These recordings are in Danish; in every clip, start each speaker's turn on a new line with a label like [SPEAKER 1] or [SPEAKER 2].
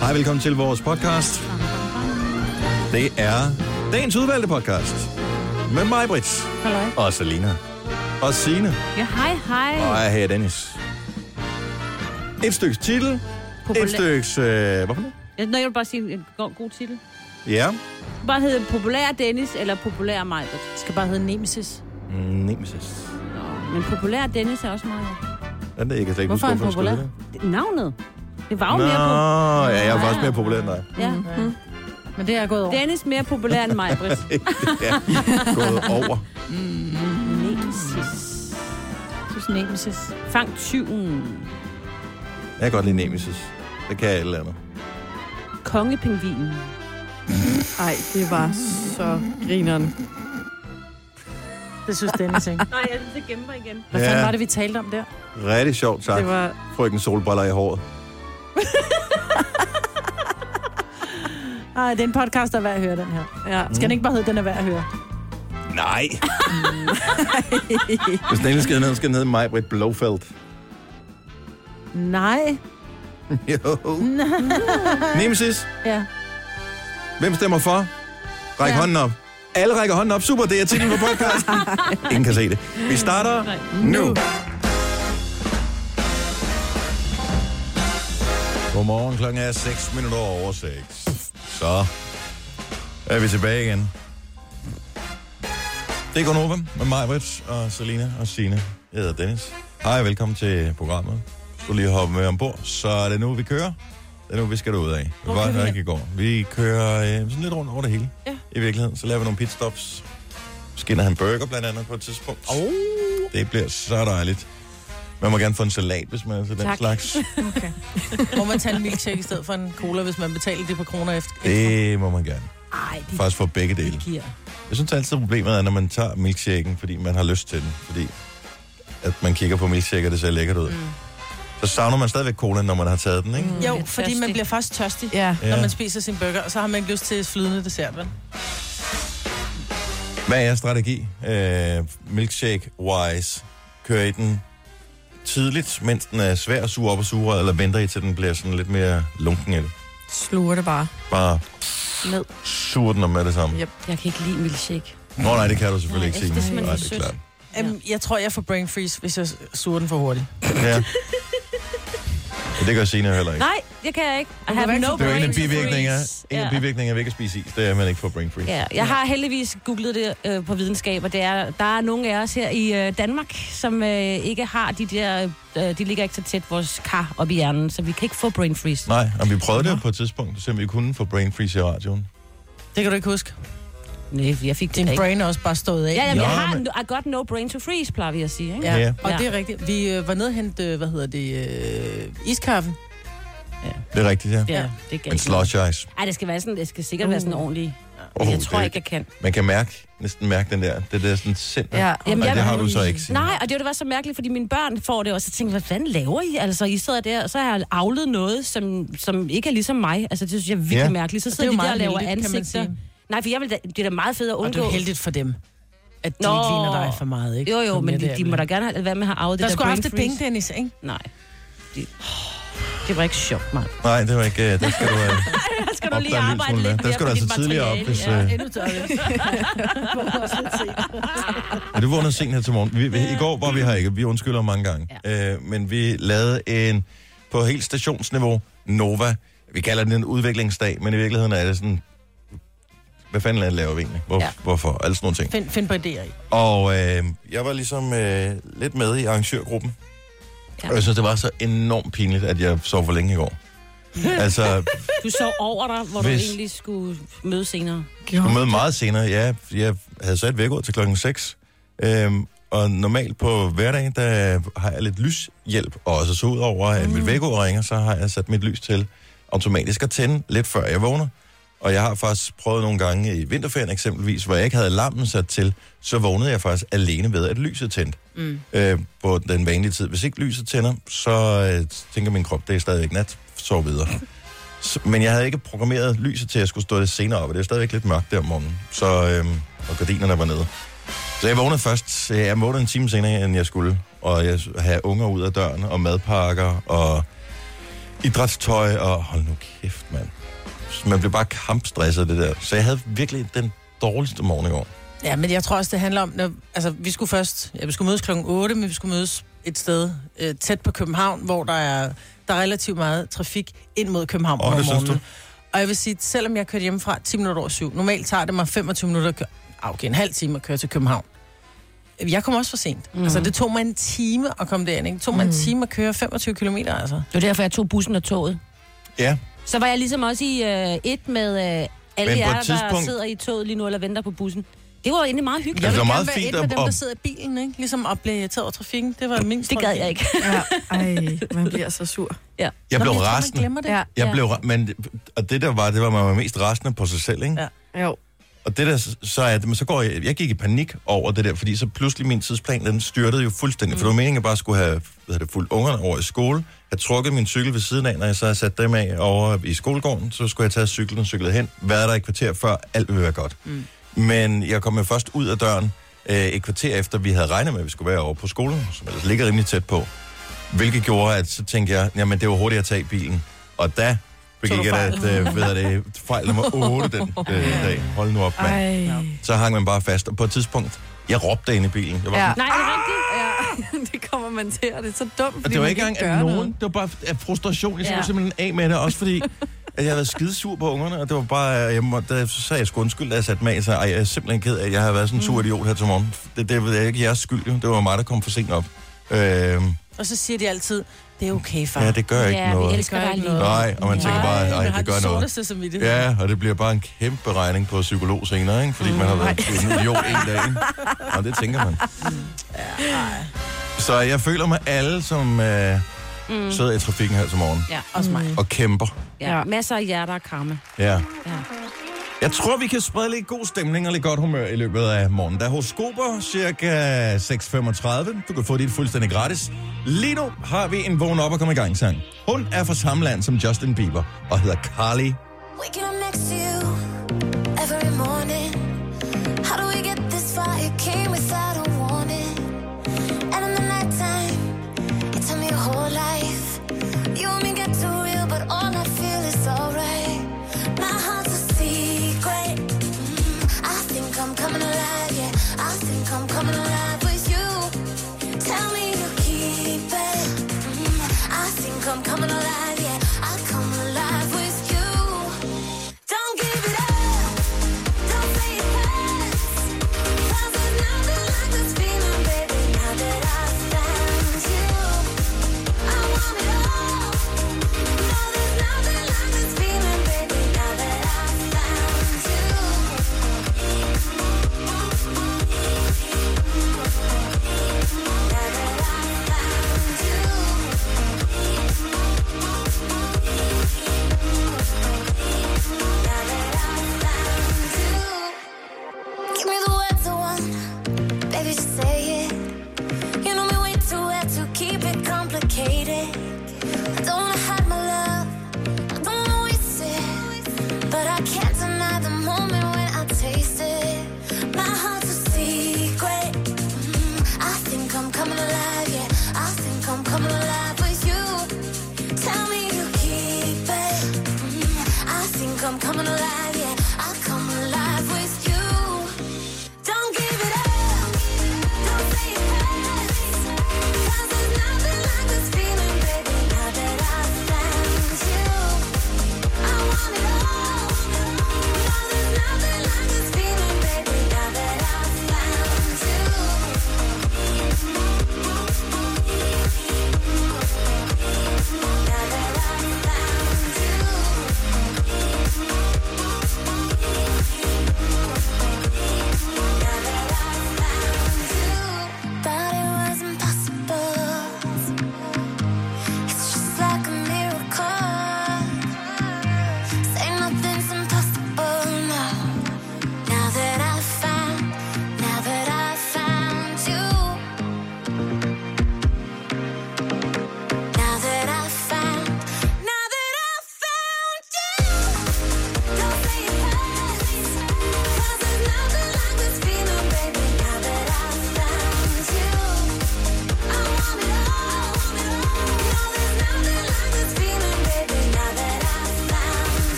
[SPEAKER 1] Hej, velkommen til vores podcast. Det er dagens udvalgte podcast. Med mig, Brits.
[SPEAKER 2] Halløj.
[SPEAKER 1] Og Selina. Og Signe.
[SPEAKER 2] Ja, hej, hej.
[SPEAKER 1] Og jeg hedder Dennis. Et stykke titel.
[SPEAKER 2] Populær-
[SPEAKER 1] Et stykke... Øh, hvorfor nu?
[SPEAKER 2] Jeg, nå, jeg vil bare sige en god, god titel.
[SPEAKER 1] Ja.
[SPEAKER 2] Det skal bare hedde Populær Dennis eller Populær Majbert. Det skal bare hedde Nemesis.
[SPEAKER 1] Nemesis.
[SPEAKER 2] Nå, men Populær Dennis er også meget.
[SPEAKER 1] Den der, jeg kan slet ikke
[SPEAKER 2] Hvorfor er han
[SPEAKER 1] huske,
[SPEAKER 2] populær?
[SPEAKER 1] den
[SPEAKER 2] Det- Navnet. Det var jo
[SPEAKER 1] Nå,
[SPEAKER 2] mere på.
[SPEAKER 1] ja, jeg er faktisk mere populær end dig.
[SPEAKER 2] Ja.
[SPEAKER 3] Mm, Men det er jeg gået over.
[SPEAKER 2] Dennis mere populær end mig, Britt.
[SPEAKER 1] Ja, gået over.
[SPEAKER 2] Nemesis.
[SPEAKER 3] Jeg synes, Nemesis.
[SPEAKER 2] Fang tyven.
[SPEAKER 1] Jeg kan godt lide Nemesis. Det kan jeg et eller andet.
[SPEAKER 2] Kongepingvinen.
[SPEAKER 4] Ej, det var så grineren.
[SPEAKER 3] Det synes Dennis, ikke?
[SPEAKER 2] Nej, jeg synes, det gemmer igen.
[SPEAKER 3] Hvad
[SPEAKER 1] Ja.
[SPEAKER 3] fanden var det, vi talte om der?
[SPEAKER 1] Rigtig sjovt sagt.
[SPEAKER 4] Det var...
[SPEAKER 1] Frøken solbriller i håret.
[SPEAKER 3] Ej, det er en podcast, der er værd at høre, den her.
[SPEAKER 4] Ja.
[SPEAKER 3] Skal den ikke bare hedde, den er værd at høre?
[SPEAKER 1] Nej. Hvis den endelig skal ned, skal den hedde mig, Britt Blofeld.
[SPEAKER 3] Nej.
[SPEAKER 1] Jo.
[SPEAKER 2] Mm.
[SPEAKER 1] Nemesis,
[SPEAKER 3] Ja.
[SPEAKER 1] hvem stemmer for? Ræk
[SPEAKER 3] Ja.
[SPEAKER 1] hånden op. Alle rækker hånden op. Super, det er titlen på podcasten. Ingen kan se det. Vi starter nu. Godmorgen, klokken er 6 minutter over 6. Så er vi tilbage igen. Det er Gonova med mig, Brits, og Selina og Sine. Jeg hedder Dennis. Hej og velkommen til programmet. Du lige hoppe med ombord, så er det nu, vi kører. Det er nu, vi skal ud af. Det var nok i går. Vi kører øh, sådan lidt rundt over det hele. Ja. I virkeligheden. Så laver vi nogle pitstops. Skinner han burger blandt andet på et tidspunkt. Oh. Det bliver så dejligt. Man må gerne få en salat, hvis man er til den
[SPEAKER 4] Tak.
[SPEAKER 1] slags.
[SPEAKER 3] Okay.
[SPEAKER 5] Må man tage en milkshake i stedet for en cola, hvis man betaler det på kroner efter?
[SPEAKER 1] Det må man gerne.
[SPEAKER 3] Ej, Mm. de
[SPEAKER 1] Faktisk for begge dele.
[SPEAKER 3] giver.
[SPEAKER 1] Jeg synes altid, problemet er, når man tager milkshaken, fordi man har lyst til den. Fordi at man kigger på milkshake, og det ser lækkert ud. Mm. Så savner man stadigvæk cola, når man har taget den, ikke? Mm.
[SPEAKER 5] Jo,
[SPEAKER 3] Lidt
[SPEAKER 5] fordi man
[SPEAKER 3] tørstig.
[SPEAKER 5] bliver først tørstig,
[SPEAKER 4] Ja.
[SPEAKER 5] når
[SPEAKER 1] Ja.
[SPEAKER 5] man spiser sin burger, og så har man ikke lyst til flydende dessert, vel?
[SPEAKER 2] Mm.
[SPEAKER 1] Hvad er jeres strategi? Øh, milkshake-wise. Kører I den tidligt, mens den er svær at suge op og suge, eller venter I til den bliver sådan lidt mere lunken eller
[SPEAKER 4] Sluger det bare.
[SPEAKER 1] Bare
[SPEAKER 4] Ned.
[SPEAKER 1] suger den om med det samme.
[SPEAKER 4] Ja.
[SPEAKER 2] Jeg kan ikke lide milkshake.
[SPEAKER 1] Nå nej, det kan du selvfølgelig
[SPEAKER 2] Nej,
[SPEAKER 1] ikke sige.
[SPEAKER 2] det er simpelthen
[SPEAKER 1] Nej, det
[SPEAKER 2] for
[SPEAKER 1] er
[SPEAKER 2] sødt.
[SPEAKER 1] klart.
[SPEAKER 2] Ja.
[SPEAKER 5] Jamen, jeg tror, jeg får brain freeze, hvis jeg suger den for hurtigt.
[SPEAKER 1] Ja. Og det gør Sina heller ikke.
[SPEAKER 2] Nej, det kan jeg ikke. I
[SPEAKER 3] kan
[SPEAKER 2] have
[SPEAKER 3] være
[SPEAKER 2] no
[SPEAKER 1] Det er jo en af
[SPEAKER 2] brain
[SPEAKER 1] bivirkninger,
[SPEAKER 2] freeze.
[SPEAKER 1] en af
[SPEAKER 2] Ja.
[SPEAKER 1] bivirkninger ved ikke at spise is, det er, at man ikke får brain freeze.
[SPEAKER 2] Ja, jeg har heldigvis googlet det øh, på videnskab, og det er, der er nogle af os her i øh, Danmark, som øh, ikke har de der, øh, de ligger ikke så tæt vores kar op i hjernen, så vi kan ikke få brain freeze.
[SPEAKER 1] Nej, og vi prøvede det jo på et tidspunkt, så vi kunne få brain freeze i radioen.
[SPEAKER 5] Det kan du ikke huske.
[SPEAKER 2] Nej, jeg fik det
[SPEAKER 5] Din
[SPEAKER 2] da ikke.
[SPEAKER 5] brain er også bare stået af.
[SPEAKER 2] Ja, jamen, jeg
[SPEAKER 1] Nå,
[SPEAKER 2] har
[SPEAKER 1] men-
[SPEAKER 2] no, I got no brain to freeze, plejer vi at sige, ikke?
[SPEAKER 1] Ja. Ja.
[SPEAKER 5] Og
[SPEAKER 2] Ja.
[SPEAKER 5] det er rigtigt. Vi øh, var nede og hente, øh, hvad hedder det, øh, iskaffen.
[SPEAKER 1] Det er rigtigt, ja.
[SPEAKER 2] Ja,
[SPEAKER 5] Ja.
[SPEAKER 2] det kan
[SPEAKER 1] Men slush ice.
[SPEAKER 2] Ej, det skal, være sådan, det skal sikkert
[SPEAKER 5] Uh.
[SPEAKER 2] være sådan ordentligt.
[SPEAKER 1] Oh,
[SPEAKER 2] Oh, jeg tror
[SPEAKER 5] Øh.
[SPEAKER 1] det,
[SPEAKER 2] ikke, jeg kan.
[SPEAKER 1] Man kan mærke, næsten mærke den der, det der sådan sind. Ja.
[SPEAKER 4] Ja.
[SPEAKER 2] Jamen,
[SPEAKER 1] Og
[SPEAKER 2] jeg-
[SPEAKER 1] det har du så ikke, Signe.
[SPEAKER 2] Nej, og det var det var så mærkeligt, fordi mine børn får det, og så tænkte jeg, hvad fanden laver I? Altså, I sidder der, og så har jeg avlet noget, som, som ikke er ligesom mig. Altså, det synes jeg er virkelig
[SPEAKER 1] Ja.
[SPEAKER 2] ja. mærkeligt. Så
[SPEAKER 5] det
[SPEAKER 2] sidder
[SPEAKER 5] er
[SPEAKER 2] de
[SPEAKER 5] jo
[SPEAKER 2] der og
[SPEAKER 5] meget
[SPEAKER 2] laver
[SPEAKER 5] heldigt, kan man
[SPEAKER 2] ansigter.
[SPEAKER 5] sige.
[SPEAKER 2] Nej, for jeg vil da, det er da meget fedt at
[SPEAKER 5] Og det er
[SPEAKER 2] undgå.
[SPEAKER 5] jo heldigt for dem, at de
[SPEAKER 2] Nå.
[SPEAKER 5] ikke ligner dig for meget, ikke?
[SPEAKER 2] jo, jo,
[SPEAKER 5] Kom
[SPEAKER 2] men
[SPEAKER 5] med
[SPEAKER 2] de,
[SPEAKER 5] der,
[SPEAKER 2] de må
[SPEAKER 5] men-
[SPEAKER 2] da gerne have, hvad med at have avlet
[SPEAKER 5] Der
[SPEAKER 2] det
[SPEAKER 5] skulle have haft et
[SPEAKER 2] brain
[SPEAKER 5] penge,
[SPEAKER 2] freeze.
[SPEAKER 5] Dennis, ikke?
[SPEAKER 2] Nej. Det, det var ikke sjovt, mand.
[SPEAKER 1] Nej, det var ikke, øh, der skal du øh,
[SPEAKER 2] Der skal
[SPEAKER 1] op der en lille smule. med. Der skal du altså tidligere op, hvis... øh,
[SPEAKER 3] Endnu tørre.
[SPEAKER 1] Er du vågnet sent her til morgen? Vi, vi, I går var vi her ikke. Vi undskylder mange gange. Ja. Øh, men vi lavede en, på helt stationsniveau, Nova. Vi kalder den en udviklingsdag, men i virkeligheden er det sådan... Hvad fanden laver vi egentlig? Hvor, ja.
[SPEAKER 2] Ja.
[SPEAKER 1] Hvorfor? Alle sådan nogle ting.
[SPEAKER 5] Find, find på idéer i.
[SPEAKER 1] Og øh, jeg var ligesom øh, lidt med i arrangørgruppen. Ja.
[SPEAKER 2] Ja.
[SPEAKER 1] Og jeg synes, det var så enormt pinligt, at jeg sov for længe i går. altså,
[SPEAKER 2] Du sov over dig, hvor du
[SPEAKER 1] Hvis-
[SPEAKER 2] egentlig skulle møde senere.
[SPEAKER 1] Jeg mødte meget senere. Ja, jeg havde sat vækord til klokken 6. Øhm, og normalt på hverdagen, der har jeg lidt lyshjælp. Og så så ud over, at mit vækord ringer, så har jeg sat mit lys til automatisk at tænde lidt før jeg vågner. Og jeg har faktisk prøvet nogle gange i vinterferien eksempelvis, hvor jeg ikke havde alarmen sat til, så vågnede jeg faktisk alene ved, at lyset tændte mm. øh, på den vanlige tid. Hvis ikke lyset tænder, så øh, tænker min krop, det er stadigvæk nat, sov videre. Så- Men jeg havde ikke programmeret lyset til, at jeg skulle stå det senere op, og det er stadigvæk lidt mørkt der om morgenen. Så, øhm, og gardinerne var nede. Så jeg vågnede først, øh, jeg vågnede en time senere, end jeg skulle. Og jeg s- havde unger ud af døren, og madpakker, og idrætstøj, og hold nu kæft, mand. Man blev bare kampstresset af det der. Så jeg havde virkelig den dårligste morgen i år.
[SPEAKER 5] Ja, men jeg tror også, det handler om, når, altså vi skulle først, ja, vi skulle mødes klokken 8, men vi skulle mødes et sted øh, tæt på København, hvor der er, der er relativt meget trafik ind mod København
[SPEAKER 1] Åh,
[SPEAKER 5] om
[SPEAKER 1] det synes
[SPEAKER 5] morgenen. Og jeg vil sige, selvom jeg kørte hjemmefra 10 minutter over 7, normalt tager det mig 25 minutter at køre, ah, okay, en halv time at køre til København. Jeg kom også for sent. Mm. Altså, det tog mig en time at komme derind, ikke? Det tog mig mm. en time at køre 25 km, altså.
[SPEAKER 2] Det var derfor, jeg tog bussen og toget.
[SPEAKER 1] Ja,
[SPEAKER 2] Så var jeg ligesom også i øh, et med øh, alle
[SPEAKER 1] Men på et
[SPEAKER 2] jer, der
[SPEAKER 1] tidspunkt-
[SPEAKER 2] sidder i toget lige nu eller venter på bussen. Det var jo egentlig meget hyggeligt.
[SPEAKER 1] Ja,
[SPEAKER 5] Jeg
[SPEAKER 1] det var meget
[SPEAKER 5] vil gerne være
[SPEAKER 1] fint
[SPEAKER 5] et med
[SPEAKER 1] at-
[SPEAKER 5] dem, der
[SPEAKER 1] at-
[SPEAKER 5] sidder i bilen, ikke? Ligesom at blive irriteret over trafikken. Det var min
[SPEAKER 2] Det gad jeg ikke.
[SPEAKER 4] Ja. Ej, man bliver så sur.
[SPEAKER 1] jeg blev
[SPEAKER 5] Man
[SPEAKER 1] rasende.
[SPEAKER 5] glemmer det.
[SPEAKER 4] Ja.
[SPEAKER 1] Jeg
[SPEAKER 2] Ja.
[SPEAKER 1] blev, ra- men, og det der var, det var, man var mest rasende på sig selv, ikke?
[SPEAKER 5] Ja.
[SPEAKER 4] Jo.
[SPEAKER 1] Og det der, så er det, men så går jeg, jeg gik i panik over det der, fordi så pludselig min tidsplan, den styrtede jo fuldstændig. Mm. For det var meningen, at jeg bare skulle have hvad hedder det, fulgt ungerne over i skole, have trukket min cykel ved siden af, når jeg så havde sat dem af over i skolegården, så skulle jeg tage cyklen og cyklet hen, været der et kvarter før, alt ville være godt. Mm. Men jeg kom jo først ud af døren øh, et kvarter efter, vi havde regnet med, at vi skulle være over på skolen, som ellers ligger rimelig tæt på. Hvilket gjorde, at så tænkte jeg, jamen det var hurtigt at tage bilen. Og da begik
[SPEAKER 5] du
[SPEAKER 1] jeg at, øh, hvad hedder det, fejl nummer 8 den øh, dag. Hold nu op, mand
[SPEAKER 4] Ej. Ja.
[SPEAKER 1] så hang man bare fast. Og på et tidspunkt, jeg råbte inde i bilen. Jeg var ja.
[SPEAKER 4] Ja.
[SPEAKER 1] sådan,
[SPEAKER 2] Nej, det er
[SPEAKER 4] ja.
[SPEAKER 2] rigtigt.
[SPEAKER 4] det kommer man til, og det er så dumt, fordi
[SPEAKER 1] og det var
[SPEAKER 4] man
[SPEAKER 1] ikke
[SPEAKER 4] kan
[SPEAKER 1] engang af
[SPEAKER 4] gøre
[SPEAKER 1] nogen,
[SPEAKER 4] noget.
[SPEAKER 1] det var bare af frustration. Jeg skulle
[SPEAKER 2] Ja.
[SPEAKER 1] simpelthen af med det, også fordi at jeg havde været skidesur på ungerne, og det var bare, øh, jeg måtte, da- så sagde jeg sgu undskyld, da jeg satte mig af, så ej, jeg er simpelthen ked af, at jeg har været sådan en sur idiot her til morgen. Det, det er ikke jeres skyld, jo. det var mig, der kom for sent op. Øh,
[SPEAKER 5] Og så siger de altid, det er okay, far.
[SPEAKER 1] ja, det gør ikke
[SPEAKER 2] ja, vi
[SPEAKER 1] noget.
[SPEAKER 2] elsker dig lige.
[SPEAKER 1] Nej, og man tænker bare,
[SPEAKER 5] man
[SPEAKER 1] ej,
[SPEAKER 5] har
[SPEAKER 1] det gør noget.
[SPEAKER 5] sorteste samvittighed.
[SPEAKER 1] Ja, og det bliver bare en kæmpe regning på psykolog senere, ikke? Fordi man har været en idiot en dag, ikke? Og det tænker man. Så jeg føler med alle, som øh,
[SPEAKER 2] Mm.
[SPEAKER 1] sidder i trafikken her til morgen
[SPEAKER 2] Ja, Mm.
[SPEAKER 5] Også mig.
[SPEAKER 1] og kæmper.
[SPEAKER 2] ja. Masser af hjerter og karme.
[SPEAKER 1] Ja.
[SPEAKER 2] Ja.
[SPEAKER 1] Jeg tror, vi kan sprede lidt god stemning og lidt godt humør i løbet af morgenen. Der er horoskoper cirka 6.35. Du kan få dit fuldstændig gratis. Lige nu har vi en vågen op og komme i gang sang. Hun er fra samme land som Justin Bieber og hedder Carly
[SPEAKER 6] Waking up next to you every morning. How do we get this far? It came without a warning. And in the nighttime, you tell me your whole life. You and me get too real, but all I feel is alright. My heart's a secret. Mm, I think I'm coming alive, yeah. I think I'm coming alive with you. Tell me you keep it. Mm, I think I'm coming alive, yeah. I come alive with you. Don't give it up. Don't say it hurts. There's nothing like this Mm, Mm,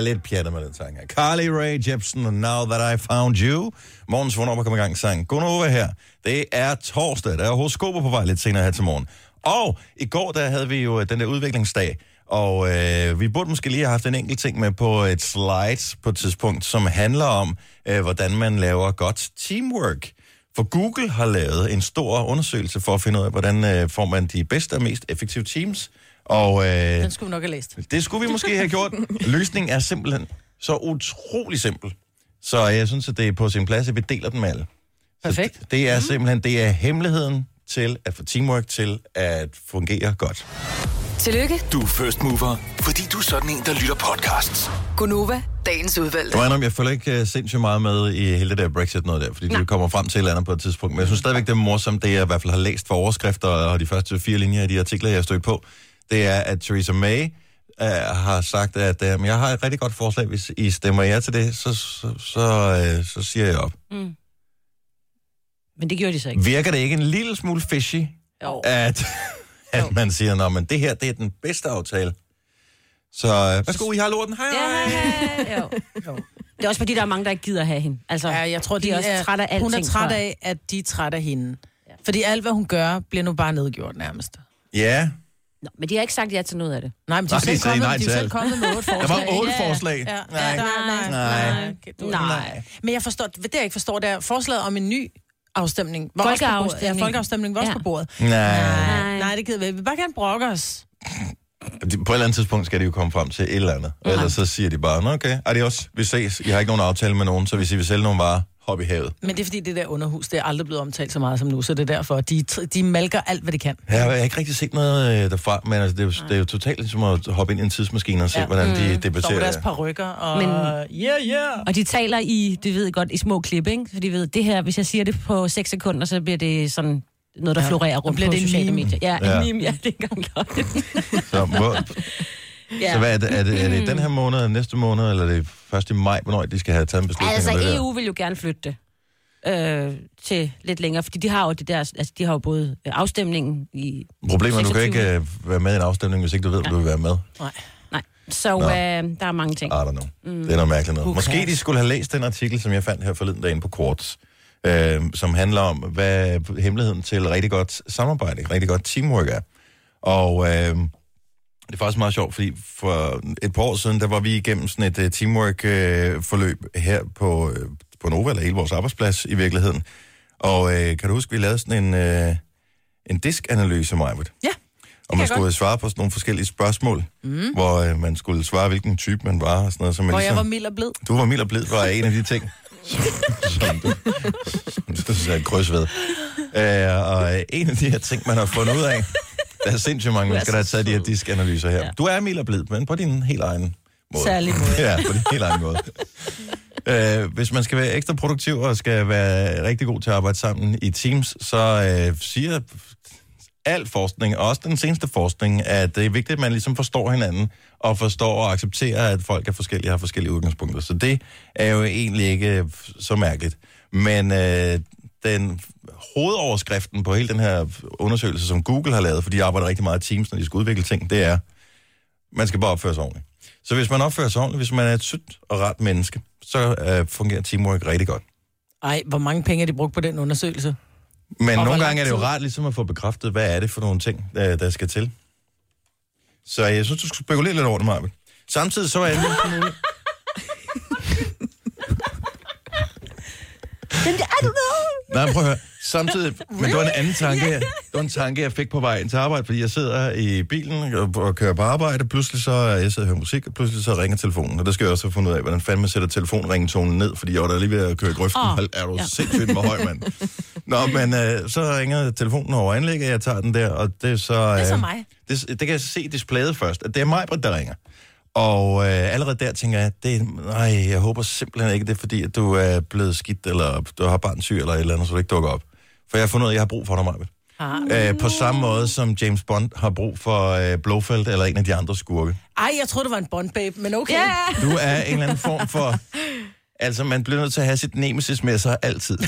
[SPEAKER 1] lidt pjattet med den sang her. Carly Rae Jepsen, og Now That I Found You. Morgens Fornopper kommer i gang sang. Gunnova her. Det er torsdag. Der er horoskoper på vej lidt senere her til morgen. Og i går, der havde vi jo øh, den der udviklingsdag. Og øh, vi burde måske lige have haft en enkelt ting med på et slide på et tidspunkt, som handler om, øh, hvordan man laver godt teamwork. For Google har lavet en stor undersøgelse for at finde ud af, hvordan øh, får man de bedste og mest effektive teams. Og øh,
[SPEAKER 5] Den skulle vi nok have læst.
[SPEAKER 1] det skulle vi måske have gjort. Løsningen er simpelthen så utrolig simpel. Så jeg synes, at det er på sin plads, at vi deler den med alle. Så
[SPEAKER 5] Perfekt.
[SPEAKER 1] d- Det er simpelthen det er hemmeligheden til at få teamwork til at fungere godt.
[SPEAKER 7] Tillykke,
[SPEAKER 8] Du er first mover, fordi du er sådan en, der lytter podcasts.
[SPEAKER 7] Gunova, dagens udvalgte.
[SPEAKER 1] Du er jeg følger ikke øh, sindssygt meget med i hele det der Brexit noget der, fordi det kommer frem til et eller andet på et tidspunkt. Men jeg synes stadigvæk, det er morsomt, det jeg i hvert fald har læst for overskrifter og de første fire linjer af de artikler, jeg har stødt på, det er, at Theresa May øh, har sagt, at øh, "Men jeg har et rigtig godt forslag, hvis I stemmer ja til det, så, så, så, øh, så siger jeg op.
[SPEAKER 2] Men det gjorde de så ikke.
[SPEAKER 1] Virker det ikke en lille smule fishy,
[SPEAKER 5] Jo.
[SPEAKER 1] at, at man siger, "Nå, men det her, det er den bedste aftale. Så øh, værsgo, I har lorten. Hej, hej.
[SPEAKER 2] Ja, jo. Det er også fordi, der er mange, der ikke gider have hende. Altså,
[SPEAKER 5] Ja, jeg tror,
[SPEAKER 2] de, er også trætte af alting.
[SPEAKER 5] Hun er træt
[SPEAKER 2] tror jeg.
[SPEAKER 5] af, at de er trætte af hende. Fordi alt, hvad hun gør, bliver nu bare nedgjort nærmest.
[SPEAKER 1] Ja,
[SPEAKER 2] Nå, men de har ikke sagt ja til noget af det.
[SPEAKER 5] Nej, men de
[SPEAKER 1] Nej,
[SPEAKER 5] er
[SPEAKER 1] de
[SPEAKER 5] selv
[SPEAKER 1] sagde
[SPEAKER 5] kommet,
[SPEAKER 1] nej
[SPEAKER 5] de er
[SPEAKER 1] til
[SPEAKER 5] jo selv
[SPEAKER 1] alt.
[SPEAKER 5] kommet med otte
[SPEAKER 1] der var
[SPEAKER 5] forslag.
[SPEAKER 1] otte forslag.
[SPEAKER 5] Ja,
[SPEAKER 1] Nej.
[SPEAKER 5] ja, nej,
[SPEAKER 1] Nej.
[SPEAKER 5] nej. nej.
[SPEAKER 2] Nej.
[SPEAKER 5] Men jeg forstår, det jeg ikke forstår, det er forslaget om en ny afstemning. Var Også på bordet.
[SPEAKER 2] Folkeafstemning.
[SPEAKER 5] Ja, folkeafstemning var også
[SPEAKER 2] Ja.
[SPEAKER 5] på bordet.
[SPEAKER 1] Nej.
[SPEAKER 5] Nej, nej, det gider vi ikke. Vi vil bare gerne brokke os.
[SPEAKER 1] De- På et eller andet tidspunkt skal de jo komme frem til et eller andet. Og ellers så siger de bare, "Nå, okay, er det også, vi ses. Jeg har ikke nogen aftale med nogen, så hvis I vil sælge nogle varer, hop i havet.
[SPEAKER 5] Men det er fordi, det der underhus, det er aldrig blevet omtalt så meget som nu, så det er derfor, de, de malker alt, hvad de kan.
[SPEAKER 1] Ja, Jeg har ikke rigtig set noget øh, derfra, men altså, det, er jo, det er jo totalt ligesom at hoppe ind i en tidsmaskine og se, ja.
[SPEAKER 5] Ja.
[SPEAKER 1] hvordan de
[SPEAKER 5] Så med
[SPEAKER 1] debatterer.
[SPEAKER 5] deres parrykker og...
[SPEAKER 2] Mm.
[SPEAKER 5] Mm.
[SPEAKER 2] Men-
[SPEAKER 5] Men... Yeah, yeah!
[SPEAKER 2] Og de taler i, det ved jeg godt, i små klip, ikke? Så de ved, det her, hvis jeg siger det på 6 sekunder, så bliver det sådan noget, der
[SPEAKER 5] Ja.
[SPEAKER 2] florerer rundt
[SPEAKER 5] bliver
[SPEAKER 2] på
[SPEAKER 5] det en
[SPEAKER 2] sociale
[SPEAKER 5] meme.
[SPEAKER 2] medier. Ja,
[SPEAKER 1] Ja.
[SPEAKER 2] en meme, ja, det er ikke engang løgn.
[SPEAKER 1] Så, hvor,
[SPEAKER 2] Ja. Mm.
[SPEAKER 1] så hvad er det? Er det, er det den her måned, næste måned, eller er det først i maj, hvornår de skal have taget en beslutning?
[SPEAKER 2] Altså,
[SPEAKER 1] om det der?
[SPEAKER 2] EU vil jo gerne flytte det øh, til lidt længere, fordi de har jo det der, altså, de har jo både øh, afstemningen i...
[SPEAKER 1] Problemet er, du kan
[SPEAKER 2] 26.
[SPEAKER 1] ikke øh, være med i en afstemning, hvis ikke du ved, om du vil være med.
[SPEAKER 2] Nej, så øh, der er mange ting.
[SPEAKER 1] I don't know. Mm. Det er noget mærkeligt noget.
[SPEAKER 5] Who
[SPEAKER 1] Måske
[SPEAKER 5] cares?
[SPEAKER 1] de skulle have læst den artikel, som jeg fandt her forleden dag inde på Quartz, øh, som handler om, hvad hemmeligheden til rigtig godt samarbejde, rigtig godt teamwork er. Og øh, det er faktisk meget sjovt, fordi for et par år siden, der var vi igennem sådan et uh, teamwork-forløb her på, øh, på Nova, eller hele vores arbejdsplads i virkeligheden. Og øh, kan du huske, vi lavede sådan en, øh, en diskanalyse, Majbert?
[SPEAKER 5] Ja,
[SPEAKER 1] Og man
[SPEAKER 5] jeg
[SPEAKER 1] skulle svare på sådan nogle forskellige spørgsmål, mm. hvor øh, man skulle svare, hvilken type man var og sådan noget. Så man
[SPEAKER 5] Hvor
[SPEAKER 1] ligesom,
[SPEAKER 5] jeg var mild og blid.
[SPEAKER 1] Du var mild og blid, var en af de ting, som du, som du sagde kryds ved. Øh, og øh, en af de her ting, man har fundet ud af, der er sindssygt mange mennesker, der har taget de her diskanalyser her. Ja. Du er mild og blid, men på din helt egen måde.
[SPEAKER 5] Særlig måde.
[SPEAKER 1] ja, på din helt egen måde. Øh, hvis man skal være ekstra produktiv og skal være rigtig god til at arbejde sammen i teams, så øh, siger al forskning, og også den seneste forskning, at det er vigtigt, at man ligesom forstår hinanden, og forstår og accepterer, at folk er forskellige og har forskellige udgangspunkter. Så det er jo egentlig ikke øh, så mærkeligt. Men øh, den hovedoverskriften på hele den her undersøgelse, som Google har lavet, for de arbejder rigtig meget i Teams, når de skal udvikle ting, det er, man skal bare opføre sig ordentligt. Så hvis man opfører sig ordentligt, hvis man er et sødt og ret menneske, så øh, fungerer teamwork rigtig godt.
[SPEAKER 5] Ej, hvor mange penge har de brugt på den undersøgelse?
[SPEAKER 1] Men
[SPEAKER 5] Og
[SPEAKER 1] nogle
[SPEAKER 5] hvor lang
[SPEAKER 1] gange er det jo
[SPEAKER 5] tid?
[SPEAKER 1] rart ligesom at få bekræftet, hvad er det for nogle ting, der, der skal til. Så jeg synes, du skulle spekulere lidt over det, Marvind. Samtidig så er jeg... Nej, prøv at høre. Samtidig, men det var en anden tanke her. Det var en tanke, jeg fik på vej ind til arbejde, fordi jeg sidder i bilen og, og kører på arbejde, pludselig så, jeg sidder og hører musik, og pludselig så ringer telefonen, og der skal jeg også have fundet ud af, hvordan fanden man sætter telefonringetonen ned, fordi jeg var da lige ved at køre i grøften.
[SPEAKER 2] Åh,
[SPEAKER 1] Oh, er du
[SPEAKER 2] ja.
[SPEAKER 1] ja. sindssygt med høj, mand? Nå, men øh, så ringer telefonen over anlægget, jeg tager den der, og det er så... Øh, det
[SPEAKER 5] er så mig.
[SPEAKER 1] Det, det kan jeg se i displayet først, at det er mig, der ringer. Og øh, allerede der tænker jeg, det, er- nej, jeg håber simpelthen ikke, det er fordi, at du er blevet skidt, eller du har barnsyg, eller et eller andet, så du ikke dukker op. For jeg har fundet ud af, at jeg har brug for dig, Maja. Ah, øh, på
[SPEAKER 5] Mm.
[SPEAKER 1] samme måde som James Bond har brug for øh, Blofeld eller en af de andre skurke.
[SPEAKER 5] Ej, jeg troede, det var en bondbabe, men okay.
[SPEAKER 2] Ja,
[SPEAKER 1] Du er en eller anden form for... Altså, man bliver nødt til at have sit nemesis med sig altid.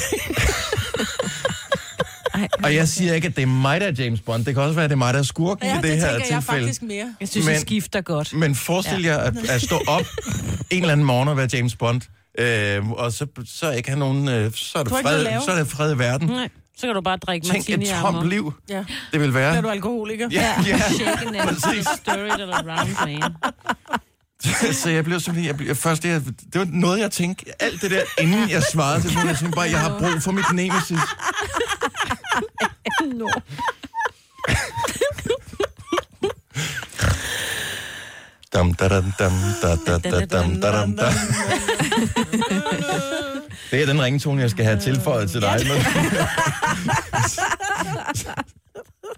[SPEAKER 1] Og jeg siger ikke, at det er mig, der er James Bond. Det kan også være, at det er mig, der er skurken
[SPEAKER 5] Ja,
[SPEAKER 1] i det,
[SPEAKER 5] det
[SPEAKER 1] her
[SPEAKER 5] tænker jeg
[SPEAKER 1] tilfælde.
[SPEAKER 5] faktisk mere.
[SPEAKER 2] jeg synes,
[SPEAKER 1] Men-
[SPEAKER 2] men... skifter godt.
[SPEAKER 1] Men forestil jer at, at stå op en eller anden morgen at være James Bond, øh, og så, så ikke have nogen... Øh, så, er det
[SPEAKER 5] Du har ikke noget
[SPEAKER 1] fred,
[SPEAKER 5] at lave.
[SPEAKER 1] så er det fred i verden.
[SPEAKER 2] Nej, så kan du bare drikke
[SPEAKER 1] Tænk
[SPEAKER 2] martini
[SPEAKER 1] et tomt liv,
[SPEAKER 5] Ja.
[SPEAKER 1] det vil være.
[SPEAKER 5] Er du alkoholiker?
[SPEAKER 1] Ja, ja.
[SPEAKER 2] Shaken and
[SPEAKER 1] Præcis.
[SPEAKER 2] stirred it around, man.
[SPEAKER 1] så jeg blev simpelthen... Jeg blev, først, det, jeg- det var noget, jeg tænkte. Alt det der, inden jeg svarede til hende, jeg tænkte bare, jeg har brug for mit nemesis.
[SPEAKER 3] Nå.
[SPEAKER 1] Dam, da, dam, dam, da, da, da, dam, da, dam, da. Det er den ringetone, jeg skal have tilføjet til dig.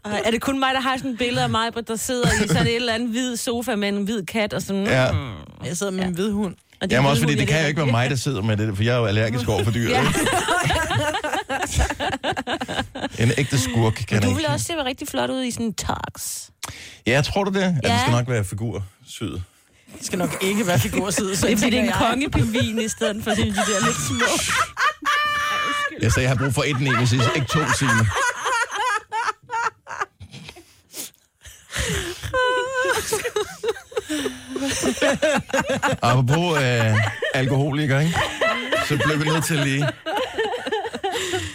[SPEAKER 2] Og er det kun mig, der har sådan et billede af mig, der sidder i sådan et eller andet hvid sofa med en hvid kat Mm. og sådan...
[SPEAKER 1] Ja.
[SPEAKER 5] Jeg sidder med en hvid hund.
[SPEAKER 2] Og de
[SPEAKER 1] Jamen også,
[SPEAKER 2] hvide
[SPEAKER 1] fordi det
[SPEAKER 2] hunde,
[SPEAKER 1] kan jo ikke være mig, der sidder med det, for jeg er jo allergisk over for dyr. en ægte skurk kan
[SPEAKER 2] Men du
[SPEAKER 1] ikke.
[SPEAKER 2] ville også se rigtig flot ud i sådan en tux.
[SPEAKER 1] Ja, jeg tror du det? Ja.
[SPEAKER 2] Ja.
[SPEAKER 1] det skal nok være figur syet.
[SPEAKER 5] Det skal nok ikke være figurside. Så
[SPEAKER 2] Det er fordi, det er en kongepingvin i stedet for sådan de der lidt små.
[SPEAKER 1] Jeg sagde, jeg har brug for et nemesis, ikke to timer. Apropos øh, alkoholikere, ikke? så blev vi nødt til lige...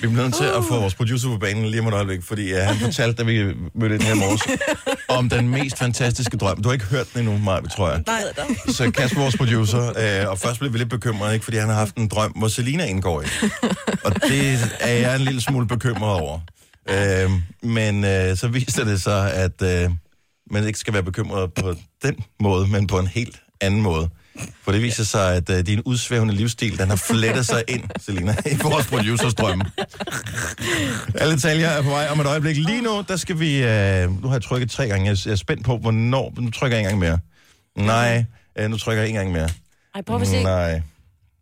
[SPEAKER 1] Vi blev nødt til at få vores producer på banen lige om et øjeblik, fordi ja, han fortalte, da vi mødte den her morges, om den mest fantastiske drøm. Du har ikke hørt den endnu, Maja, tror jeg.
[SPEAKER 5] Nej,
[SPEAKER 1] Så Kasper, vores producer, øh, og først blev vi lidt bekymrede, ikke, fordi han har haft en drøm, hvor Selina indgår i. Og det er jeg en lille smule bekymret over. Øh, men øh, så viste det sig, at øh, man ikke skal være bekymret på den måde, men på en helt anden måde. For det viser sig, at øh, din udsvævende livsstil, den har flettet sig ind, Selina, i vores producers drømme. Alle taljer er på vej om et øjeblik. Lige nu, der skal vi... Øh, nu har jeg trykket tre gange. Jeg, jeg er spændt på, hvornår... Nu trykker jeg en gang mere. Nej, øh, nu trykker jeg en gang mere.
[SPEAKER 2] Ej, prøv at se.
[SPEAKER 1] Nej.
[SPEAKER 5] Kan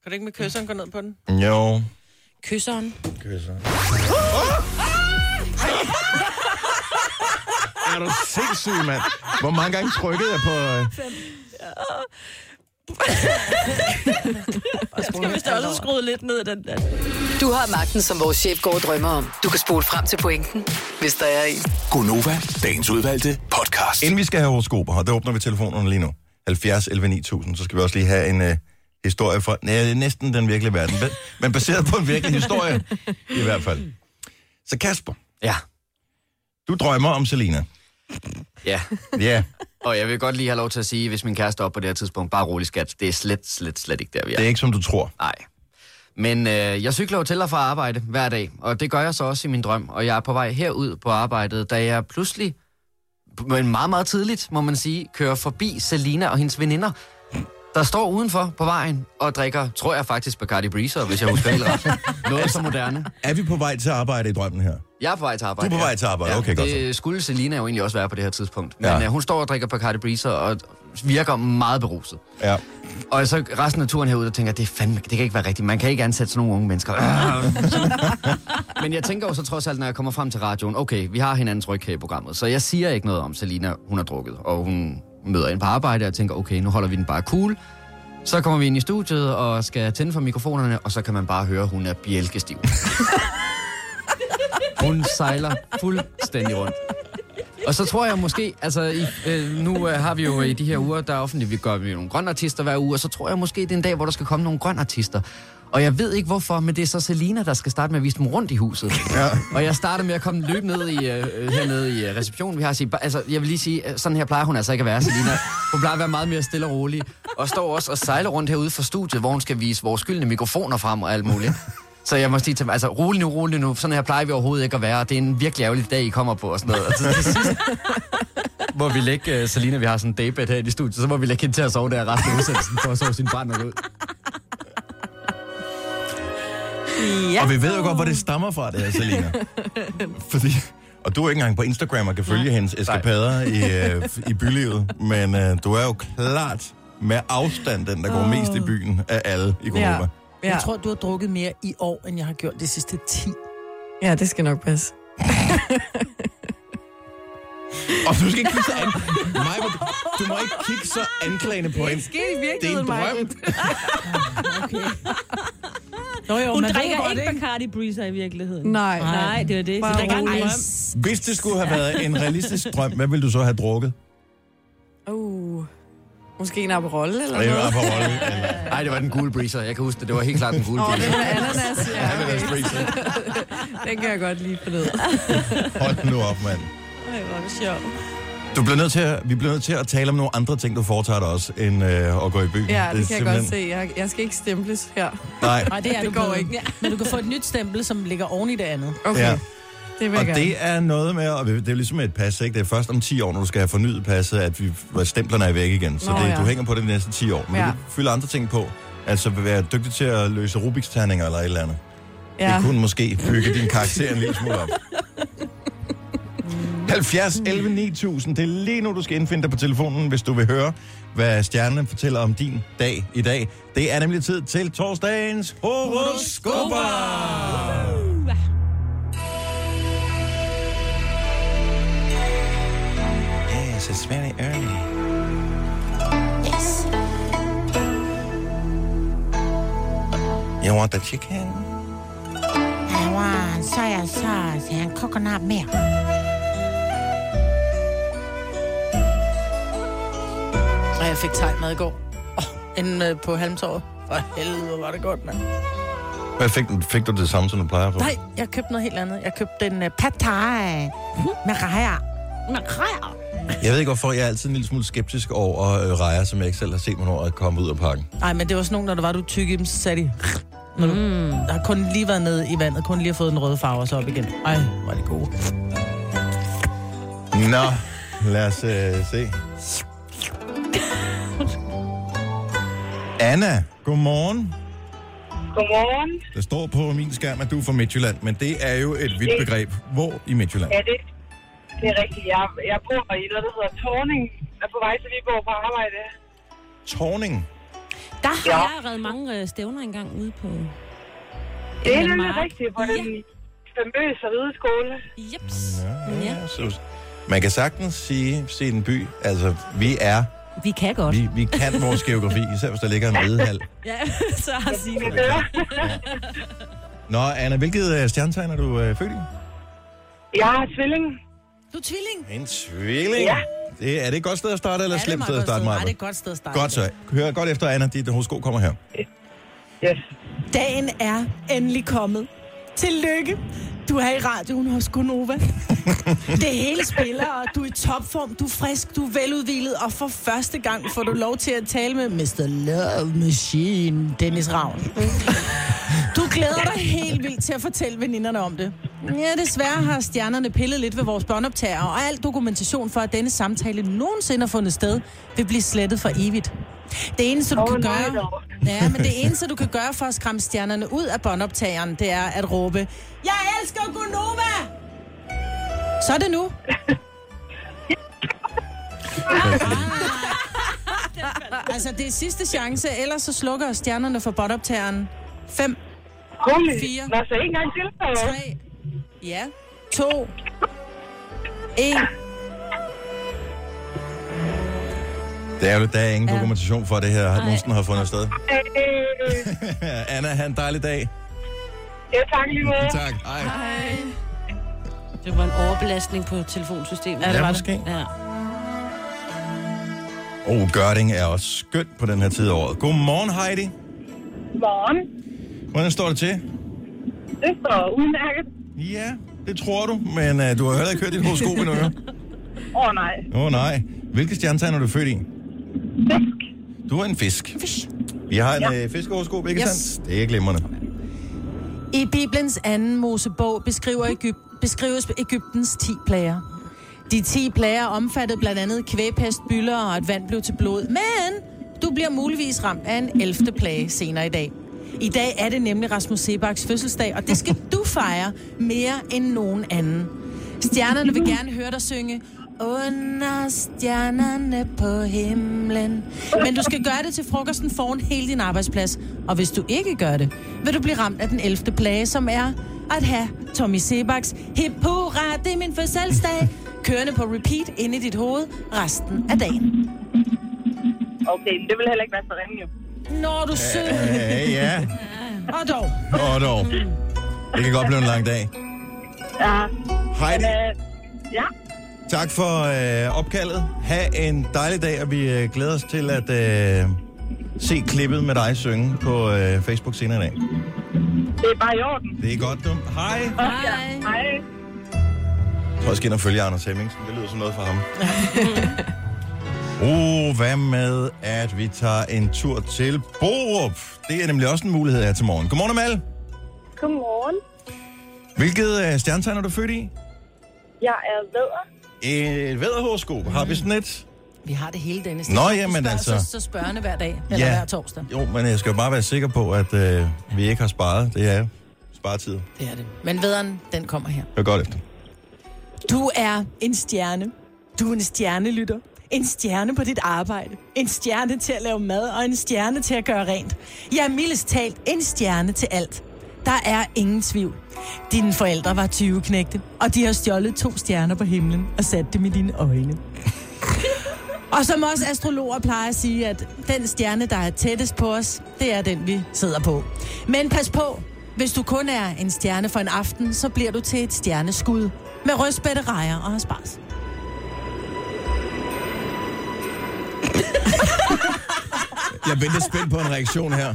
[SPEAKER 5] du ikke med kysseren gå ned på den?
[SPEAKER 1] Jo.
[SPEAKER 2] Kysseren.
[SPEAKER 1] Kysser.
[SPEAKER 5] Ah!
[SPEAKER 1] Er du sindssyg, mand? Hvor mange gange trykkede jeg på... Øh,
[SPEAKER 2] Skal vi også skrue lidt ned den der?
[SPEAKER 7] Du har magten, som vores chef går og drømmer om. Du kan spole frem til pointen, hvis der er en.
[SPEAKER 8] Gonova, dagens udvalgte podcast.
[SPEAKER 1] Inden vi skal have horoskoper, og der åbner vi telefonerne lige nu. 70 11 9000, så skal vi også lige have en øh, historie fra næ, næsten den virkelige verden, men- men baseret på en virkelig historie i hvert fald. Så Kasper,
[SPEAKER 9] Ja,
[SPEAKER 1] du drømmer om Selina.
[SPEAKER 9] ja.
[SPEAKER 1] Ja,
[SPEAKER 9] Og jeg vil godt lige have lov til at sige, hvis min kæreste er oppe på det her tidspunkt, bare rolig skat, det er slet, slet, slet ikke der, vi er.
[SPEAKER 1] det er ikke som du tror.
[SPEAKER 9] Nej. Men øh, jeg cykler jo til og fra arbejde hver dag, og det gør jeg så også i min drøm. Og jeg er på vej herud på arbejdet, da jeg pludselig, men meget, meget tidligt, må man sige, kører forbi Selina og hendes veninder, der står udenfor på vejen og drikker, tror jeg faktisk, Bacardi Breezer, hvis jeg husker helt ret. Noget så moderne.
[SPEAKER 1] Er vi på vej til at arbejde i drømmen her?
[SPEAKER 9] Jeg er på vej til arbejde.
[SPEAKER 1] Du er på
[SPEAKER 9] ja.
[SPEAKER 1] vej til arbejde, okay,
[SPEAKER 9] det
[SPEAKER 1] godt
[SPEAKER 9] Det skulle Selina jo egentlig også være på det her tidspunkt. Men
[SPEAKER 1] Ja.
[SPEAKER 9] ja. hun står og drikker Bacardi Breezer og virker meget beruset.
[SPEAKER 1] Ja.
[SPEAKER 9] Og så resten af turen herude, der tænker jeg, det, er fandme, det kan ikke være rigtigt. Man kan ikke ansætte sådan nogle unge mennesker. Men jeg tænker jo så trods alt, når jeg kommer frem til radioen, okay, vi har hinandens ryg her i programmet, så jeg siger ikke noget om Selina, hun har drukket, og hun møder ind på arbejde, og jeg tænker, okay, nu holder vi den bare cool. Så kommer vi ind i studiet og skal tænde for mikrofonerne, og så kan man bare høre, at hun er bjælkestiv. hun sejler fuldstændig rundt. Og så tror jeg måske, altså i, øh, nu øh, har vi jo i de her uger, der er offentligt, vi gør vi jo nogle grønne artister hver uge, og så tror jeg måske, det er en dag, hvor der skal komme nogle grønne artister. Og jeg ved ikke hvorfor, men det er så Selina, der skal starte med at vise dem rundt i huset. Ja. Og jeg starter med at komme løb ned i, øh, øh, hernede i øh, receptionen. Vi har sige, altså, jeg vil lige sige, øh, sådan her plejer hun altså ikke at være, Selina. Hun plejer at være meget mere stille og rolig. Og står også og sejler rundt herude fra studiet, hvor hun skal vise vores gyldne mikrofoner frem og alt muligt. Så jeg må sige til dem, altså rolig nu, rolig nu, sådan her plejer vi overhovedet ikke at være, og det er en virkelig ærgerlig dag, I kommer på og sådan noget. Altså, Og så til sidst, hvor vi lægger, uh, Selina, vi har sådan en daybed her i studiet, så må vi lægge hende til at sove der resten af udsendelsen, for at sove sin barn ud.
[SPEAKER 1] Og vi ved jo godt, hvor det stammer fra, det her, Selina. Fordi, og du er ikke engang på Instagram og kan følge hendes eskapader i, øh, i bylivet, men øh, du er jo klart med afstand den, der går mest i byen af alle i Europa. Ja.
[SPEAKER 5] Ja. Jeg tror, du har drukket mere i år, end jeg har gjort de sidste 10.
[SPEAKER 4] Ja, det skal nok passe.
[SPEAKER 1] Og du skal ikke kigge så an... Maja, du må ikke kigge så anklagende på hende.
[SPEAKER 4] Sker i
[SPEAKER 1] Det er en drøm.
[SPEAKER 5] Nå jo,
[SPEAKER 2] Hun
[SPEAKER 5] man ved
[SPEAKER 2] drikker
[SPEAKER 5] godt,
[SPEAKER 2] ikke Bacardi Breezer i virkeligheden.
[SPEAKER 4] Nej.
[SPEAKER 2] Nej, det er det. Så
[SPEAKER 4] Bare
[SPEAKER 2] det er
[SPEAKER 4] rolig.
[SPEAKER 2] en drøm.
[SPEAKER 1] Hvis det skulle have været en realistisk drøm, hvad ville du så have drukket?
[SPEAKER 4] Uh. Måske en Aperol eller
[SPEAKER 1] Det
[SPEAKER 4] noget.
[SPEAKER 1] var på rolle. Eller,
[SPEAKER 9] Nej, det var den gule breezer. Jeg kan huske det. Det var helt klart den gule
[SPEAKER 4] Åh,
[SPEAKER 9] breezer.
[SPEAKER 4] den med ananas. Ja,
[SPEAKER 1] Ananas
[SPEAKER 4] okay.
[SPEAKER 1] breezer.
[SPEAKER 4] Den kan jeg godt lide på ned.
[SPEAKER 1] Hold nu op, mand.
[SPEAKER 4] Ej, hvor er det sjovt.
[SPEAKER 1] Du bliver nødt til at, vi bliver nødt til at tale om nogle andre ting, du foretager dig også, end øh, at gå i byen.
[SPEAKER 4] Ja, det
[SPEAKER 1] er
[SPEAKER 4] kan jeg godt se. Jeg, jeg skal ikke stemples her.
[SPEAKER 1] Nej,
[SPEAKER 5] Nej, det, er
[SPEAKER 4] Det
[SPEAKER 5] du
[SPEAKER 4] går
[SPEAKER 5] blevet.
[SPEAKER 4] ikke.
[SPEAKER 5] Men du kan få et nyt stempel, som ligger oven i det andet.
[SPEAKER 4] Okay,
[SPEAKER 1] Ja.
[SPEAKER 4] ja. det vil
[SPEAKER 1] og
[SPEAKER 4] jeg gerne.
[SPEAKER 1] det er noget med, og det er jo ligesom et pas, ikke? Det er først om 10 år, når du skal have fornyet passet, at vi, at stemplerne er væk igen. Så
[SPEAKER 4] Nå,
[SPEAKER 1] det,
[SPEAKER 4] ja.
[SPEAKER 1] du hænger på det de næste 10 år. Men
[SPEAKER 4] Ja.
[SPEAKER 1] ja. du fylder andre ting på. Altså være dygtig til at løse Rubiks terninger eller et eller andet. Ja.
[SPEAKER 4] ja. Mm.
[SPEAKER 1] Det kunne måske bygge din karakter en lille smule op. 70 11 9000. Det er lige nu, du skal indfinde dig på telefonen, hvis du vil høre, hvad stjernen fortæller om din dag i dag. Det er nemlig tid til torsdagens horoskoper. Yes, it's very early.
[SPEAKER 6] Yes.
[SPEAKER 1] You want the chicken?
[SPEAKER 2] I want soya sauce and coconut milk.
[SPEAKER 5] Og jeg fik tegmad i går. Oh, inden øh, på halmtorvet. For helvede, hvor var det godt, mand.
[SPEAKER 1] Hvad fik, du- fik du det samme, som du plejer på?
[SPEAKER 5] Nej, jeg købte noget helt andet. Jeg købte en uh, pad thai med rejer.
[SPEAKER 1] Jeg ved ikke, hvorfor jeg er altid en lille smule skeptisk over øh, rejer, som jeg ikke selv har set, hvornår er kommet ud af pakken.
[SPEAKER 5] Nej, men det var sådan nogle, når det var, du tykkede dem, så sagde de... Når du, der har kun lige været nede i vandet, kun lige har fået den røde farve og så op igen. Ej, var det gode.
[SPEAKER 1] Nå, lad os øh, se. Anna, godmorgen.
[SPEAKER 10] Godmorgen.
[SPEAKER 1] Der står på min skærm, at du er fra Midtjylland, men det er jo et vidt begreb. Hvor i Midtjylland?
[SPEAKER 10] Ja, det, det er rigtigt. Jeg, jeg bor i noget, der hedder Torning. Jeg er på vej til Viborg på arbejde.
[SPEAKER 1] Torning.
[SPEAKER 2] Der har
[SPEAKER 10] Ja.
[SPEAKER 2] jeg reddet mange øh, stævner engang ude på...
[SPEAKER 10] Det er
[SPEAKER 2] en
[SPEAKER 10] nemlig
[SPEAKER 2] mark.
[SPEAKER 10] rigtigt på
[SPEAKER 2] Ja.
[SPEAKER 10] den famøse rideskole.
[SPEAKER 2] Jeps. Ja.
[SPEAKER 1] Ja, så, man kan sagtens sige, se en by. Altså, vi er,
[SPEAKER 2] Vi kan godt.
[SPEAKER 1] vi, vi kan vores geografi, især hvis der ligger en ridehal.
[SPEAKER 2] Ja, så har Signe.
[SPEAKER 1] Nå, Anna, hvilket øh, stjernetegn er du øh, født i?
[SPEAKER 10] Jeg har tvilling.
[SPEAKER 5] Du er tvilling.
[SPEAKER 1] En tvilling.
[SPEAKER 10] Ja.
[SPEAKER 1] Det, er det et godt sted at starte, eller
[SPEAKER 5] Ja,
[SPEAKER 1] et
[SPEAKER 5] det er
[SPEAKER 1] slemt
[SPEAKER 5] meget
[SPEAKER 1] sted at
[SPEAKER 5] godt
[SPEAKER 1] starte,
[SPEAKER 5] Nej, det er
[SPEAKER 1] Maja?
[SPEAKER 5] et godt sted at starte.
[SPEAKER 1] Godt så. Hør godt efter, Anna. Dit hosko kommer her.
[SPEAKER 10] Yes.
[SPEAKER 3] Dagen er endelig kommet. Tillykke. Du er i radioen hos Gunova. Det hele spiller, og du er i topform, du er frisk, du er veludvilet, og for første gang får du lov til at tale med Mr. Love Machine, Dennis Ravn. Du glæder dig helt vildt til at fortælle veninderne om det. Ja, desværre har stjernerne pillet lidt ved vores båndoptager, og al dokumentation for, at denne samtale nogensinde har fundet sted, vil blive slettet for evigt. Det eneste, du
[SPEAKER 10] Åh,
[SPEAKER 3] kan
[SPEAKER 10] nej
[SPEAKER 3] gøre...
[SPEAKER 10] dog.
[SPEAKER 3] Ja, men det eneste, du kan gøre for at skræmme stjernerne ud af båndoptageren, det er at råbe, Jeg elsker Gunova! Så er det nu. Ah. altså, det er sidste chance, ellers så slukker stjernerne for båndoptageren. 5,
[SPEAKER 10] Holy.
[SPEAKER 3] Fire.
[SPEAKER 10] Nå, så en gang til. Så.
[SPEAKER 3] 3, ja, 2, 1.
[SPEAKER 1] Det er jo, der er ingen
[SPEAKER 3] Ja.
[SPEAKER 1] dokumentation for at det her, har nogensinde har fundet sted.
[SPEAKER 10] Øh,
[SPEAKER 1] Anna, have en dejlig dag.
[SPEAKER 10] ja, tak lige måde.
[SPEAKER 1] Tak. Hej.
[SPEAKER 2] Det var en overbelastning på telefonsystemet.
[SPEAKER 1] Ja, måske.
[SPEAKER 2] Ja.
[SPEAKER 1] Oh, Gørding er også skønt på den her tid af året. Godmorgen, Heidi.
[SPEAKER 10] Godmorgen.
[SPEAKER 1] Hvordan står det til?
[SPEAKER 10] Det står udmærket.
[SPEAKER 1] Ja, det tror du, men uh, du har heller ikke hørt dit horoskop endnu. jo.
[SPEAKER 10] Åh, oh, nej.
[SPEAKER 1] Åh oh, nej. Hvilke stjernetegn er du født i?
[SPEAKER 10] Fisk.
[SPEAKER 1] Du er en fisk. Fisk. Vi har en ja. øh, fiskehoroskop, ikke
[SPEAKER 5] Yes.
[SPEAKER 1] sandt? Det er glimrende.
[SPEAKER 5] I Bibelens anden Mosebog beskriver Egypt, beskrives Ægyptens 10 plager. De 10 plager omfattede blandt andet kvægpest, byller og at vand blev til blod. Men du bliver muligvis ramt af en 11. plage senere i dag. I dag er det nemlig Rasmus Sebaks fødselsdag, og det skal du fejre mere end nogen anden. Stjernerne vil gerne høre dig synge under stjernerne på himlen. Men du skal gøre det til frokosten foran hele din arbejdsplads. Og hvis du ikke gør det, vil du blive ramt af den 11. plage, som er at have Tommy Sebaks Hip hurra, det er min fødselsdag. Kørende på repeat inde i dit hoved resten af dagen.
[SPEAKER 10] Okay, men det vil heller ikke være så ringe. jo.
[SPEAKER 5] Når du søger,
[SPEAKER 1] Ja, ja.
[SPEAKER 5] og dog.
[SPEAKER 1] Åh, dog. Det kan godt blive en lang dag.
[SPEAKER 10] Ja.
[SPEAKER 1] Heidi,
[SPEAKER 10] Øh, ja.
[SPEAKER 1] Tak for øh, opkaldet. Ha' en dejlig dag, og vi øh, glæder os til at øh, se klippet med dig synge på øh, Facebook senere i dag.
[SPEAKER 10] Det er bare i orden.
[SPEAKER 1] Det er godt, du. Hej.
[SPEAKER 10] Hej. Hej.
[SPEAKER 1] Jeg tror, jeg skal ind og følge Anders Hemmingsen. Det lyder som noget for ham. Uh, hvad med, at vi tager en tur til Borup? Det er nemlig også en mulighed her til morgen. Godmorgen, Amal.
[SPEAKER 11] Godmorgen.
[SPEAKER 1] Hvilket øh, stjernetegn er du født i?
[SPEAKER 11] Jeg er vædder.
[SPEAKER 1] Et vædderhoroskop. Har vi sådan et?
[SPEAKER 5] Vi har det hele, Dennis.
[SPEAKER 1] Nå,
[SPEAKER 5] Det er sådan,
[SPEAKER 1] jamen
[SPEAKER 5] du spørger,
[SPEAKER 1] altså.
[SPEAKER 5] Så, så spørgerne hver dag, eller
[SPEAKER 1] Ja.
[SPEAKER 5] hver torsdag.
[SPEAKER 1] Jo, men jeg skal jo bare være sikker på, at øh, vi ikke har sparet. Det er sparetid.
[SPEAKER 5] Det er det. Men vederen, den kommer her.
[SPEAKER 1] Hør godt efter.
[SPEAKER 3] Du er en stjerne. Du er en stjernelytter. En stjerne på dit arbejde. En stjerne til at lave mad, og en stjerne til at gøre rent. Jeg er mildest talt en stjerne til alt. Der er ingen tvivl. Dine forældre var 20 knægte, og de har stjålet to stjerner på himlen og sat dem i dine øjne. Og som også astrologer plejer at sige, at den stjerne, der er tættest på os, det er den, vi sidder på. Men pas på, hvis du kun er en stjerne for en aften, så bliver du til et stjerneskud med rødspætte, rejer og spars.
[SPEAKER 1] Jeg venter spændt på en reaktion her.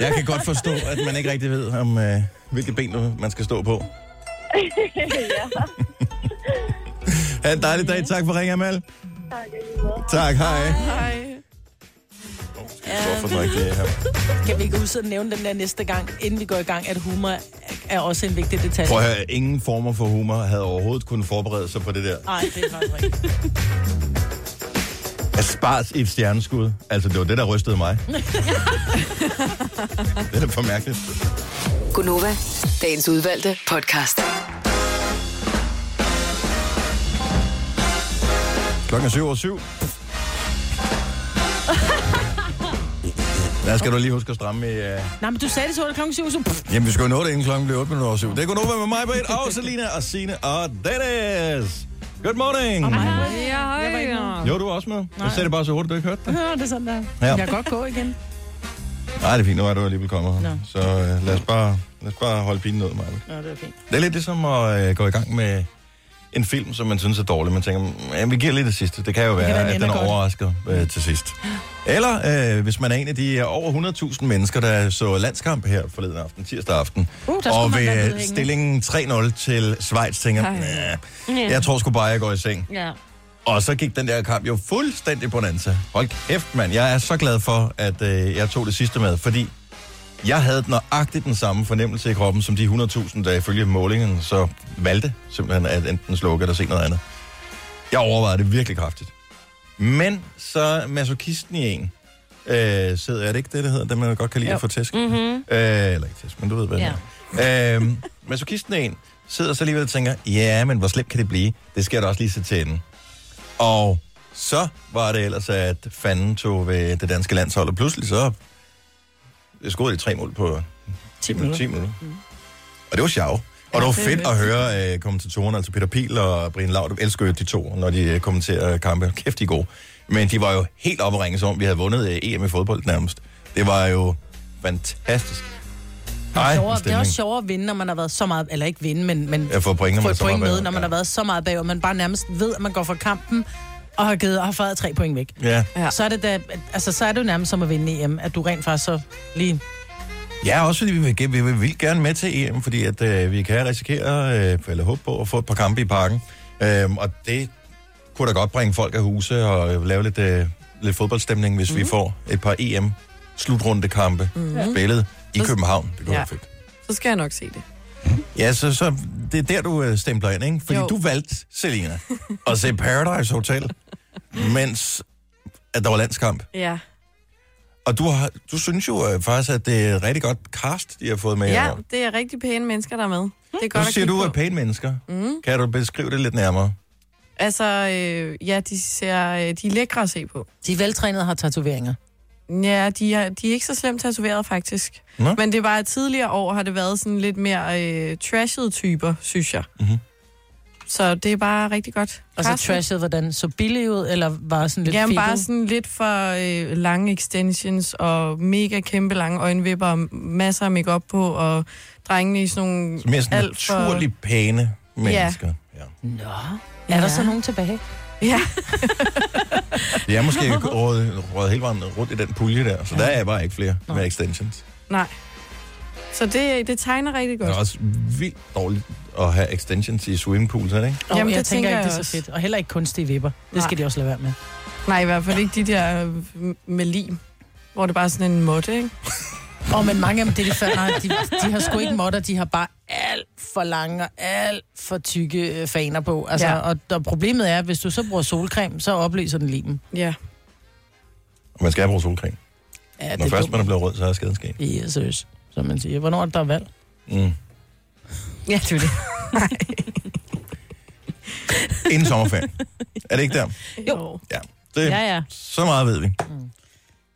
[SPEAKER 1] Jeg kan godt forstå, at man ikke rigtig ved, om øh, hvilke ben du- man skal stå på.
[SPEAKER 11] ja,
[SPEAKER 1] Ha' en dejlig dag. Tak for ringen, Amal.
[SPEAKER 11] tak. i lige måde.
[SPEAKER 1] Tak, hej.
[SPEAKER 5] Hej.
[SPEAKER 1] Hvorfor den rigtige her?
[SPEAKER 5] Kan vi ikke huske at nævne dem der næste gang, inden vi går i gang, at humor er også en vigtig detalje?
[SPEAKER 1] Prøv at høre, ingen former for humor havde overhovedet kunnet forberede sig på det der.
[SPEAKER 5] Nej, det er faktisk rigtigt.
[SPEAKER 1] At spars i et stjerneskud. Altså, det var det, der rystede mig. Det er da for mærkeligt.
[SPEAKER 7] Gunova, dagens udvalgte podcast.
[SPEAKER 1] Klokken er syv over syv. Der skal du lige huske at stramme i... Uh...
[SPEAKER 5] Nej, men du sagde det så, var det klokken 7, så... Pff,
[SPEAKER 1] Jamen, vi skal jo nå det, inden klokken bliver 8 minutter over 7. Det er Gunova med mig, Britt, og Selina, og Signe, og Dennis. Good morning.
[SPEAKER 5] Og mig.
[SPEAKER 4] Ja, hej.
[SPEAKER 5] Jeg var ikke med.
[SPEAKER 1] Jo, du var også med. Jeg sagde det bare så hurtigt, du ikke hørte det.
[SPEAKER 5] Ja, det er sådan der.
[SPEAKER 1] Ja.
[SPEAKER 5] Ja. Jeg kan godt gå igen.
[SPEAKER 1] Nej, det er fint. Nu er du alligevel kommet her.
[SPEAKER 5] Nå.
[SPEAKER 1] Så øh, lad, os bare, lad os bare holde pinen ud, Maja.
[SPEAKER 5] Nå, det er fint.
[SPEAKER 1] Det er lidt ligesom at øh, gå i gang med en film, som man synes er dårlig. Man tænker, "Mm, ja, vi giver lige det sidste. Det kan jo
[SPEAKER 12] Det kan
[SPEAKER 1] være,
[SPEAKER 12] være, den
[SPEAKER 1] at den
[SPEAKER 12] ender godt."
[SPEAKER 1] overrasker øh, til sidst. Eller øh, hvis man er en af de øh, over 100.000 mennesker, der så landskamp her forleden aften, tirsdag aften.
[SPEAKER 12] Uh, der skulle
[SPEAKER 1] og
[SPEAKER 12] man
[SPEAKER 1] ved
[SPEAKER 12] godt
[SPEAKER 1] øh,
[SPEAKER 12] vide, ikke?
[SPEAKER 1] stillingen 3-0 til Schweiz tænker,
[SPEAKER 12] Ej.
[SPEAKER 1] "Næh, jeg tror sgu bare, jeg går i seng.
[SPEAKER 2] Ja.
[SPEAKER 1] Og så gik den der kamp jo fuldstændig bonanza. Hold kæft, mand. Jeg er så glad for, at øh, jeg tog det sidste med, fordi jeg havde nøjagtigt den samme fornemmelse i kroppen, som de 100.000, der ifølge målingen så valgte simpelthen at enten slukke eller se noget andet. Jeg overvejede det virkelig kraftigt. Men så masochisten i en øh, sidder, er det ikke det, det hedder, det man godt kan lide
[SPEAKER 12] Jo.
[SPEAKER 1] at få tæsk?
[SPEAKER 12] Mhm.
[SPEAKER 1] Øh, eller ikke tæsk, men du ved, hvad
[SPEAKER 12] Ja.
[SPEAKER 1] ja. Øh, masochisten en sidder så alligevel og tænker, ja, men hvor slemt kan det blive? Det skal jeg da også lige se til den. Og så var det ellers, at fanden tog ved det danske landshold, og pludselig så scorede de tre mål på 10 minutter. 10 minutter. Mm. Og det var sjovt. Og det var
[SPEAKER 12] det er
[SPEAKER 1] fedt at høre øh, kommentatorerne, altså Peter Pil og Brian Laudrup, elsker jo de to, når de øh, kommenterer kampe. Kæft, de er gode. Men de var jo helt oppe at ringe, som om vi havde vundet øh, EM i fodbold nærmest. Det var jo fantastisk. Ej, en
[SPEAKER 5] sjovere, det er
[SPEAKER 1] stemning.
[SPEAKER 5] også sjovere at vinde, når man har været så meget... Eller ikke vinde, men... men
[SPEAKER 1] Ja, få point, når
[SPEAKER 5] få
[SPEAKER 1] man
[SPEAKER 5] et
[SPEAKER 1] så meget
[SPEAKER 5] point med,
[SPEAKER 1] bagud,
[SPEAKER 5] når man
[SPEAKER 1] ja.
[SPEAKER 5] har været så meget bag, og man bare nærmest ved, at man går fra kampen og har givet og har fået tre point væk.
[SPEAKER 1] Ja.
[SPEAKER 5] Ja. Så, er det da, altså, så er det jo nærmest som at vinde EM, at du rent faktisk så lige...
[SPEAKER 1] Ja, også fordi vi vil, ge- vi vil vildt gerne med til EM, fordi at, øh, vi kan risikere, øh, eller håbe på, at få et par kampe i parken. Øh, og det kunne da godt bringe folk af huse og øh, lave lidt, øh, lidt fodboldstemning, hvis mm-hmm. vi får et par EM-slutrundekampe
[SPEAKER 4] Mhm.
[SPEAKER 1] mm-hmm. spillet i
[SPEAKER 4] Så-
[SPEAKER 1] København. Det kunne ja.
[SPEAKER 4] Ja.
[SPEAKER 1] være fedt.
[SPEAKER 4] Så skal jeg nok se det.
[SPEAKER 1] Ja, så, så det er der, du øh, stempler ind, ikke? Fordi jo.
[SPEAKER 4] Jo.
[SPEAKER 1] du valgte, Selina, at se Paradise Hotel, mens at der var landskamp.
[SPEAKER 4] Ja.
[SPEAKER 1] Og du, har, du synes jo øh, faktisk, at det er et rigtig godt cast, de har fået med.
[SPEAKER 4] Ja,
[SPEAKER 1] herovre.
[SPEAKER 4] det er rigtig pæne mennesker, der er med. Det er godt
[SPEAKER 1] Nu siger
[SPEAKER 4] kigge
[SPEAKER 1] du, at
[SPEAKER 4] på.
[SPEAKER 1] pæne mennesker.
[SPEAKER 4] Mm.
[SPEAKER 1] Kan du beskrive det lidt nærmere?
[SPEAKER 4] Altså, øh, ja, de, ser, øh, de er lækre at se på.
[SPEAKER 5] De er veltrænede og har tatoveringer.
[SPEAKER 4] Ja, de er, de er ikke så slemt tatoveret faktisk.
[SPEAKER 5] Nå.
[SPEAKER 4] Men det er bare, at tidligere år har det været sådan lidt mere øh, trashede typer, synes jeg.
[SPEAKER 1] Mm-hmm.
[SPEAKER 4] Så det er bare rigtig godt.
[SPEAKER 5] Og så
[SPEAKER 4] Kraftigt.
[SPEAKER 5] trashet, hvordan så billig ud, eller var sådan lidt
[SPEAKER 4] Jamen
[SPEAKER 5] fedtet?
[SPEAKER 4] bare sådan lidt for øh, lange extensions og mega kæmpe lange øjenvipper og masser af makeup på og drengene i sådan nogle
[SPEAKER 1] Mere sådan
[SPEAKER 4] alt for...
[SPEAKER 1] naturligt pæne mennesker.
[SPEAKER 4] Ja,
[SPEAKER 5] Nå. Er der så nogen tilbage?
[SPEAKER 4] Ja.
[SPEAKER 1] Det er måske ikke rådet, rådet hele vejen rundt i den pulje der, så der er bare ikke flere med extensions.
[SPEAKER 4] Nej. Så det, øh, det tegner rigtig
[SPEAKER 1] Det
[SPEAKER 4] godt.
[SPEAKER 1] er også vildt dårligt at have extensions i swingpools, er det ikke?
[SPEAKER 5] Jamen,
[SPEAKER 4] Jamen,
[SPEAKER 5] jeg
[SPEAKER 4] det tænker
[SPEAKER 5] tænker, ikke,
[SPEAKER 4] jeg
[SPEAKER 5] det er så
[SPEAKER 4] også.
[SPEAKER 5] fedt. Og heller ikke kunstige vipper. Det skal
[SPEAKER 4] Nej.
[SPEAKER 5] de også lade være med.
[SPEAKER 4] Nej, i hvert fald ikke de der øh, med lim, hvor det bare er sådan en måtte, ikke?
[SPEAKER 5] Åh, oh, men mange af dem, det er de før, nej, de, de har sgu ikke modder, de har bare alt for lange og alt for tykke øh, faner på. Altså, ja.
[SPEAKER 4] Ja.
[SPEAKER 5] og, og problemet er, at hvis du så bruger solcreme, så opløser den limen.
[SPEAKER 4] Ja.
[SPEAKER 1] Og man skal bruge solcreme.
[SPEAKER 5] Ja,
[SPEAKER 1] Når
[SPEAKER 5] det
[SPEAKER 1] først man er blevet rød, så er skaden sket.
[SPEAKER 5] Yes, yes, som man siger. Hvornår er det, der er valg?
[SPEAKER 1] Mm.
[SPEAKER 5] Ja, det er det.
[SPEAKER 1] Inden sommerferien. er det ikke der?
[SPEAKER 4] Jo.
[SPEAKER 1] Ja. Det,
[SPEAKER 2] Ja, ja.
[SPEAKER 1] Så meget ved vi.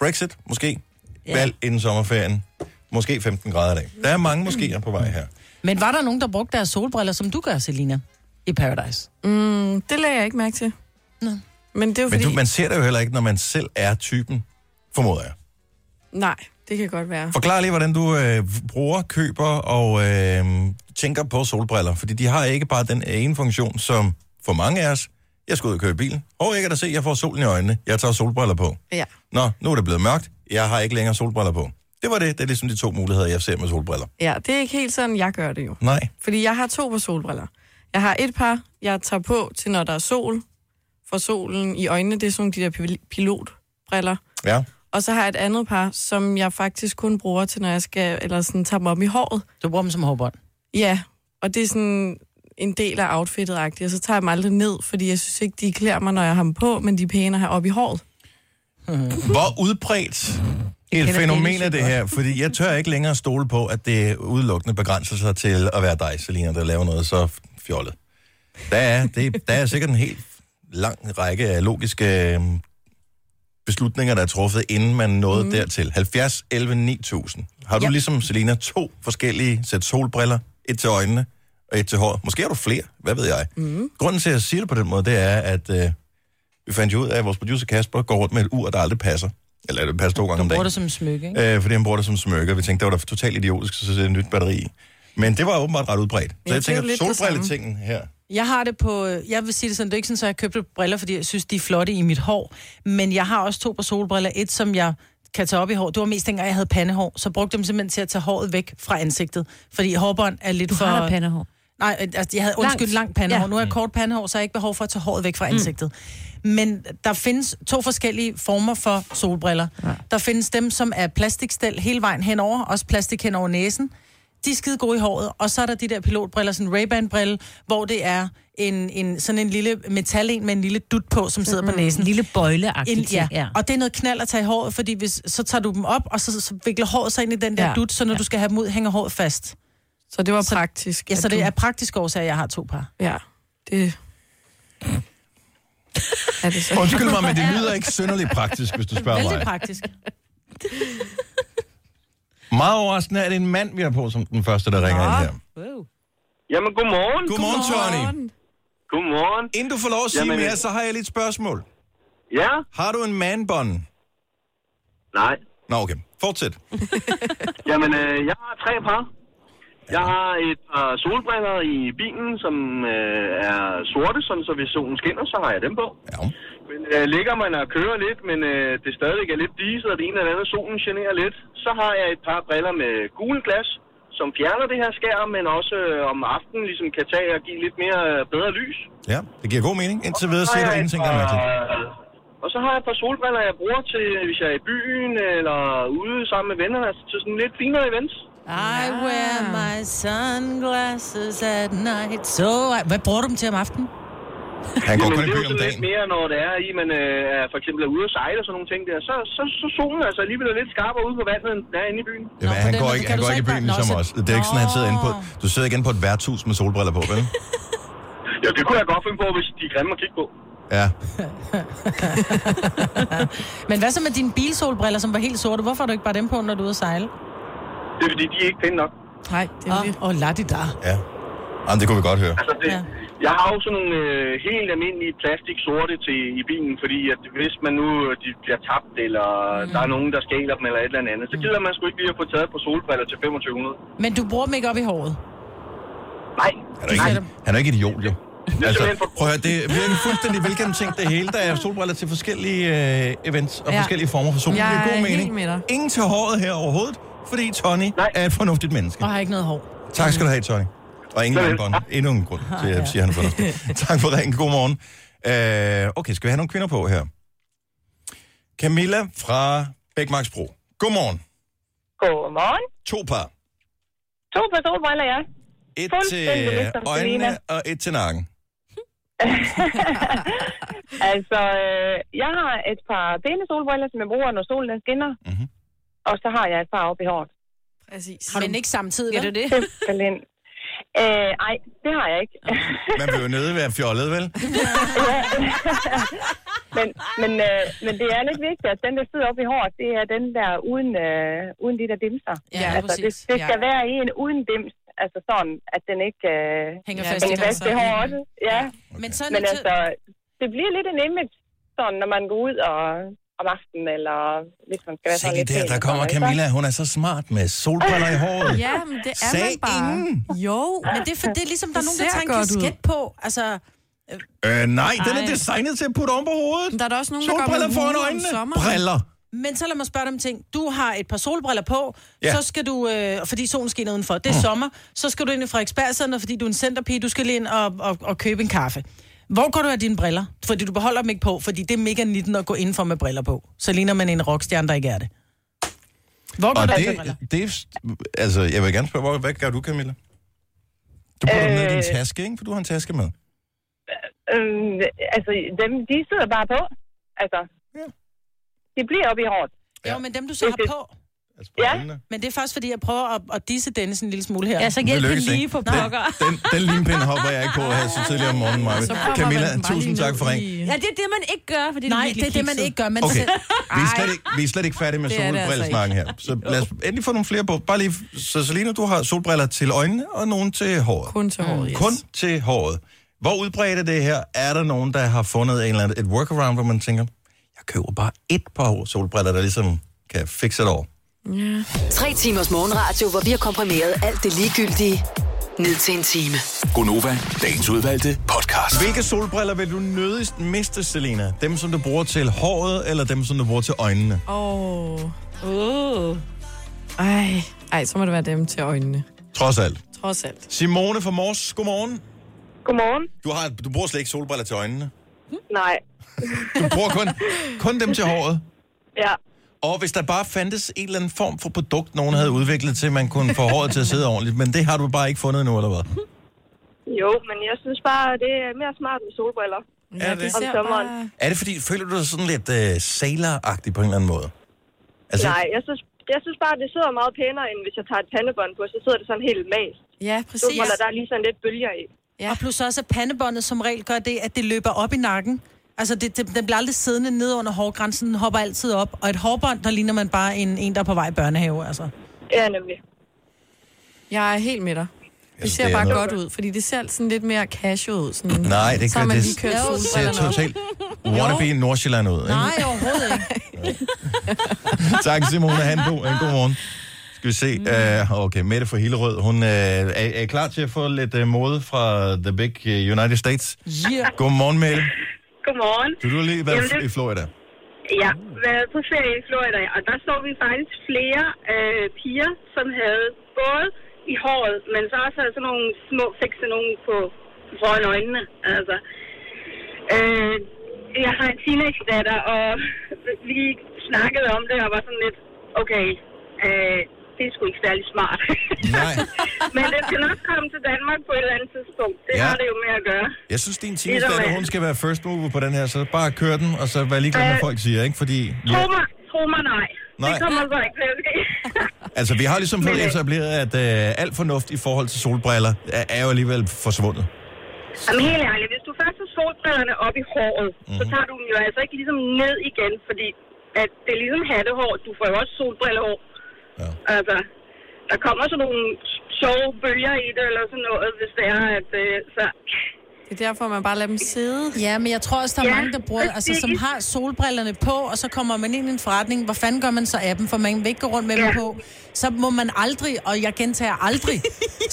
[SPEAKER 1] Brexit, måske.
[SPEAKER 5] Ja.
[SPEAKER 1] Valg inden sommerferien. Måske 15 grader i dag. Der er mange måske på vej her.
[SPEAKER 5] Men var der nogen, der brugte deres solbriller, som du gør, Selina? I Paradise.
[SPEAKER 4] Mm, det lagde jeg ikke mærke til.
[SPEAKER 5] Nå.
[SPEAKER 4] Men det er jo
[SPEAKER 1] Men
[SPEAKER 4] fordi...
[SPEAKER 1] du, man ser det jo heller ikke, når man selv er typen, formoder jeg.
[SPEAKER 4] Nej, det kan godt være.
[SPEAKER 1] Forklar lige, hvordan du øh, bruger, køber og øh, tænker på solbriller. Fordi de har ikke bare den ene funktion, som for mange af os. Jeg skal ud og køre i bilen. Hov, jeg kan da se, jeg får solen i øjnene. Jeg tager solbriller på.
[SPEAKER 4] Ja.
[SPEAKER 1] Nå, nu er det blevet mørkt. Jeg har ikke længere solbriller på. Det var det. Det er ligesom de to muligheder, jeg ser med solbriller.
[SPEAKER 4] ja, det er ikke helt sådan, jeg gør det jo.
[SPEAKER 1] Nej.
[SPEAKER 4] Fordi jeg har to par solbriller. Jeg har et par, jeg tager på til, når der er sol. For solen i øjnene, det er sådan nogle af de der pil- pilotbriller.
[SPEAKER 1] Ja.
[SPEAKER 4] Og så har jeg et andet par, som jeg faktisk kun bruger til, når jeg skal, eller sådan, tager dem op i håret.
[SPEAKER 5] Du bruger dem som hårbånd?
[SPEAKER 4] Ja, og det er sådan en del af outfittet -agtigt, og så tager jeg dem aldrig ned, fordi jeg synes ikke, de klæder mig, når jeg har dem på, men de er pæne at have op i håret.
[SPEAKER 1] Hvor udbredt et
[SPEAKER 4] kender
[SPEAKER 1] fænomen
[SPEAKER 4] Dennis
[SPEAKER 1] er
[SPEAKER 4] jo
[SPEAKER 1] det her? Fordi jeg tør ikke længere stole på, at det udelukkende begrænser sig til at være dig, Selina, der laver noget så fjollet. Der er, det, der er sikkert en helt lang række af logiske øh, beslutninger, der er truffet, inden man nåede mm. dertil. 70, 11, 9000. Har du
[SPEAKER 5] Ja.
[SPEAKER 1] ja. ligesom Selina to forskellige sæt solbriller? Et til øjnene og et til håret. Måske har du flere, hvad ved jeg. Mm. Grunden til, at jeg siger det på den måde, det er, at øh, vi fandt jo ud af, at vores producer Kasper går rundt med et ur, der aldrig passer. Eller det passer to gange om
[SPEAKER 5] Bruger
[SPEAKER 1] dagen.
[SPEAKER 5] det som smykke, ikke?
[SPEAKER 1] Øh, fordi han bruger det som smykke, og vi tænkte, det var da totalt idiotisk, så sætter et nyt batteri i. Men det var åbenbart ret udbredt. Så
[SPEAKER 4] det er
[SPEAKER 1] jeg
[SPEAKER 4] jo
[SPEAKER 1] tænker,
[SPEAKER 4] lidt det
[SPEAKER 1] solbrilletingen her.
[SPEAKER 5] Jeg har det på, jeg vil sige det sådan, det er ikke sådan, at jeg købte briller, fordi jeg synes, de er flotte i mit hår. Men jeg har også to par solbriller. Et, som jeg kan tage op i hår. Det var mest dengang, jeg havde pandehår. Så brugte jeg dem simpelthen til at tage håret væk fra ansigtet. Fordi hårbånd er lidt
[SPEAKER 2] Du
[SPEAKER 5] for...
[SPEAKER 2] har da pandehår.
[SPEAKER 5] Nej, altså, jeg havde undskyld
[SPEAKER 2] Langt.
[SPEAKER 5] langt, pandehår.
[SPEAKER 2] Ja.
[SPEAKER 5] Nu har jeg kort pandehår, så jeg har ikke behov for at tage håret væk fra ansigtet. Mm. Men der findes to forskellige former for solbriller. Ja. Der findes dem, som er plastikstel hele vejen henover, også plastik henover næsen. De er skide gode i håret. Og så er der de der pilotbriller, sådan en Ray-Ban-brille, hvor det er en, en, sådan en lille metal en med en lille dut på, som sidder mm. på næsen.
[SPEAKER 2] En lille bøjleagtig
[SPEAKER 5] En, ja.
[SPEAKER 2] ting, ja.
[SPEAKER 5] og det er noget knald at tage i håret, fordi hvis, så tager du dem op, og så, så vikler håret sig ind i den der ja.
[SPEAKER 4] Ja.
[SPEAKER 5] dut, så når ja. du skal have dem ud, hænger håret fast.
[SPEAKER 4] Så det var så, praktisk.
[SPEAKER 5] Ja,
[SPEAKER 4] at
[SPEAKER 5] så det
[SPEAKER 4] du-
[SPEAKER 5] er praktisk årsager, at jeg har to par.
[SPEAKER 4] Ja, det... er det så?
[SPEAKER 1] Undskyld mig, men det lyder ikke synderligt praktisk, hvis du spørger
[SPEAKER 5] Vældig
[SPEAKER 1] mig.
[SPEAKER 5] praktisk.
[SPEAKER 1] Meget overraskende er det en mand, vi har på som den første, der ringer ind her.
[SPEAKER 2] Wow.
[SPEAKER 12] Jamen, godmorgen.
[SPEAKER 1] Godmorgen, Tony.
[SPEAKER 12] Godmorgen.
[SPEAKER 1] Inden du får lov at sige
[SPEAKER 12] Jamen,
[SPEAKER 1] Jamen, mere,
[SPEAKER 12] øh,
[SPEAKER 1] så har jeg lige et spørgsmål.
[SPEAKER 12] Ja?
[SPEAKER 1] Har du en manbånd?
[SPEAKER 12] Nej.
[SPEAKER 1] Nå, okay. Fortsæt.
[SPEAKER 12] Jamen, øh, jeg har tre par. Jeg har et par solbriller i bilen, som øh, er sorte, sådan, så hvis solen skinner, så har jeg dem på.
[SPEAKER 1] Ja.
[SPEAKER 12] Men øh, ligger man og kører lidt, men øh, det stadigvæk er lidt diset, og det ene eller andet solen generer lidt, så har jeg et par briller med gule glas, som fjerner det her skær, men også øh, om aftenen ligesom kan tage og give lidt mere øh, bedre lys.
[SPEAKER 1] Ja, det giver god mening. Indtil videre siger du ingenting, der er med til.
[SPEAKER 12] Og så har jeg et par solbriller, jeg bruger til, hvis jeg er i byen eller ude sammen med vennerne, altså til sådan lidt finere events.
[SPEAKER 5] I wear my sunglasses at night. So I... Hvad bruger du dem til om aftenen?
[SPEAKER 1] Han går
[SPEAKER 12] Jamen,
[SPEAKER 1] kun i
[SPEAKER 12] det er
[SPEAKER 1] byen
[SPEAKER 12] jo
[SPEAKER 1] om
[SPEAKER 12] sådan
[SPEAKER 1] dagen.
[SPEAKER 12] lidt mere, når det er i, man øh, er for eksempel er ude og sejle og sådan nogle ting der, så, så, så solen altså alligevel er lidt skarpere ude på vandet, end den er inde i byen.
[SPEAKER 1] Jamen, han
[SPEAKER 5] den
[SPEAKER 1] går
[SPEAKER 5] måde
[SPEAKER 1] ikke,
[SPEAKER 5] kan
[SPEAKER 1] han
[SPEAKER 5] du
[SPEAKER 1] går
[SPEAKER 5] så
[SPEAKER 1] ikke i
[SPEAKER 5] ikke
[SPEAKER 1] byen
[SPEAKER 5] bare- Nå,
[SPEAKER 1] ligesom
[SPEAKER 5] så-
[SPEAKER 1] os. Det er ikke sådan, han sidder inde på... Du sidder ikke inde på et værtshus med solbriller på, vel?
[SPEAKER 12] Ja, det kunne jeg godt finde på, hvis de er grimme at kigge på.
[SPEAKER 1] Ja.
[SPEAKER 5] Men hvad så med dine bilsolbriller, som var helt sorte? Hvorfor har du ikke bare dem på, når du er ude at sejle?
[SPEAKER 12] Det er fordi, de er ikke pæne nok.
[SPEAKER 4] Nej, det er det.
[SPEAKER 5] Åh, oh, lad det da.
[SPEAKER 1] Ja. Jamen, det kunne vi godt høre.
[SPEAKER 12] Altså, det,
[SPEAKER 5] Ja.
[SPEAKER 12] ja. Jeg har jo sådan nogle øh, helt almindelige plastik sorte til i bilen, fordi at hvis man nu øh, de bliver tabt, eller mm. der er nogen, der skaler dem, eller et eller andet, så gider man sgu ikke lige at få taget på solbriller til 2500.
[SPEAKER 5] Men du bruger dem ikke op i håret?
[SPEAKER 12] Nej,
[SPEAKER 1] Han er ikke, han er ikke idiot, jo.
[SPEAKER 13] Det er
[SPEAKER 1] Altså,
[SPEAKER 13] simpelthen for...
[SPEAKER 1] prøv at høre, det virker fuldstændig velgennemtænkt det hele. Der er solbriller til forskellige øh, events og
[SPEAKER 4] Ja.
[SPEAKER 1] ja. forskellige former for sol.
[SPEAKER 4] Jeg
[SPEAKER 1] det er
[SPEAKER 4] er
[SPEAKER 1] god
[SPEAKER 4] helt
[SPEAKER 1] mening.
[SPEAKER 4] med dig.
[SPEAKER 1] Ingen til håret her overhovedet, fordi Tony Nej. er et fornuftigt menneske.
[SPEAKER 14] Og har ikke noget hår.
[SPEAKER 1] Tak skal du have, Tony. Og ingen armbånd. Endnu en grund til, at jeg siger, at han er fornuftig. tak for ringen. God morgen. Øh, okay, skal vi have nogle kvinder på her? Camilla fra Bækmarksbro. Godmorgen.
[SPEAKER 15] Godmorgen.
[SPEAKER 1] To par.
[SPEAKER 15] To par solbriller, ja.
[SPEAKER 1] Et til
[SPEAKER 15] Fuldstændig ligesom Selena.
[SPEAKER 1] øjnene og et til nakken.
[SPEAKER 15] altså, øh, jeg har et par pæne solbriller, som jeg bruger, når solen den skinner.
[SPEAKER 1] Mhm.
[SPEAKER 15] Mm-hmm. Og så har jeg et par oppe i håret.
[SPEAKER 4] Præcis.
[SPEAKER 5] Har du... Men ikke samtidig,
[SPEAKER 15] Er
[SPEAKER 5] vel?
[SPEAKER 15] det det? Simpelthen. Øh, ej, det har jeg ikke.
[SPEAKER 1] Man vil jo nødig være fjollet, vel?
[SPEAKER 15] men, men, øh, men det er lidt vigtigt, at den, der sidder oppe i håret, det er den der uden, øh, uden de der dimser.
[SPEAKER 5] Ja,
[SPEAKER 15] altså, det,
[SPEAKER 5] præcis.
[SPEAKER 15] det skal
[SPEAKER 5] Ja.
[SPEAKER 15] være en uden dims, altså sådan, at den ikke øh,
[SPEAKER 5] Hænger fast i
[SPEAKER 15] hænger fast i
[SPEAKER 5] halsen.
[SPEAKER 15] håret. også. Ja.
[SPEAKER 5] Men så er
[SPEAKER 15] Men
[SPEAKER 5] nødt til-
[SPEAKER 15] altså, det bliver lidt en image, sådan, når man går ud og, om aftenen, eller hvis man skal være sådan
[SPEAKER 1] Sikke
[SPEAKER 15] lidt...
[SPEAKER 1] der,
[SPEAKER 15] pæn
[SPEAKER 1] der
[SPEAKER 15] og
[SPEAKER 1] kommer
[SPEAKER 15] sådan, ikke?
[SPEAKER 1] Camilla. Hun er så smart med solbriller i håret.
[SPEAKER 4] Ja, men det er
[SPEAKER 1] Sag
[SPEAKER 4] man bare. Ingen.
[SPEAKER 5] Jo, men det er, for, det er ligesom, der er
[SPEAKER 4] Det
[SPEAKER 5] nogen, der
[SPEAKER 4] ser
[SPEAKER 5] tager en
[SPEAKER 4] godt ud.
[SPEAKER 5] kasket på. Altså,
[SPEAKER 1] Øh, nej,
[SPEAKER 2] Ah.
[SPEAKER 1] den
[SPEAKER 5] Ej.
[SPEAKER 1] er designet til at putte om på hovedet.
[SPEAKER 4] Der er da også nogen, der går
[SPEAKER 1] Solbriller
[SPEAKER 4] med
[SPEAKER 1] foran
[SPEAKER 4] hue om
[SPEAKER 1] øjnene.
[SPEAKER 4] sommeren.
[SPEAKER 1] Briller.
[SPEAKER 5] Men så lad mig spørge dig om en ting. Du har et par solbriller på, ja.
[SPEAKER 1] Ja.
[SPEAKER 5] så skal du, øh, fordi solen skinner udenfor, det er mm. sommer, så skal du ind i Frederiksbergscenter, fordi du er en centerpige, du skal lige ind og, og, og købe en kaffe. Hvor går du af dine briller? Fordi du beholder dem ikke på, fordi det er mega 19 at gå indenfor med briller på. Så ligner man en rockstjerne, der ikke er det. Hvor går
[SPEAKER 1] Og
[SPEAKER 5] du af dine briller?
[SPEAKER 1] det, det, er- altså, jeg vil gerne spørge, hvor- hvad gør du, Camilla? Du putter øh... ned i din
[SPEAKER 15] Øh.
[SPEAKER 1] taske, ikke? For du har en taske med.
[SPEAKER 15] Øhm, altså, dem, de sidder bare på. Altså,
[SPEAKER 1] ja.
[SPEAKER 15] de bliver oppe i håret.
[SPEAKER 5] Jo, men dem du så
[SPEAKER 15] Hvis
[SPEAKER 5] har
[SPEAKER 15] det-
[SPEAKER 5] på.
[SPEAKER 1] Altså,
[SPEAKER 15] Ja,
[SPEAKER 5] Men det er faktisk, fordi jeg prøver at, at disse Dennis en lille smule her.
[SPEAKER 2] Ja, så hjælp
[SPEAKER 1] lykkes
[SPEAKER 2] hende lige
[SPEAKER 1] ikke.
[SPEAKER 2] på
[SPEAKER 1] Den-
[SPEAKER 2] pokker.
[SPEAKER 1] Den, den limpind hopper jeg ikke på her så tidligere om morgenen, Maja.
[SPEAKER 2] Så popper
[SPEAKER 1] Camilla,
[SPEAKER 2] man den bare
[SPEAKER 1] tusind
[SPEAKER 2] lige
[SPEAKER 1] tak
[SPEAKER 2] ned
[SPEAKER 1] for ring.
[SPEAKER 2] i- Ja, det er det, man ikke gør, fordi
[SPEAKER 5] Nej,
[SPEAKER 2] virkelig
[SPEAKER 5] det er det, man
[SPEAKER 2] kikset.
[SPEAKER 5] ikke gør. Men
[SPEAKER 1] Okay,
[SPEAKER 5] så,
[SPEAKER 1] vi er slet ikke, vi er slet ikke færdige med
[SPEAKER 5] Det er det altså
[SPEAKER 1] solbrillesnakken her. Så lad os endelig få nogle flere på. Bare lige, så Selina, du har solbriller til øjnene og nogle til håret. Mm.
[SPEAKER 4] Kun til håret, yes.
[SPEAKER 1] Kun til håret. Hvor udbredt er det her? Er der nogen, der har fundet en eller anden, et workaround, hvor man tænker, jeg køber bare et par solbriller, der ligesom kan fikse det over?
[SPEAKER 7] Ja. Tre timers morgenradio, hvor vi har komprimeret alt det ligegyldige ned til en time.
[SPEAKER 8] Gonova, dagens udvalgte podcast.
[SPEAKER 1] Hvilke solbriller vil du nødigst miste, Selina? Dem, som du bruger til håret, eller dem, som du bruger til øjnene?
[SPEAKER 4] Åh. Oh. Ej. Ej, så må det være dem til øjnene.
[SPEAKER 1] Trods alt.
[SPEAKER 4] Trods alt.
[SPEAKER 1] Simone fra Mors, godmorgen.
[SPEAKER 15] Godmorgen.
[SPEAKER 1] Du, har, du bruger slet ikke solbriller til øjnene.
[SPEAKER 15] nej,
[SPEAKER 1] Du bruger kun, kun dem til håret.
[SPEAKER 15] ja.
[SPEAKER 1] Og hvis der bare fandtes en eller anden form for produkt, nogen havde udviklet til, man kunne få håret til at sidde ordentligt, men det har du bare ikke fundet endnu, eller hvad?
[SPEAKER 15] Jo, men jeg synes bare, det er mere smart med solbriller.
[SPEAKER 1] Ja, det det.
[SPEAKER 15] Om
[SPEAKER 1] ser
[SPEAKER 15] sommeren.
[SPEAKER 1] Er det fordi, føler du dig sådan lidt øh, sailor-agtig på en eller anden måde?
[SPEAKER 15] Altså... Nej, jeg synes, jeg synes bare, det sidder meget pænere, end hvis jeg tager et pandebånd på, så sidder det sådan helt mas.
[SPEAKER 4] Ja,
[SPEAKER 15] Så
[SPEAKER 4] præcis.
[SPEAKER 15] holder der lige sådan lidt bølger i.
[SPEAKER 4] Ja.
[SPEAKER 5] Og plus også, at pandebåndet som regel gør det, at det løber op i nakken. Altså, det, det, den bliver aldrig siddende ned under hårgrænsen, den hopper altid op. Og et hårbånd, der ligner man bare en, en der er på vej i børnehave, altså.
[SPEAKER 15] Ja, nemlig.
[SPEAKER 4] Jeg er helt med dig. Det
[SPEAKER 1] synes,
[SPEAKER 4] ser
[SPEAKER 1] Altså, det er
[SPEAKER 4] bare
[SPEAKER 1] noget-
[SPEAKER 4] godt ud, fordi det ser sådan lidt mere casual ud. Sådan,
[SPEAKER 1] Nej, det,
[SPEAKER 4] så har
[SPEAKER 1] kan,
[SPEAKER 4] man
[SPEAKER 1] det
[SPEAKER 4] lige kørt
[SPEAKER 1] ser
[SPEAKER 4] solbrillerne op.
[SPEAKER 1] totalt wannabe Nordsjælland ud. Ikke?
[SPEAKER 5] Nej, overhovedet ikke.
[SPEAKER 1] tak, Simone. Han en god, en god morgen. Skal vi
[SPEAKER 4] Mm.
[SPEAKER 1] se. Uh, okay, Mette fra Hillerød. Hun uh, er, er klar til at få lidt uh, mode fra The Big øh, United States.
[SPEAKER 5] Yeah.
[SPEAKER 1] Godmorgen, Mette.
[SPEAKER 16] Godmorgen.
[SPEAKER 1] Du har lige været
[SPEAKER 16] Jamen, det-
[SPEAKER 1] i Florida.
[SPEAKER 16] Ja, været på ferie i Florida, og der så vi faktisk flere øh, piger, som havde både i håret, men så også havde sådan nogle små fikse nogen på foran øjnene. Altså, øh, jeg har en teenage-datter, og vi snakkede om det, og var sådan lidt, okay, øh, det er sgu ikke særlig smart.
[SPEAKER 1] Nej.
[SPEAKER 16] men det skal nok komme til Danmark på et eller andet tidspunkt. Det
[SPEAKER 1] Ja.
[SPEAKER 16] ja. har det jo med at gøre.
[SPEAKER 1] Jeg synes, din
[SPEAKER 16] Ligesom,
[SPEAKER 1] teenage
[SPEAKER 16] øh,
[SPEAKER 1] hun skal være first mover på den her, så bare kør den, og så vær ligeglad med, hvad
[SPEAKER 16] Øh,
[SPEAKER 1] folk siger, ikke? Fordi,
[SPEAKER 16] Tro mig, tro mig nej. Det
[SPEAKER 1] Nej.
[SPEAKER 16] kommer så ikke til at ske.
[SPEAKER 1] altså, vi har ligesom fået
[SPEAKER 16] Men, øh,
[SPEAKER 1] etableret, at øh, alt fornuft i forhold til solbriller er, er jo alligevel forsvundet.
[SPEAKER 16] Jamen helt ærligt, hvis du først har solbrillerne op i håret, mm-hmm.
[SPEAKER 1] Mhm.
[SPEAKER 16] så tager du dem jo altså ikke ligesom ned igen, fordi at det er ligesom hattehår, du får jo også solbrillehår. Ja. Altså, der kommer sådan nogle sjove bølger i det, eller sådan noget, hvis det er, at øh, så...
[SPEAKER 4] Det er derfor, man bare lader dem sidde.
[SPEAKER 5] Ja, men jeg tror også, der er ja, mange, der bruger, altså, som har solbrillerne på, og så kommer man ind i en forretning. Hvor fanden gør man så af dem? For man vil ikke gå rundt med ja. dem på. Så må man aldrig, og jeg gentager aldrig,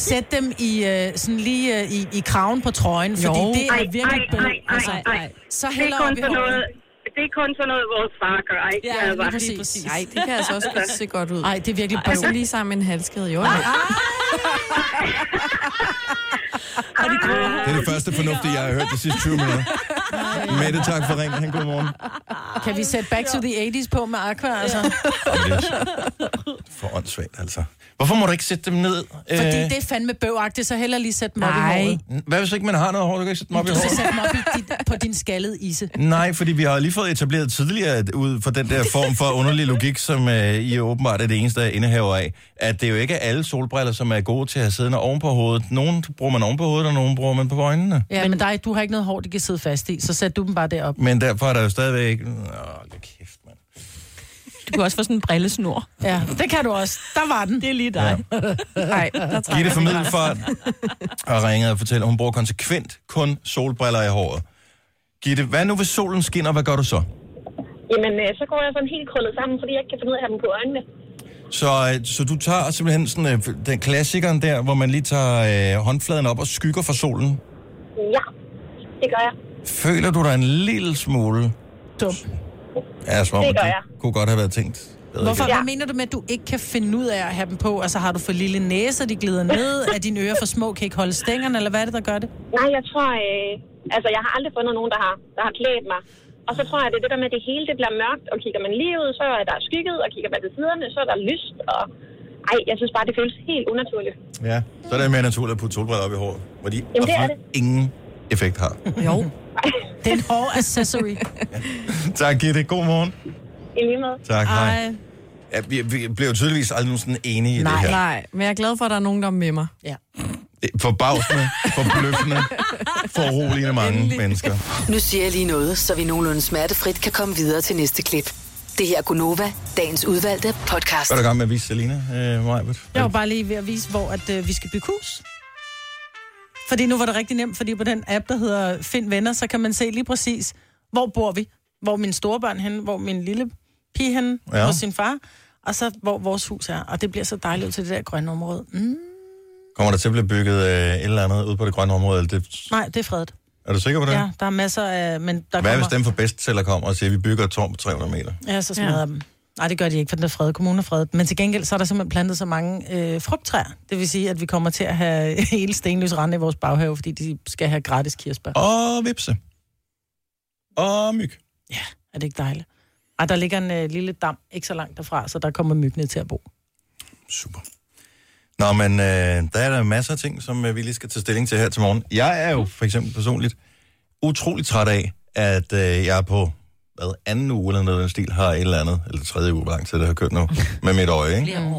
[SPEAKER 5] sætte dem i, øh, sådan lige øh, i, i kraven på trøjen, fordi det er virkelig bøv. Altså, Så
[SPEAKER 16] det
[SPEAKER 5] heller
[SPEAKER 16] er
[SPEAKER 5] op
[SPEAKER 16] kun
[SPEAKER 5] i
[SPEAKER 16] sådan noget,
[SPEAKER 5] håret.
[SPEAKER 16] det er kun sådan noget, vores far gør, ikke? Altså,
[SPEAKER 4] Ja, lige præcis. Ej, det kan altså også godt se godt ud.
[SPEAKER 5] Nej, det er virkelig
[SPEAKER 4] bare så lige sammen med en halskede. Jo, nej.
[SPEAKER 1] Det er det første fornuftige, jeg har hørt de sidste 20 minutter. Mette, tak for ringen. Godmorgen.
[SPEAKER 5] Ah. Kan vi sætte Back to the 80's på med Aqua, altså?
[SPEAKER 1] For åndssvagt, altså. Hvorfor må du ikke sætte dem ned?
[SPEAKER 5] Fordi
[SPEAKER 1] Øh,
[SPEAKER 5] det er fandme bøvagtigt, så heller lige sætte dem op i
[SPEAKER 1] Nej.
[SPEAKER 5] håret.
[SPEAKER 1] Hvad hvis ikke man har noget hår? Du kan ikke sætte dem op i
[SPEAKER 5] Du skal
[SPEAKER 1] håret.
[SPEAKER 5] sætte dem op i dit, på din skaldede ise.
[SPEAKER 1] Nej, fordi vi har lige fået etableret tidligere, at ud fra den der form for underlig logik, som øh, I åbenbart er det eneste, der indehaver af, at det er jo ikke er alle solbriller, som er gode til at have siddende oven på hovedet. Nogle bruger man oven på hovedet, og nogle bruger man på øjnene.
[SPEAKER 5] Ja, men, men dig, du har ikke noget hår, de kan sidde fast i, så sæt du dem bare derop.
[SPEAKER 1] Men derfor er der jo stadigvæk... Nå, det kæft, mand.
[SPEAKER 2] Du kan også få sådan en brillesnor.
[SPEAKER 5] Ja, det kan du også. Der var den. Det er lige dig.
[SPEAKER 4] Nej, der trækker
[SPEAKER 1] Gitte
[SPEAKER 4] den
[SPEAKER 1] formidlet
[SPEAKER 4] grænsen.
[SPEAKER 1] for og ringede og fortalte, at hun bruger konsekvent kun solbriller i håret. Gitte, hvad nu hvis solen skinner, hvad gør du så?
[SPEAKER 15] Jamen, øh, så går jeg sådan helt krøllet sammen, fordi jeg ikke kan finde ud af at have dem på øjnene.
[SPEAKER 1] Så, øh, så du tager simpelthen sådan, øh, den klassikeren der, hvor man lige tager øh, håndfladen op og skygger for solen.
[SPEAKER 15] Ja, det gør jeg.
[SPEAKER 1] Føler du dig en lille smule...
[SPEAKER 5] Dum.
[SPEAKER 1] Ja, som om,
[SPEAKER 5] Det
[SPEAKER 1] at
[SPEAKER 5] gør
[SPEAKER 1] det
[SPEAKER 5] jeg.
[SPEAKER 1] kunne godt have været tænkt. bedre
[SPEAKER 5] Hvorfor?
[SPEAKER 1] igennem.
[SPEAKER 5] Hvad mener du med, at du ikke kan finde ud af at have dem på? Altså, har du for lille næse, og de glider ned? Er dine ører for små, kan ikke holde stængerne? Eller hvad er det, der gør det?
[SPEAKER 15] Nej, jeg tror... Øh, altså, jeg har aldrig fundet nogen, der har, der har klædt mig. Og så tror jeg, det er det der med, at det hele det bliver mørkt, og kigger man lige ud, så er der skygget, og kigger man til siderne, så er der lyst, og... Ej, jeg synes bare, det føles helt unaturligt.
[SPEAKER 1] Ja, så er det mere naturligt at putte solbriller op i håret, hvor de
[SPEAKER 15] det er
[SPEAKER 1] absolut ingen effekt har.
[SPEAKER 5] Jo. Det er en hård accessory.
[SPEAKER 1] tak, Gitte. God morgen.
[SPEAKER 15] I lige måde.
[SPEAKER 1] Tak, hej. Ja, vi, vi blev jo tydeligvis aldrig nogensinde enige i det
[SPEAKER 4] Nej,
[SPEAKER 1] her.
[SPEAKER 4] nej. Men jeg er glad for, at der er nogen, der er med mig.
[SPEAKER 5] Ja.
[SPEAKER 1] Det er Forbavsende, forbløffende, foruroligende mange mennesker.
[SPEAKER 7] Nu siger jeg lige noget, så vi nogenlunde smertefrit kan komme videre til næste klip. Det her er Gunova, dagens udvalgte podcast.
[SPEAKER 1] Hvad er du i gang med at vise Selina, øh, Majbert?
[SPEAKER 5] Jeg var bare lige ved at vise, hvor at, øh, vi skal bygge hus. Fordi nu var det rigtig nemt, fordi på den app, der hedder Find Venner, så kan man se lige præcis, hvor bor vi, hvor mine store børn henne, hvor min lille pige henne,
[SPEAKER 1] Ja.
[SPEAKER 5] ja. hos sin far, og så hvor vores hus er. Og det bliver så dejligt ud til det der grønne område. Mm.
[SPEAKER 1] Kommer der til at blive bygget øh, et eller andet ude på det grønne område? eller Det,
[SPEAKER 5] Nej, det er fredet.
[SPEAKER 1] er du sikker på det?
[SPEAKER 5] Ja, der er masser af... Men der
[SPEAKER 1] Hvad
[SPEAKER 5] kommer...
[SPEAKER 1] hvis dem for bestsælger kommer og siger, at vi bygger et tårn på 300 meter?
[SPEAKER 5] Ja, så smadrer ja. dem. Nej, det gør de ikke, for den er fredet. Kommunen er fredet. Men til gengæld, så er der simpelthen plantet så mange øh, frugttræer. Det vil sige, at vi kommer til at have hele stenløs rende i vores baghave, fordi de skal have gratis kirsebær.
[SPEAKER 1] Og vipse. Og myg.
[SPEAKER 5] Ja, er det ikke dejligt? Ej, der ligger en øh, lille dam ikke så langt derfra, så der kommer myggene til at bo.
[SPEAKER 1] Super. Nå, men øh, der er der masser af ting, som øh, vi lige skal tage stilling til her til morgen. Jeg er jo for eksempel personligt utrolig træt af, at øh, jeg på hvad, anden uge eller noget i den stil har et eller andet, eller tredje uge, hvor lang tid det har kørt nu, med mit øje. Ikke?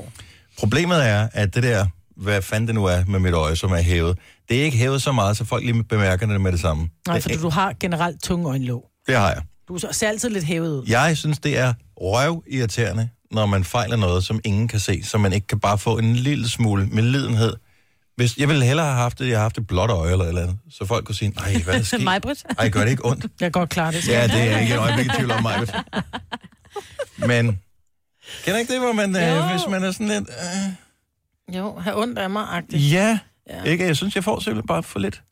[SPEAKER 1] Problemet er, at det der, hvad fanden det nu er med mit øje, som er hævet, det er ikke hævet så meget, så folk lige bemærker det med det samme.
[SPEAKER 5] Nej,
[SPEAKER 1] det,
[SPEAKER 5] fordi du har generelt tunge øjenlåg.
[SPEAKER 1] det har jeg.
[SPEAKER 5] Du ser- ser altid lidt hævet ud.
[SPEAKER 1] Jeg synes, det er røvirriterende, når man fejler noget, som ingen kan se, så man ikke kan bare få en lille smule medlidenhed. Hvis, jeg ville hellere have haft det, jeg har haft et blåt øje eller et eller andet, så folk kunne sige, nej, hvad er der sket?
[SPEAKER 2] Majbrit.
[SPEAKER 1] Ej, gør det ikke ondt?
[SPEAKER 5] Jeg kan godt klare det.
[SPEAKER 1] Ja, det er jeg ikke et øjeblik i tvivl om mig. Men, kender ikke det, hvor man, øh, hvis man er sådan lidt, øh,
[SPEAKER 5] Jo, har ondt af mig, agtigt.
[SPEAKER 1] ja, ikke? Jeg synes, jeg får simpelthen bare for lidt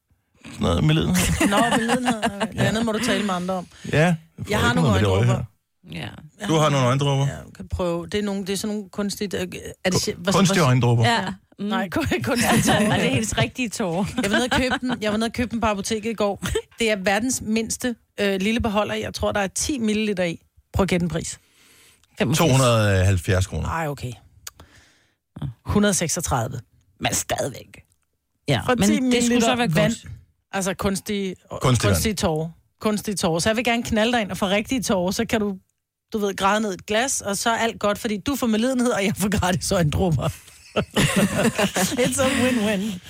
[SPEAKER 1] sådan noget medlidenhed.
[SPEAKER 5] Nå, beliggenhed. okay. Det andet må du tale med andre om.
[SPEAKER 1] Ja, får
[SPEAKER 5] Jeg har
[SPEAKER 1] ikke noget med
[SPEAKER 5] nogle
[SPEAKER 1] det øje her.
[SPEAKER 5] øjendråber. Ja.
[SPEAKER 1] Du har nogle øjendråber.
[SPEAKER 5] kan prøve. Det er, nogle, det er sådan nogle kunstigt... Øh, er det, hvor,
[SPEAKER 1] kunstige øjendråber.
[SPEAKER 5] Ja. Mm. Nej, kun, kunstige
[SPEAKER 2] Ja,
[SPEAKER 5] tårer.
[SPEAKER 2] nej, det er hendes rigtige tårer.
[SPEAKER 5] Jeg var nede og købe den, jeg var nede og købe den på apoteket i går. Det er verdens mindste øh, lille beholder. Jeg tror, der er 10 ml i. Prøv at gætte den pris.
[SPEAKER 1] 270 kroner.
[SPEAKER 5] Nej, okay. 136. Men stadigvæk.
[SPEAKER 2] Ja,
[SPEAKER 5] For
[SPEAKER 2] men
[SPEAKER 5] 10
[SPEAKER 2] det skulle så være
[SPEAKER 5] vand.
[SPEAKER 2] godt.
[SPEAKER 5] Altså kunstige,
[SPEAKER 1] Kunstig
[SPEAKER 5] kunstige,
[SPEAKER 1] vand.
[SPEAKER 5] kunstige tårer. Kunstige tårer. Så jeg vil gerne knalde dig ind, og for rigtige tårer, så kan du, du ved, græde ned i et glas, og så er alt godt, fordi du får medlidenhed, og jeg får gratis øjendrupper. It's a win-win.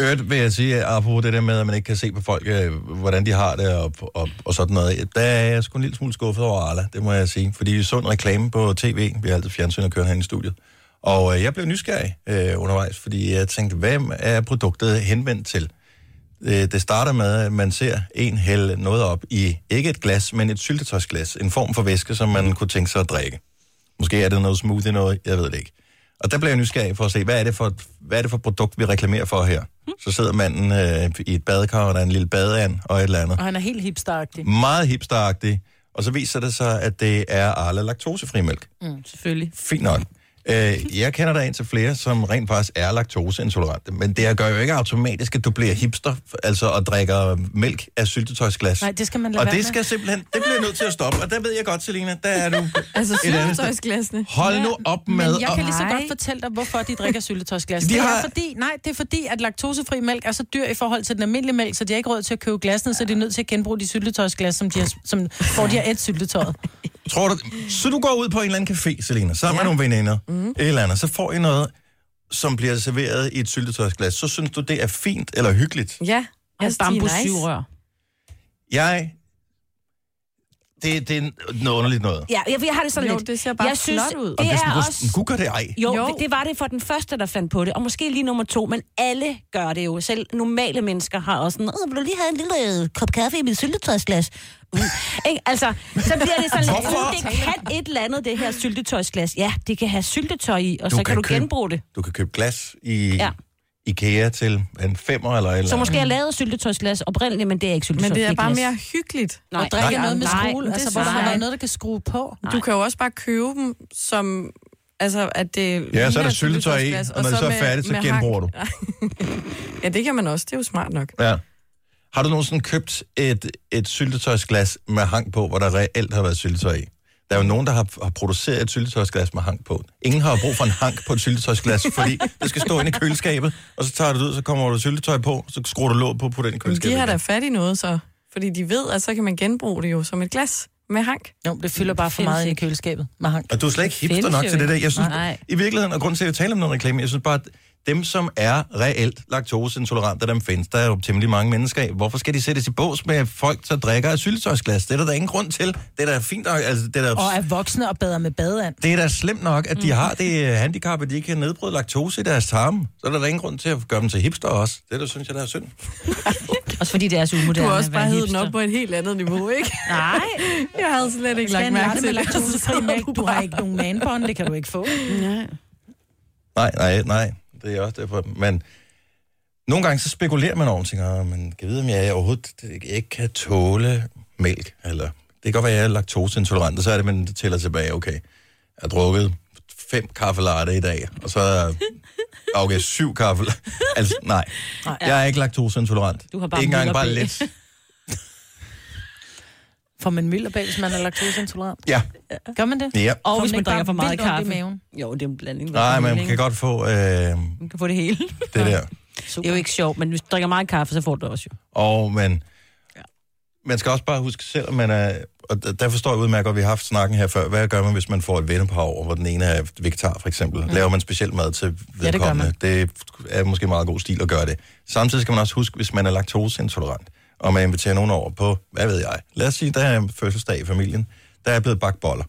[SPEAKER 1] Øvrigt vil jeg sige, at apropos det der med, at man ikke kan se på folk, øh, hvordan de har det og, og, og sådan noget, der er jeg sgu en lille smule skuffet over Arla, det må jeg sige. Fordi vi så en reklame på tv, vi har altid fjernsyn og kører herinde i studiet. Og øh, jeg blev nysgerrig øh, undervejs, fordi jeg tænkte, hvem er produktet henvendt til? Øh, Det starter med, at man ser en hælde noget op i, ikke et glas, men et syltetøjsglas. En form for væske, som man kunne tænke sig at drikke. Måske er det noget smoothie, noget, jeg ved det ikke. Og der blev jeg nysgerrig for at se, hvad er det for, hvad er det for produkt, vi reklamerer for her? Så sidder manden øh, i et badekar, og der er en lille badeand og et eller andet.
[SPEAKER 5] Og han er helt hipsteragtig.
[SPEAKER 1] Meget hipsteragtig. Og så viser det sig, at det er Arla laktosefri mælk.
[SPEAKER 2] Mm, selvfølgelig.
[SPEAKER 1] Fint nok. Øh, jeg kender der en til flere, som rent faktisk er laktoseintolerante, men det gør jo ikke automatisk, at du bliver hipster, altså og drikker mælk af syltetøjsglas.
[SPEAKER 5] Nej, det skal man lade
[SPEAKER 1] og
[SPEAKER 5] være
[SPEAKER 1] det
[SPEAKER 5] med.
[SPEAKER 1] skal simpelthen, det bliver jeg nødt til at stoppe, og der ved jeg godt, Selina, der er du
[SPEAKER 4] Altså
[SPEAKER 1] et andet sted.
[SPEAKER 4] syltetøjsglasene.
[SPEAKER 1] Hold nu op med
[SPEAKER 5] Men jeg
[SPEAKER 1] at-
[SPEAKER 5] kan lige så
[SPEAKER 1] Nej.
[SPEAKER 5] godt fortælle dig, hvorfor de drikker syltetøjsglas.
[SPEAKER 1] De
[SPEAKER 5] Det
[SPEAKER 1] har-
[SPEAKER 5] er fordi, nej, det er fordi, at laktosefri mælk er så dyr i forhold til den almindelige mælk, så de har ikke råd til at købe glasene, så de er nødt til at genbruge de syltetøjsglas, som de har, som, hvor de har et syltetøjet.
[SPEAKER 1] Tror du, så du går ud på en eller anden café, Selina, sammen med nogle veninder, mm. et eller andet, så får I noget, som bliver serveret i et syltetøjsglas, så synes du, det er fint eller hyggeligt.
[SPEAKER 4] Ja,
[SPEAKER 2] altså, de er nice.
[SPEAKER 1] Jeg... Det, det er noget underligt noget.
[SPEAKER 2] Ja, jeg, jeg har det sådan
[SPEAKER 4] Jo,
[SPEAKER 2] lidt.
[SPEAKER 4] det ser bare
[SPEAKER 2] jeg synes,
[SPEAKER 4] flot ud.
[SPEAKER 2] Det
[SPEAKER 1] Og
[SPEAKER 2] er
[SPEAKER 1] hvis man
[SPEAKER 2] også...
[SPEAKER 1] også... Google det ej.
[SPEAKER 2] Jo, jo, det var det for den første, der fandt på det, og måske lige nummer to, men alle gør det jo. Selv normale mennesker har også sådan, "Åh, vil du lige have en lille øh, kop kaffe i mit syltetøjsglas? Mm. Ikke? Altså, så bliver det sådan lidt,
[SPEAKER 1] Hvorfor?
[SPEAKER 2] "Uh, det kan et eller andet, det her syltetøjsglas. Ja, det kan have syltetøj i, og
[SPEAKER 1] Du
[SPEAKER 2] så kan,
[SPEAKER 1] kan
[SPEAKER 2] du
[SPEAKER 1] købe-
[SPEAKER 2] genbruge det.
[SPEAKER 1] Du kan købe glas i
[SPEAKER 2] Ja.
[SPEAKER 1] ja. IKEA til en femmer eller et eller
[SPEAKER 2] Så måske
[SPEAKER 1] andet.
[SPEAKER 2] jeg lavede syltetøjsglas oprindeligt, men det er ikke
[SPEAKER 4] Men
[SPEAKER 2] syltetøjsglas.
[SPEAKER 4] det er bare mere hyggeligt
[SPEAKER 2] Nej.
[SPEAKER 4] at drikke
[SPEAKER 2] Nej.
[SPEAKER 4] noget med
[SPEAKER 2] Nej,
[SPEAKER 4] skole.
[SPEAKER 2] det
[SPEAKER 4] Altså,
[SPEAKER 2] synes
[SPEAKER 4] hvor der har
[SPEAKER 2] jeg
[SPEAKER 4] været
[SPEAKER 2] ikke.
[SPEAKER 4] noget,
[SPEAKER 5] der kan skrue på.
[SPEAKER 4] Du kan jo også bare købe dem som... Altså, at det
[SPEAKER 1] så er
[SPEAKER 4] ligner
[SPEAKER 1] der
[SPEAKER 4] et
[SPEAKER 1] syltetøj i,
[SPEAKER 4] syltetøjsglas,
[SPEAKER 1] og når det så er færdigt, så
[SPEAKER 4] hak.
[SPEAKER 1] genbruger du.
[SPEAKER 4] ja, det kan man også. Det er jo smart nok.
[SPEAKER 1] Ja. Har du nogensinde købt et, et syltetøjsglas med hang på, hvor der reelt har været syltetøj i? Der er jo nogen, der har, har produceret et syltetøjsglas med hang på. Ingen har jo brug for en hang på et syltetøjsglas, fordi det skal stå inde i køleskabet, og så tager du det ud, så kommer du syltetøj på, så skruer du låg på på den
[SPEAKER 4] Men
[SPEAKER 1] køleskabet.
[SPEAKER 4] de har da
[SPEAKER 1] igen.
[SPEAKER 4] fat i noget, så. Fordi de ved, at så kan man genbruge det jo som et glas med hank.
[SPEAKER 5] Jo, det fylder bare for meget i køleskabet med hank.
[SPEAKER 1] Og du er slet ikke hipster
[SPEAKER 5] Findes
[SPEAKER 1] nok
[SPEAKER 5] jo
[SPEAKER 1] til det der.
[SPEAKER 5] ikke.
[SPEAKER 1] Jeg synes,
[SPEAKER 5] Nej.
[SPEAKER 1] I virkeligheden, og grunden til, at jeg taler om noget reklame, jeg synes bare, at dem, som er reelt laktoseintolerante, dem findes der er jo temmelig mange mennesker af. Hvorfor skal de sættes i bås med folk, der drikker af syltetøjsglas? Det er der da ingen grund til. Det er da fint nok. Altså, det er da
[SPEAKER 5] Og er Mm. voksne og bader med badeand.
[SPEAKER 1] det er da slemt nok, at de har det øh, handicap, at de ikke kan nedbryde laktose i deres tarme. Så er der da ingen grund til at gøre dem til hipster også. Det der synes jeg, der er synd.
[SPEAKER 2] Også fordi det er så
[SPEAKER 4] Du
[SPEAKER 2] umoderne
[SPEAKER 4] har også
[SPEAKER 2] at være
[SPEAKER 4] bare hed den
[SPEAKER 2] hipster.
[SPEAKER 4] op på et helt andet niveau, ikke?
[SPEAKER 2] Nej.
[SPEAKER 4] Jeg havde slet ikke
[SPEAKER 5] Skal
[SPEAKER 4] lagt
[SPEAKER 5] han
[SPEAKER 4] mærke
[SPEAKER 5] lade
[SPEAKER 4] til
[SPEAKER 5] med
[SPEAKER 4] det.
[SPEAKER 5] laktosefri mælk? Du har ikke nogen manbånd, det kan du ikke få.
[SPEAKER 4] Nej.
[SPEAKER 1] Nej, nej, nej. Det er også derfor. Men nogle gange så spekulerer man over og tænker, "Åh, men kan vide, om jeg overhovedet ikke kan tåle mælk. Eller, det kan godt være, at jeg er laktoseintolerant, og så er det, man tæller tilbage. Okay, jeg har drukket fem kaffe latte i dag, og så okay, syv kaffe latte. Altså, nej. Jeg er ikke laktoseintolerant.
[SPEAKER 5] Du har bare
[SPEAKER 1] ikke engang
[SPEAKER 5] Møller
[SPEAKER 1] bare
[SPEAKER 5] B.
[SPEAKER 1] lidt.
[SPEAKER 5] Får man mylderbag, hvis man er laktoseintolerant?
[SPEAKER 1] Ja.
[SPEAKER 5] Gør man det?
[SPEAKER 1] Ja.
[SPEAKER 2] Og hvis
[SPEAKER 5] Får
[SPEAKER 2] man
[SPEAKER 5] ikke
[SPEAKER 2] drikker
[SPEAKER 5] bare
[SPEAKER 2] for meget
[SPEAKER 5] vildt ondt i
[SPEAKER 2] kaffe.
[SPEAKER 5] maven?
[SPEAKER 2] Jo, det er en blanding.
[SPEAKER 1] Nej, men man kan godt få øh, det
[SPEAKER 2] Man kan få det hele.
[SPEAKER 1] der.
[SPEAKER 2] Det er jo ikke sjovt, men hvis du drikker meget kaffe, så får du det også jo.
[SPEAKER 1] Og man, man skal også bare huske, selvom man er... Og der- der forstår jeg udmærket, at vi har haft snakken her før. Hvad gør man, hvis man får et vennepar over, hvor den ene er vegetar, for eksempel? Mm. Laver man speciel mad til
[SPEAKER 5] det gør
[SPEAKER 1] vedkommende? Ja, det, det er måske meget god stil at gøre det. Samtidig skal man også huske, hvis man er laktoseintolerant, og man inviterer nogen over på, hvad ved jeg, lad os sige, der er en fødselsdag i familien, der er blevet bagt boller.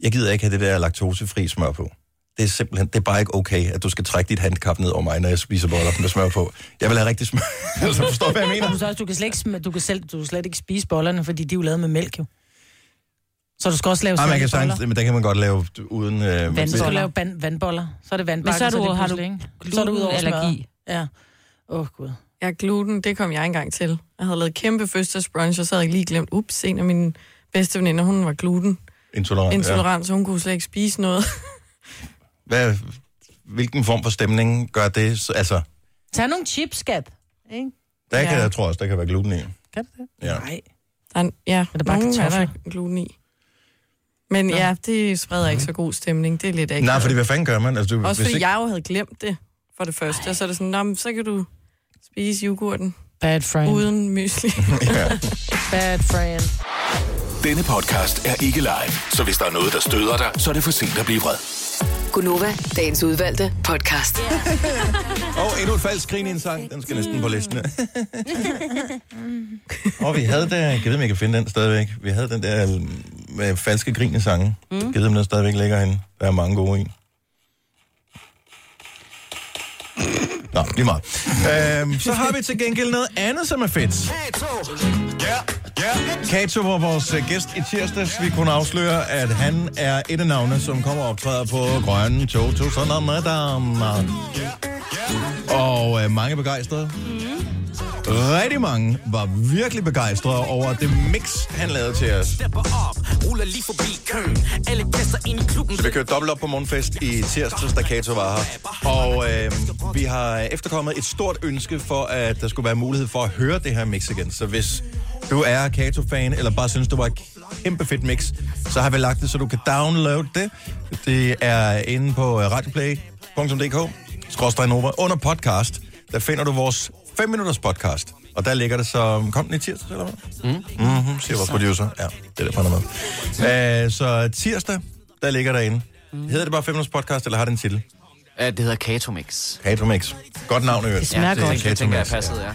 [SPEAKER 1] Jeg gider ikke have det der laktosefri smør på. Det er simpelthen, det er bare ikke okay, at du skal trække dit handicap ned over mig, når jeg spiser boller med smør på. Jeg vil have rigtig smør. altså, forstår du, hvad jeg mener?
[SPEAKER 5] Du, så også, du, kan slet ikke, sm- du, kan selv, du kan slet ikke spise bollerne, fordi de er jo lavet med mælk jo. Så du skal også lave
[SPEAKER 1] Nej, man kan
[SPEAKER 5] surdejsboller.
[SPEAKER 1] sagtens, men der kan man godt lave uden... Øh,
[SPEAKER 5] Vand, så
[SPEAKER 1] det-
[SPEAKER 5] lave band, vandboller. Så er det vandbakke,
[SPEAKER 2] Men så er du-
[SPEAKER 5] det
[SPEAKER 2] har du
[SPEAKER 5] pludselig, ikke? så er du ud over
[SPEAKER 2] glutenallergi.
[SPEAKER 5] smørret. Ja. Åh, oh, gud.
[SPEAKER 4] Ja, gluten, det kom jeg engang til. Jeg havde lavet kæmpe fødselsbrunch, og så havde jeg lige glemt, ups, en af mine bedste veninder, hun var gluten
[SPEAKER 1] Intolerant. Intolerant.
[SPEAKER 4] intolerant, så hun kunne slet ikke spise noget.
[SPEAKER 1] Ja. Hvad, hvilken form for stemning gør det? Så- Altså,
[SPEAKER 5] Tag nogle chips, skat. Ikke?
[SPEAKER 1] der kan,
[SPEAKER 4] Ja.
[SPEAKER 1] jeg tror også, der kan være gluten i.
[SPEAKER 5] Kan du det?
[SPEAKER 1] Ja.
[SPEAKER 5] Nej.
[SPEAKER 4] Der er, ja,
[SPEAKER 5] er bare
[SPEAKER 4] nogen er
[SPEAKER 5] kartofler.
[SPEAKER 4] der gluten i. Men ja, det spreder ikke så god stemning. Det er lidt
[SPEAKER 1] Nej,
[SPEAKER 4] akavet.
[SPEAKER 1] fordi hvad fanden gør man? Altså, du,
[SPEAKER 4] Også
[SPEAKER 1] hvis
[SPEAKER 4] fordi
[SPEAKER 1] ikke,
[SPEAKER 4] jeg jo havde glemt det, for det første. Og så er det sådan, "Nå, men så kan du spise yoghurten
[SPEAKER 5] Bad friend.
[SPEAKER 4] uden mysli.
[SPEAKER 5] Bad friend.
[SPEAKER 8] Denne podcast er ikke live, så hvis der er noget, der støder dig, så er det for sent at blive vred.
[SPEAKER 7] Gunova, dagens udvalgte podcast.
[SPEAKER 1] Og endnu et falsk grin i en sang. Den skal næsten på listen.
[SPEAKER 17] Mm.
[SPEAKER 1] og vi havde der... Jeg ved, om jeg kan finde den stadigvæk. Vi havde den der øh, med falske grin i sangen. Mm. Jeg ved, om den stadigvæk ligger henne. Der er mange gode i. Nå, lige meget. Øhm, så har vi til gengæld noget andet, som er fedt. Ja, ja. Kato var vores øh, gæst i tirsdags. Vi kunne afsløre, at han er et af navne, som kommer og optræder på Grønne Tog 2018. Og øh, mange er begejstrede. Rigtig mange var virkelig begejstrede over det mix, han lavede til os.
[SPEAKER 17] Stepper op, ruller lige forbi køen. Alle gæster ind i klubben.
[SPEAKER 1] Så vi kørte dobbelt op på morgenfest i tirsdags, da Kato var her. Og øh, vi har efterkommet et stort ønske for, at der skulle være mulighed for at høre det her mix igen. Så hvis du er Kato-fan, eller bare synes, det var et kæmpe fedt mix, så har vi lagt det, så du kan downloade det. Det er inde på øh, radioplay.dk, skråstrej Nova, under podcast. Der finder du vores 5 minutters podcast. Og der ligger det så... Kom den i tirsdags, eller hvad?
[SPEAKER 9] Mm.
[SPEAKER 1] Mhm, siger vores producer. Ja, det er derfor, han er med. Øh, så tirsdag, der ligger derinde. Hedder det bare 5 minutters podcast, eller har det en titel?
[SPEAKER 9] Ja, det hedder Katomix.
[SPEAKER 1] Katomix. Godt navn, i øvrigt.
[SPEAKER 9] Ja, det, det,
[SPEAKER 1] Katomix,
[SPEAKER 9] det tænker jeg passede, ja.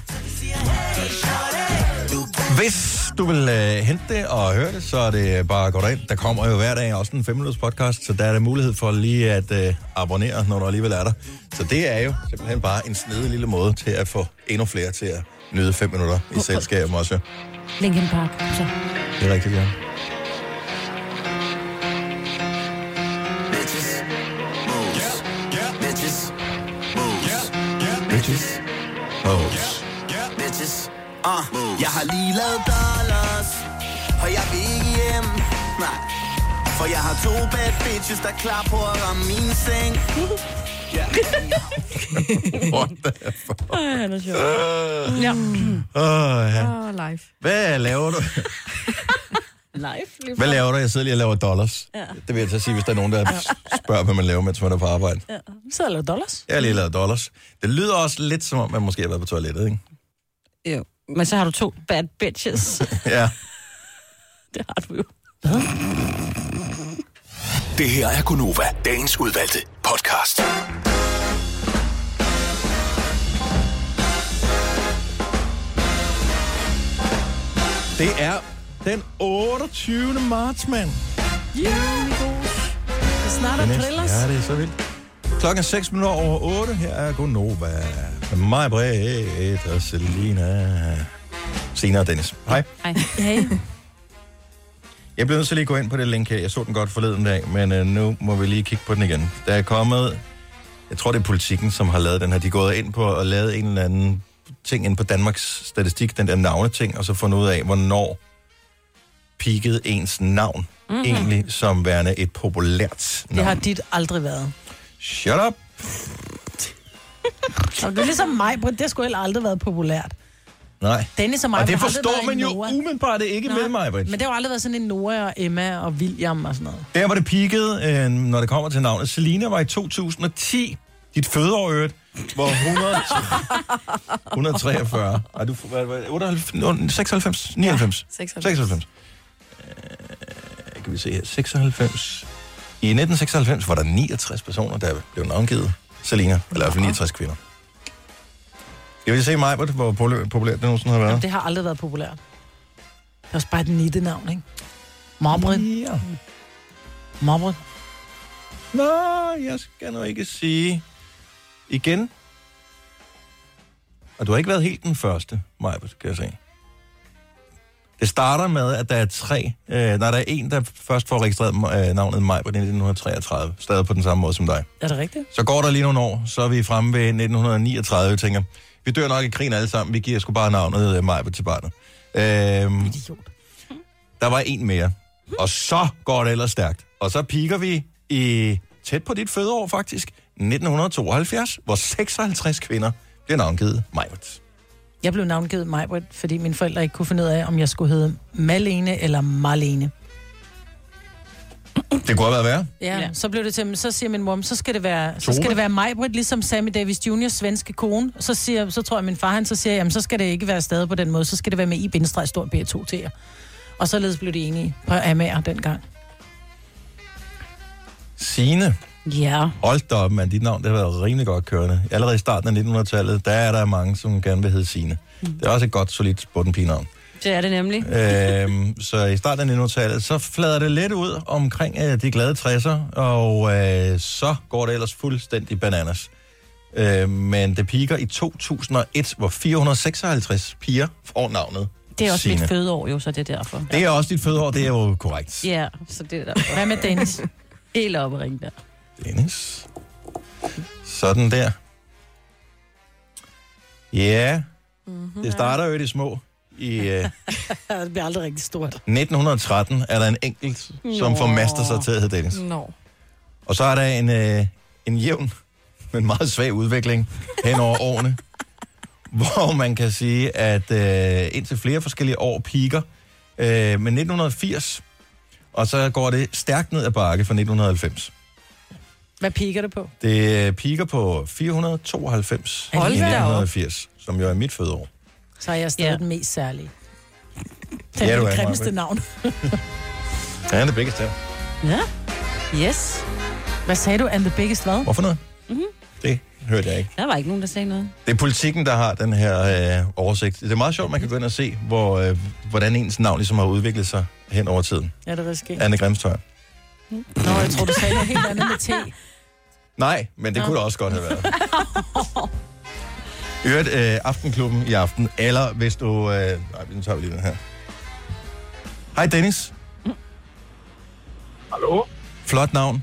[SPEAKER 1] Hvis du vil øh, hente det og høre det, så er det bare at gå derind. Der kommer jo hver dag også en 5 minutters podcast, så der er der mulighed for lige at øh, abonnere, når du alligevel er der. Så det er jo simpelthen bare en snedig lille måde til at få endnu flere til at nyde 5 minutter i selskab også.
[SPEAKER 2] Linkin Park. Så.
[SPEAKER 1] Det er rigtigt, ja. Bitches. Hoes.
[SPEAKER 17] Bitches. Uh. Jeg har lige lavet dollars, og jeg vil ikke hjem. Nej. For jeg har to bad bitches, der er klar på at ramme min seng. Ja.
[SPEAKER 1] What the fuck?
[SPEAKER 2] Øh, han er sjov.
[SPEAKER 1] Øh.
[SPEAKER 2] Ja.
[SPEAKER 1] Åh, ja.
[SPEAKER 4] Og live.
[SPEAKER 1] Hvad laver du?
[SPEAKER 2] Live.
[SPEAKER 1] Hvad laver du? Jeg sidder lige og laver dollars.
[SPEAKER 2] Ja.
[SPEAKER 1] Det vil jeg til at sige, hvis der er nogen, der spørger, hvad man laver, mens man er på arbejde.
[SPEAKER 2] Ja.
[SPEAKER 5] Så er det dollars.
[SPEAKER 1] Jeg har lige lavet dollars. Det lyder også lidt som om, man måske har været på toilettet, ikke?
[SPEAKER 2] Jo. Øh, Men så har du to bad bitches.
[SPEAKER 1] Ja.
[SPEAKER 2] det har du jo.
[SPEAKER 8] Det her er Gunova, dagens udvalgte podcast.
[SPEAKER 1] Det er den 28. marts, mand.
[SPEAKER 5] Det er snart
[SPEAKER 1] Det er næsten-
[SPEAKER 5] aprillers.
[SPEAKER 1] Ja, det er så vildt. Klokken er 6 minutter over 8. Her er Gonova. Med mig, Britt og Selina. Sina og Dennis. Hej.
[SPEAKER 2] Hej.
[SPEAKER 5] Hey.
[SPEAKER 1] Jeg bliver nødt til lige at gå ind på det link her. Jeg så den godt forleden dag, men øh, nu må vi lige kigge på den igen. Der er kommet, jeg tror det er politikken, som har lavet den her. De er gået ind på og lavet en eller anden ting ind på Danmarks statistik, den der navneting, og så fundet ud af, hvornår peakede ens navn mm-hmm. egentlig som værende et populært navn.
[SPEAKER 5] Mhm. Det har dit aldrig været.
[SPEAKER 1] Shut up!
[SPEAKER 5] Og det er ligesom mig, Britt. Det har sgu heller aldrig været populært.
[SPEAKER 1] Nej.
[SPEAKER 5] Dennis og mig
[SPEAKER 1] Og det
[SPEAKER 5] har aldrig
[SPEAKER 1] forstår
[SPEAKER 5] været
[SPEAKER 1] man
[SPEAKER 5] en
[SPEAKER 1] jo
[SPEAKER 5] Noah.
[SPEAKER 1] umiddelbart ikke
[SPEAKER 5] Nej,
[SPEAKER 1] med mig, Britt.
[SPEAKER 5] Men det har jo aldrig været sådan en Nora og Emma og William og sådan noget.
[SPEAKER 1] Der, hvor det peakede, øh, når det kommer til navnet, Selina var i 2010, dit fødeår i øvrigt, hvor 100, 143, ej, du, hvad, hvad, 98, 96, 99,
[SPEAKER 4] 96.
[SPEAKER 1] 96. Øh, kan vi se her, 96. I 1996 var der 69 personer, der blev navngivet Selina, eller i hvert fald 69 kvinder. Jeg vil se mig, hvor populær- populært det nogensinde har
[SPEAKER 5] Ja.
[SPEAKER 1] været.
[SPEAKER 5] Det har aldrig været populært. Det er også bare et nitte navn, ikke? Marbrin.
[SPEAKER 1] Ja.
[SPEAKER 5] Marbrin.
[SPEAKER 1] Nå, jeg skal nu ikke sige igen. Og du har ikke været helt den første, Maja, kan jeg se. Det starter med, at der er tre. Øh, nej, der er en, der først får registreret øh, navnet Maja i 1933. Stadig på den samme måde som dig.
[SPEAKER 5] Er det rigtigt?
[SPEAKER 1] Så går der lige nogle år, så er vi fremme ved 1939, jeg tænker. Vi dør nok i krigen alle sammen, vi giver sgu bare navnet øh, Maja til barnet. Øhm, der var en mere. Og så går det ellers stærkt. Og så piker vi i tæt på dit fødeår faktisk, 1972, hvor 56 kvinder bliver navngivet Majbert.
[SPEAKER 5] Jeg blev navngivet Majbrit, fordi mine forældre ikke kunne finde ud af, om jeg skulle hedde Malene eller Marlene.
[SPEAKER 1] Det kunne have været værre.
[SPEAKER 5] Ja, ja. så blev det til, så siger min mor, så skal det være, så
[SPEAKER 1] Tove.
[SPEAKER 5] skal det være Majbrit, ligesom Sammy Davis Jr. svenske kone. Så, siger, så tror jeg, min far, han så siger, jamen så skal det ikke være stadig på den måde, så skal det være med i bindestreg stor B2 T'er. Og således blev de enige på Amager dengang.
[SPEAKER 1] Signe,
[SPEAKER 2] Ja.
[SPEAKER 1] hold da op, mand. Dit navn det har været rimelig godt kørende. Allerede i starten af 1900-tallet, der er der mange, som gerne vil hedde Signe. Det er også et godt, solidt bottenpigenavn.
[SPEAKER 2] Det er det nemlig.
[SPEAKER 5] Øh,
[SPEAKER 1] øhm, så i starten af 1900-tallet, så flader det lidt ud omkring øh, de glade 60'er, og øh, så går det ellers fuldstændig bananas. Øh, men det piker i 2001, hvor 456 piger får navnet
[SPEAKER 2] Det er også
[SPEAKER 1] Signe.
[SPEAKER 2] mit fødeår jo, så det er derfor.
[SPEAKER 1] Det er også dit fødeår, det er jo korrekt.
[SPEAKER 2] Ja, så det er derfor.
[SPEAKER 5] Hvad med Dennis?
[SPEAKER 2] Helt oppe at ringe der.
[SPEAKER 1] Dennis. Sådan der. Ja,
[SPEAKER 3] Mm-hmm.
[SPEAKER 1] det starter jo i de små. I øh,
[SPEAKER 3] det bliver aldrig rigtig stort.
[SPEAKER 1] 1913 er der en enkelt, som
[SPEAKER 3] Nå.
[SPEAKER 1] formaster sig til at hedde Dennis.
[SPEAKER 4] Nå.
[SPEAKER 1] Og så er der en, øh, en jævn, men meget svag udvikling hen over årene, hvor man kan sige, at øh, indtil flere forskellige år piker. Øh, men 1980, og så går det stærkt ned ad bakke fra 1990.
[SPEAKER 5] Hvad piker det på?
[SPEAKER 1] Det øh, piker på 492 i
[SPEAKER 5] Hold da op.
[SPEAKER 1] 1980, som jo er mit fødeår.
[SPEAKER 5] Så er jeg stadig ja. den mest særlige.
[SPEAKER 1] Ja,
[SPEAKER 5] Den
[SPEAKER 1] du
[SPEAKER 5] ja,
[SPEAKER 1] er,
[SPEAKER 5] det
[SPEAKER 1] Maja.
[SPEAKER 5] grimmeste navn.
[SPEAKER 1] Ja, han er begge steder.
[SPEAKER 5] Ja. Yes. Hvad sagde du? And the biggest hvad?
[SPEAKER 1] Hvorfor noget?
[SPEAKER 2] Mm-hmm.
[SPEAKER 1] Det hørte jeg ikke.
[SPEAKER 2] Der var ikke nogen, der sagde noget.
[SPEAKER 1] Det er politikken, der har den her øh, oversigt. Det er meget sjovt, man kan gå ind og se, hvor, øh, hvordan ens navn ligesom har udviklet sig hen over tiden.
[SPEAKER 5] Ja, det er risky.
[SPEAKER 1] Anne Grimstøj.
[SPEAKER 5] Nå, jeg tror, du sagde noget helt andet med te.
[SPEAKER 1] Nej, men det
[SPEAKER 5] Nå.
[SPEAKER 1] kunne det også godt have været. I Øvrigt, øh, Aftenklubben i aften, eller hvis du... Øh, nej, nu tager vi lige den her. Hej Dennis.
[SPEAKER 12] Hallo?
[SPEAKER 1] Flot navn.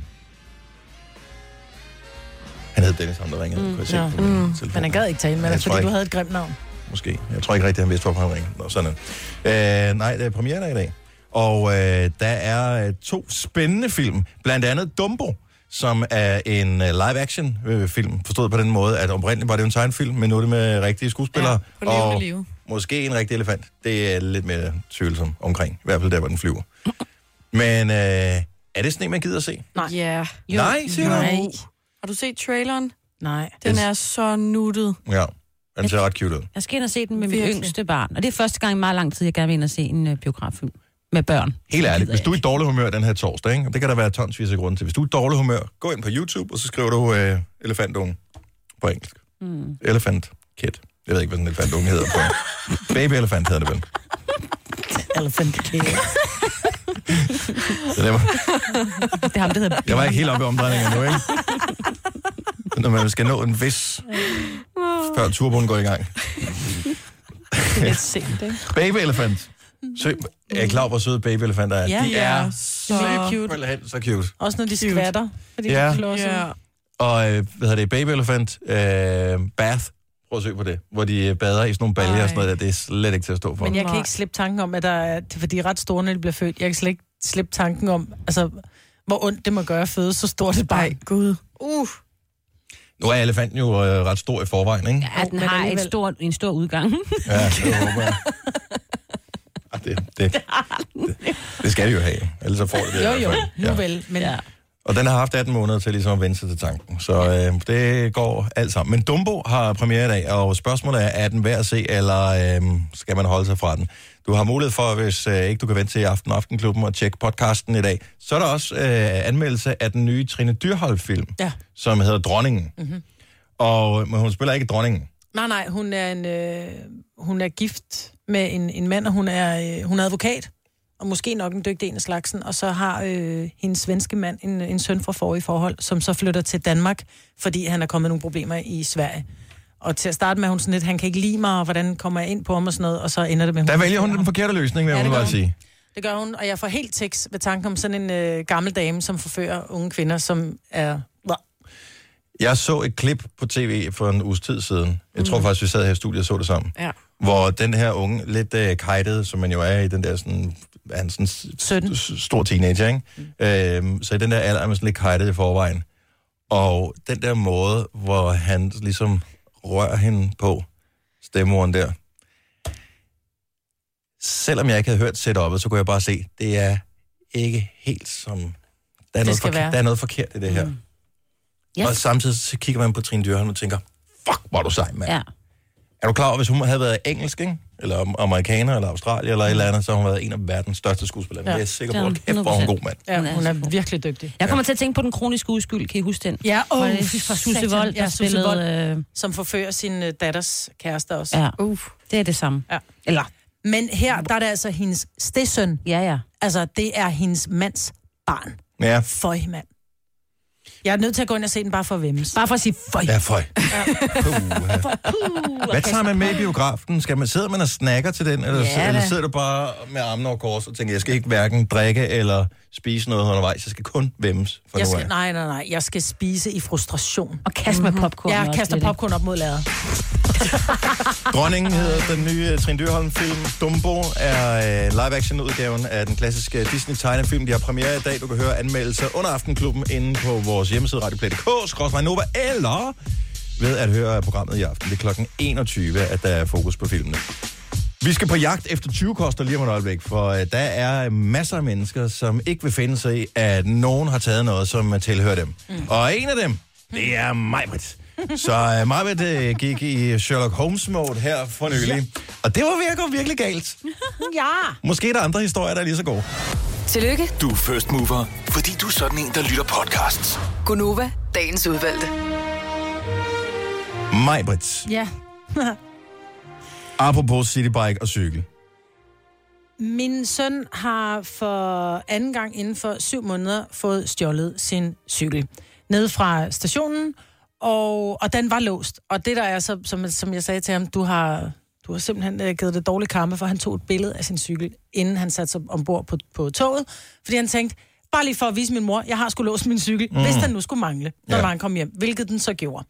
[SPEAKER 1] Han hed Dennis, ham der ringede. Mm, kunne jeg se på min telefon.
[SPEAKER 5] Men han gad ikke tale med
[SPEAKER 1] Jeg
[SPEAKER 5] dig,
[SPEAKER 1] tror
[SPEAKER 5] fordi du
[SPEAKER 1] ikke.
[SPEAKER 5] havde et grimt navn.
[SPEAKER 1] Måske. Jeg tror ikke rigtig, han vidste, hvorfor han ringede. Nå, sådan er det. øh, Nej, det er premiere i dag. Og øh, der er øh, to spændende film. Blandt andet Dumbo, som er en øh, live-action-film. forstået på den måde, at oprindeligt var det jo en tegnefilm, men nu er det med rigtige skuespillere.
[SPEAKER 4] på levende
[SPEAKER 1] og
[SPEAKER 4] liv.
[SPEAKER 1] måske en rigtig elefant. Det er lidt mere tvivlsom omkring. I hvert fald der, hvor den flyver. Men øh, er det sådan en, man gider se?
[SPEAKER 4] Nej. Ja.
[SPEAKER 1] Jo. Nej, siger du? Nej.
[SPEAKER 4] Har du set traileren?
[SPEAKER 5] Nej.
[SPEAKER 4] Den er så nuttet.
[SPEAKER 1] Ja, den ser ret cute ud.
[SPEAKER 2] Jeg skal ind og se den med mit
[SPEAKER 4] Virkelig.
[SPEAKER 2] yngste barn. Og det er første gang i meget lang tid, jeg gerne vil ind og se en uh, biograffilm med børn.
[SPEAKER 1] Helt ærligt, hvis du er i dårlig humør den her torsdag, ikke? og det kan der være tonsvis af grunde til. Hvis du er i dårlig humør, gå ind på YouTube, og så skriver du øh, elefantungen på engelsk.
[SPEAKER 2] Mm.
[SPEAKER 1] Elefant kid. Jeg ved ikke, hvad sådan en elefantunge hedder på. Baby elefant hedder det vel.
[SPEAKER 5] Elephant King.
[SPEAKER 1] Så det var,
[SPEAKER 2] det er ham, der hedder
[SPEAKER 1] jeg var ikke helt oppe i omdrejningerne nu, ikke? Så Når man skal nå en vis, før turboen går i gang.
[SPEAKER 4] Det er lidt sent, ikke?
[SPEAKER 1] Baby elefant. Så, er I klar over, hvor søde baby elefanter er?
[SPEAKER 5] Ja.
[SPEAKER 1] De er
[SPEAKER 5] Så cute.
[SPEAKER 1] simpelthen så cute.
[SPEAKER 5] Også når de skvatter, fordi
[SPEAKER 1] Ja.
[SPEAKER 5] de slår sig.
[SPEAKER 4] Ja.
[SPEAKER 1] Og øh, hvad hedder det, Baby Elephant, øh, Bath, prøv at søge på det, hvor de øh, bader i sådan nogle baljer og sådan noget der, det er slet ikke til at stå for.
[SPEAKER 5] Men jeg kan ikke slippe tanken om, at der er, det er fordi de er ret store, når de bliver født. Jeg kan slet ikke slippe tanken om, altså, hvor ondt det må gøre at føde så stort et barn. Nej, gud. Uh.
[SPEAKER 1] Nu er elefanten jo øh, ret stor i forvejen, ikke?
[SPEAKER 2] Ja, den har et stort, en stor udgang.
[SPEAKER 1] Ja, det håber jeg. Ej, Det, det, det, det skal de jo have, ellers så får det det. i
[SPEAKER 5] Jo,
[SPEAKER 1] hvert
[SPEAKER 5] jo,
[SPEAKER 1] fald.
[SPEAKER 5] nu vel, men... Ja.
[SPEAKER 1] Og den har haft 18 måneder til ligesom at vende sig til tanken. Så øh, det går alt sammen. Men Dumbo har premiere i dag, og spørgsmålet er, er den værd at se, eller øh, skal man holde sig fra den? Du har mulighed for, hvis øh, ikke du kan vente til i aften Aftenklubben og tjekke podcasten i dag, så er der også øh, anmeldelse af den nye Trine Dyrholm-film,
[SPEAKER 5] Ja.
[SPEAKER 1] som hedder Dronningen.
[SPEAKER 5] Mm-hmm.
[SPEAKER 1] Og men hun spiller ikke dronningen.
[SPEAKER 5] Nej, nej, hun er, en, øh, hun er gift med en, en mand, og hun er, øh, hun er advokat. Og måske nok en dygtig en af slagsen. Og så har øh, hendes svenske mand en, en søn fra forrige forhold, som så flytter til Danmark, fordi han er kommet nogle problemer i Sverige. Og til at starte med, er hun sådan lidt, han kan ikke lide mig, og hvordan kommer jeg ind på ham og sådan noget, og så ender det med,
[SPEAKER 1] Der vælger hun den forkerte løsning, vil
[SPEAKER 5] Ja,
[SPEAKER 1] jeg
[SPEAKER 5] det
[SPEAKER 1] ja,
[SPEAKER 5] gør
[SPEAKER 1] bare
[SPEAKER 5] hun.
[SPEAKER 1] sige.
[SPEAKER 5] Det gør hun, og jeg får helt tekst ved tanken om sådan en øh, gammel dame, som forfører unge kvinder, som er...
[SPEAKER 1] Jeg så et klip på tv for en uges tid siden. Jeg
[SPEAKER 5] Mm.
[SPEAKER 1] tror faktisk, vi sad her i studiet og så det sammen.
[SPEAKER 5] Ja.
[SPEAKER 1] hvor den her unge, lidt øh, kajtet, som man jo er i den der sådan, han er sådan s- s- stor teenager, ikke? Mm. Øhm, så i den der alder er man sådan lidt kajtet i forvejen. Og den der måde, hvor han ligesom rører hende på, stemmoren der. Selvom jeg ikke havde hørt setup'et, så kunne jeg bare se, det er ikke helt som... Der er,
[SPEAKER 5] Det
[SPEAKER 1] noget,
[SPEAKER 5] skal
[SPEAKER 1] forkert,
[SPEAKER 5] være.
[SPEAKER 1] der er noget forkert i det her. Mm.
[SPEAKER 2] Ja.
[SPEAKER 1] Og samtidig så kigger man på Trine Dyrholm og tænker, fuck, hvor er du sej, mand.
[SPEAKER 2] Ja.
[SPEAKER 1] Er du klar over, hvis hun havde været engelsk, ikke? eller am- amerikaner, eller australier, eller et eller andet, så havde hun været en af verdens største skuespillere. Ja. Jeg er sikker på, at kæft, hvor er hun god mand.
[SPEAKER 5] Ja, hun er virkelig dygtig.
[SPEAKER 2] Jeg kommer til at tænke på den kroniske udskyld, kan I huske den?
[SPEAKER 5] Ja,
[SPEAKER 2] Hvor
[SPEAKER 5] åh,
[SPEAKER 2] det er fra Susse
[SPEAKER 5] satan.
[SPEAKER 2] Vold, der
[SPEAKER 5] Ja, Susse
[SPEAKER 2] spillede...
[SPEAKER 5] Wold,
[SPEAKER 2] øh,
[SPEAKER 5] som forfører sin øh, datters kæreste også.
[SPEAKER 2] Ja, uh. det er det samme.
[SPEAKER 5] Ja.
[SPEAKER 2] Eller...
[SPEAKER 5] Men her, der er det altså hendes stedsøn.
[SPEAKER 2] Ja, ja.
[SPEAKER 5] Altså, det er hendes mands barn.
[SPEAKER 1] Ja.
[SPEAKER 5] Føj, mand. Jeg er nødt til at gå ind og se den bare for at vemmes.
[SPEAKER 2] Bare for at sige, føj.
[SPEAKER 1] Ja, føj.
[SPEAKER 5] Uh,
[SPEAKER 1] Hvad tager man med i biografen? Skal man, sidder man og snakker til den, eller,
[SPEAKER 5] Ja,
[SPEAKER 1] ja, eller
[SPEAKER 5] da.
[SPEAKER 1] sidder du bare med armene over kors og tænker, jeg skal ikke hverken drikke eller spise noget undervejs, jeg skal kun vemmes for
[SPEAKER 5] Jeg
[SPEAKER 1] nu
[SPEAKER 5] skal,
[SPEAKER 1] af.
[SPEAKER 5] nej, nej, nej. Jeg skal spise i frustration.
[SPEAKER 2] Og kaste med popcorn
[SPEAKER 5] Jeg
[SPEAKER 2] også
[SPEAKER 5] kaster
[SPEAKER 2] lidt, ikke?
[SPEAKER 5] popcorn op mod lærredet.
[SPEAKER 1] Dronningen hedder den nye øh, Trine Dyrholm-film. Dumbo er øh, live-action-udgaven af den klassiske Disney-tegnefilm. De har premiere i dag. Du kan høre anmeldelser under Aftenklubben inde på vores hjemmeside radioplay.dk, skråsvej Nova, eller ved at høre programmet i aften. Det er klokken 21, at der er fokus på filmene. Vi skal på jagt efter 20 koster lige om et øjeblik, for øh, der er masser af mennesker, som ikke vil finde sig i, at nogen har taget noget, som øh, tilhører dem. Mm. Og en af dem, det er Majbrit. Så øh, Majbrit øh, gik i Sherlock Holmes-mode her for nylig, og det var ved at gå virkelig galt.
[SPEAKER 5] ja.
[SPEAKER 1] Måske er der andre historier, der er lige så gode.
[SPEAKER 7] Tillykke,
[SPEAKER 8] Du er first mover, fordi du er sådan en, der lytter podcasts.
[SPEAKER 7] Gunova, dagens udvalgte.
[SPEAKER 1] Majbrit,
[SPEAKER 5] Ja.
[SPEAKER 1] apropos citybike og cykel.
[SPEAKER 5] Min søn har for anden gang inden for syv måneder fået stjålet sin cykel ned fra stationen, og, og den var låst. Og det der er, så, som, som jeg sagde til ham, du har, du har simpelthen øh, givet det dårlig karma, for han tog et billede af sin cykel, inden han satte sig ombord på, på toget, fordi han tænkte, bare lige for at vise min mor, jeg har skulle låst min cykel, mm.
[SPEAKER 2] Mhm.
[SPEAKER 5] hvis den nu skulle mangle, når
[SPEAKER 2] Ja.
[SPEAKER 5] ja. han kom hjem, hvilket den så gjorde.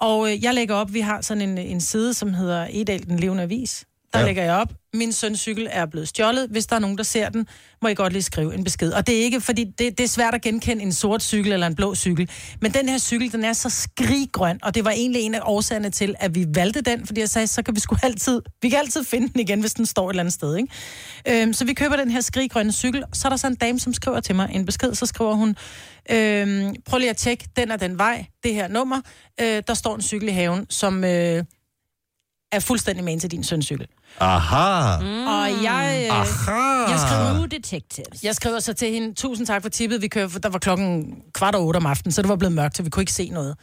[SPEAKER 5] Og øh, jeg lægger op, vi har sådan en, en side, som hedder Edal, den levende avis. Der
[SPEAKER 2] Ja.
[SPEAKER 5] ja. lægger jeg op, min søns cykel er blevet stjålet. Hvis der er nogen, der ser den, må I godt lige skrive en besked. Og det er ikke, fordi det, det er svært at genkende en sort cykel eller en blå cykel. Men den her cykel, den er så skriggrøn, og det var egentlig en af årsagerne til, at vi valgte den, fordi jeg sagde, så kan vi sgu altid, vi kan altid finde den igen, hvis den står et eller andet sted. Ikke? Øhm, så vi køber den her skriggrønne cykel, så er der så en dame, som skriver til mig en besked, så skriver hun, øhm, prøv lige at tjekke, den er den vej, det her nummer, øh, der står en cykel i haven, som øh, er fuldstændig med til din søns cykel.
[SPEAKER 1] Aha!
[SPEAKER 5] Mm. Og jeg, øh,
[SPEAKER 1] Aha.
[SPEAKER 5] jeg skriver
[SPEAKER 2] detectives.
[SPEAKER 5] Jeg skriver så til hende, tusind tak for tippet, vi kører, for der var klokken kvart over otte om aftenen, så det var blevet mørkt, så vi kunne ikke se noget.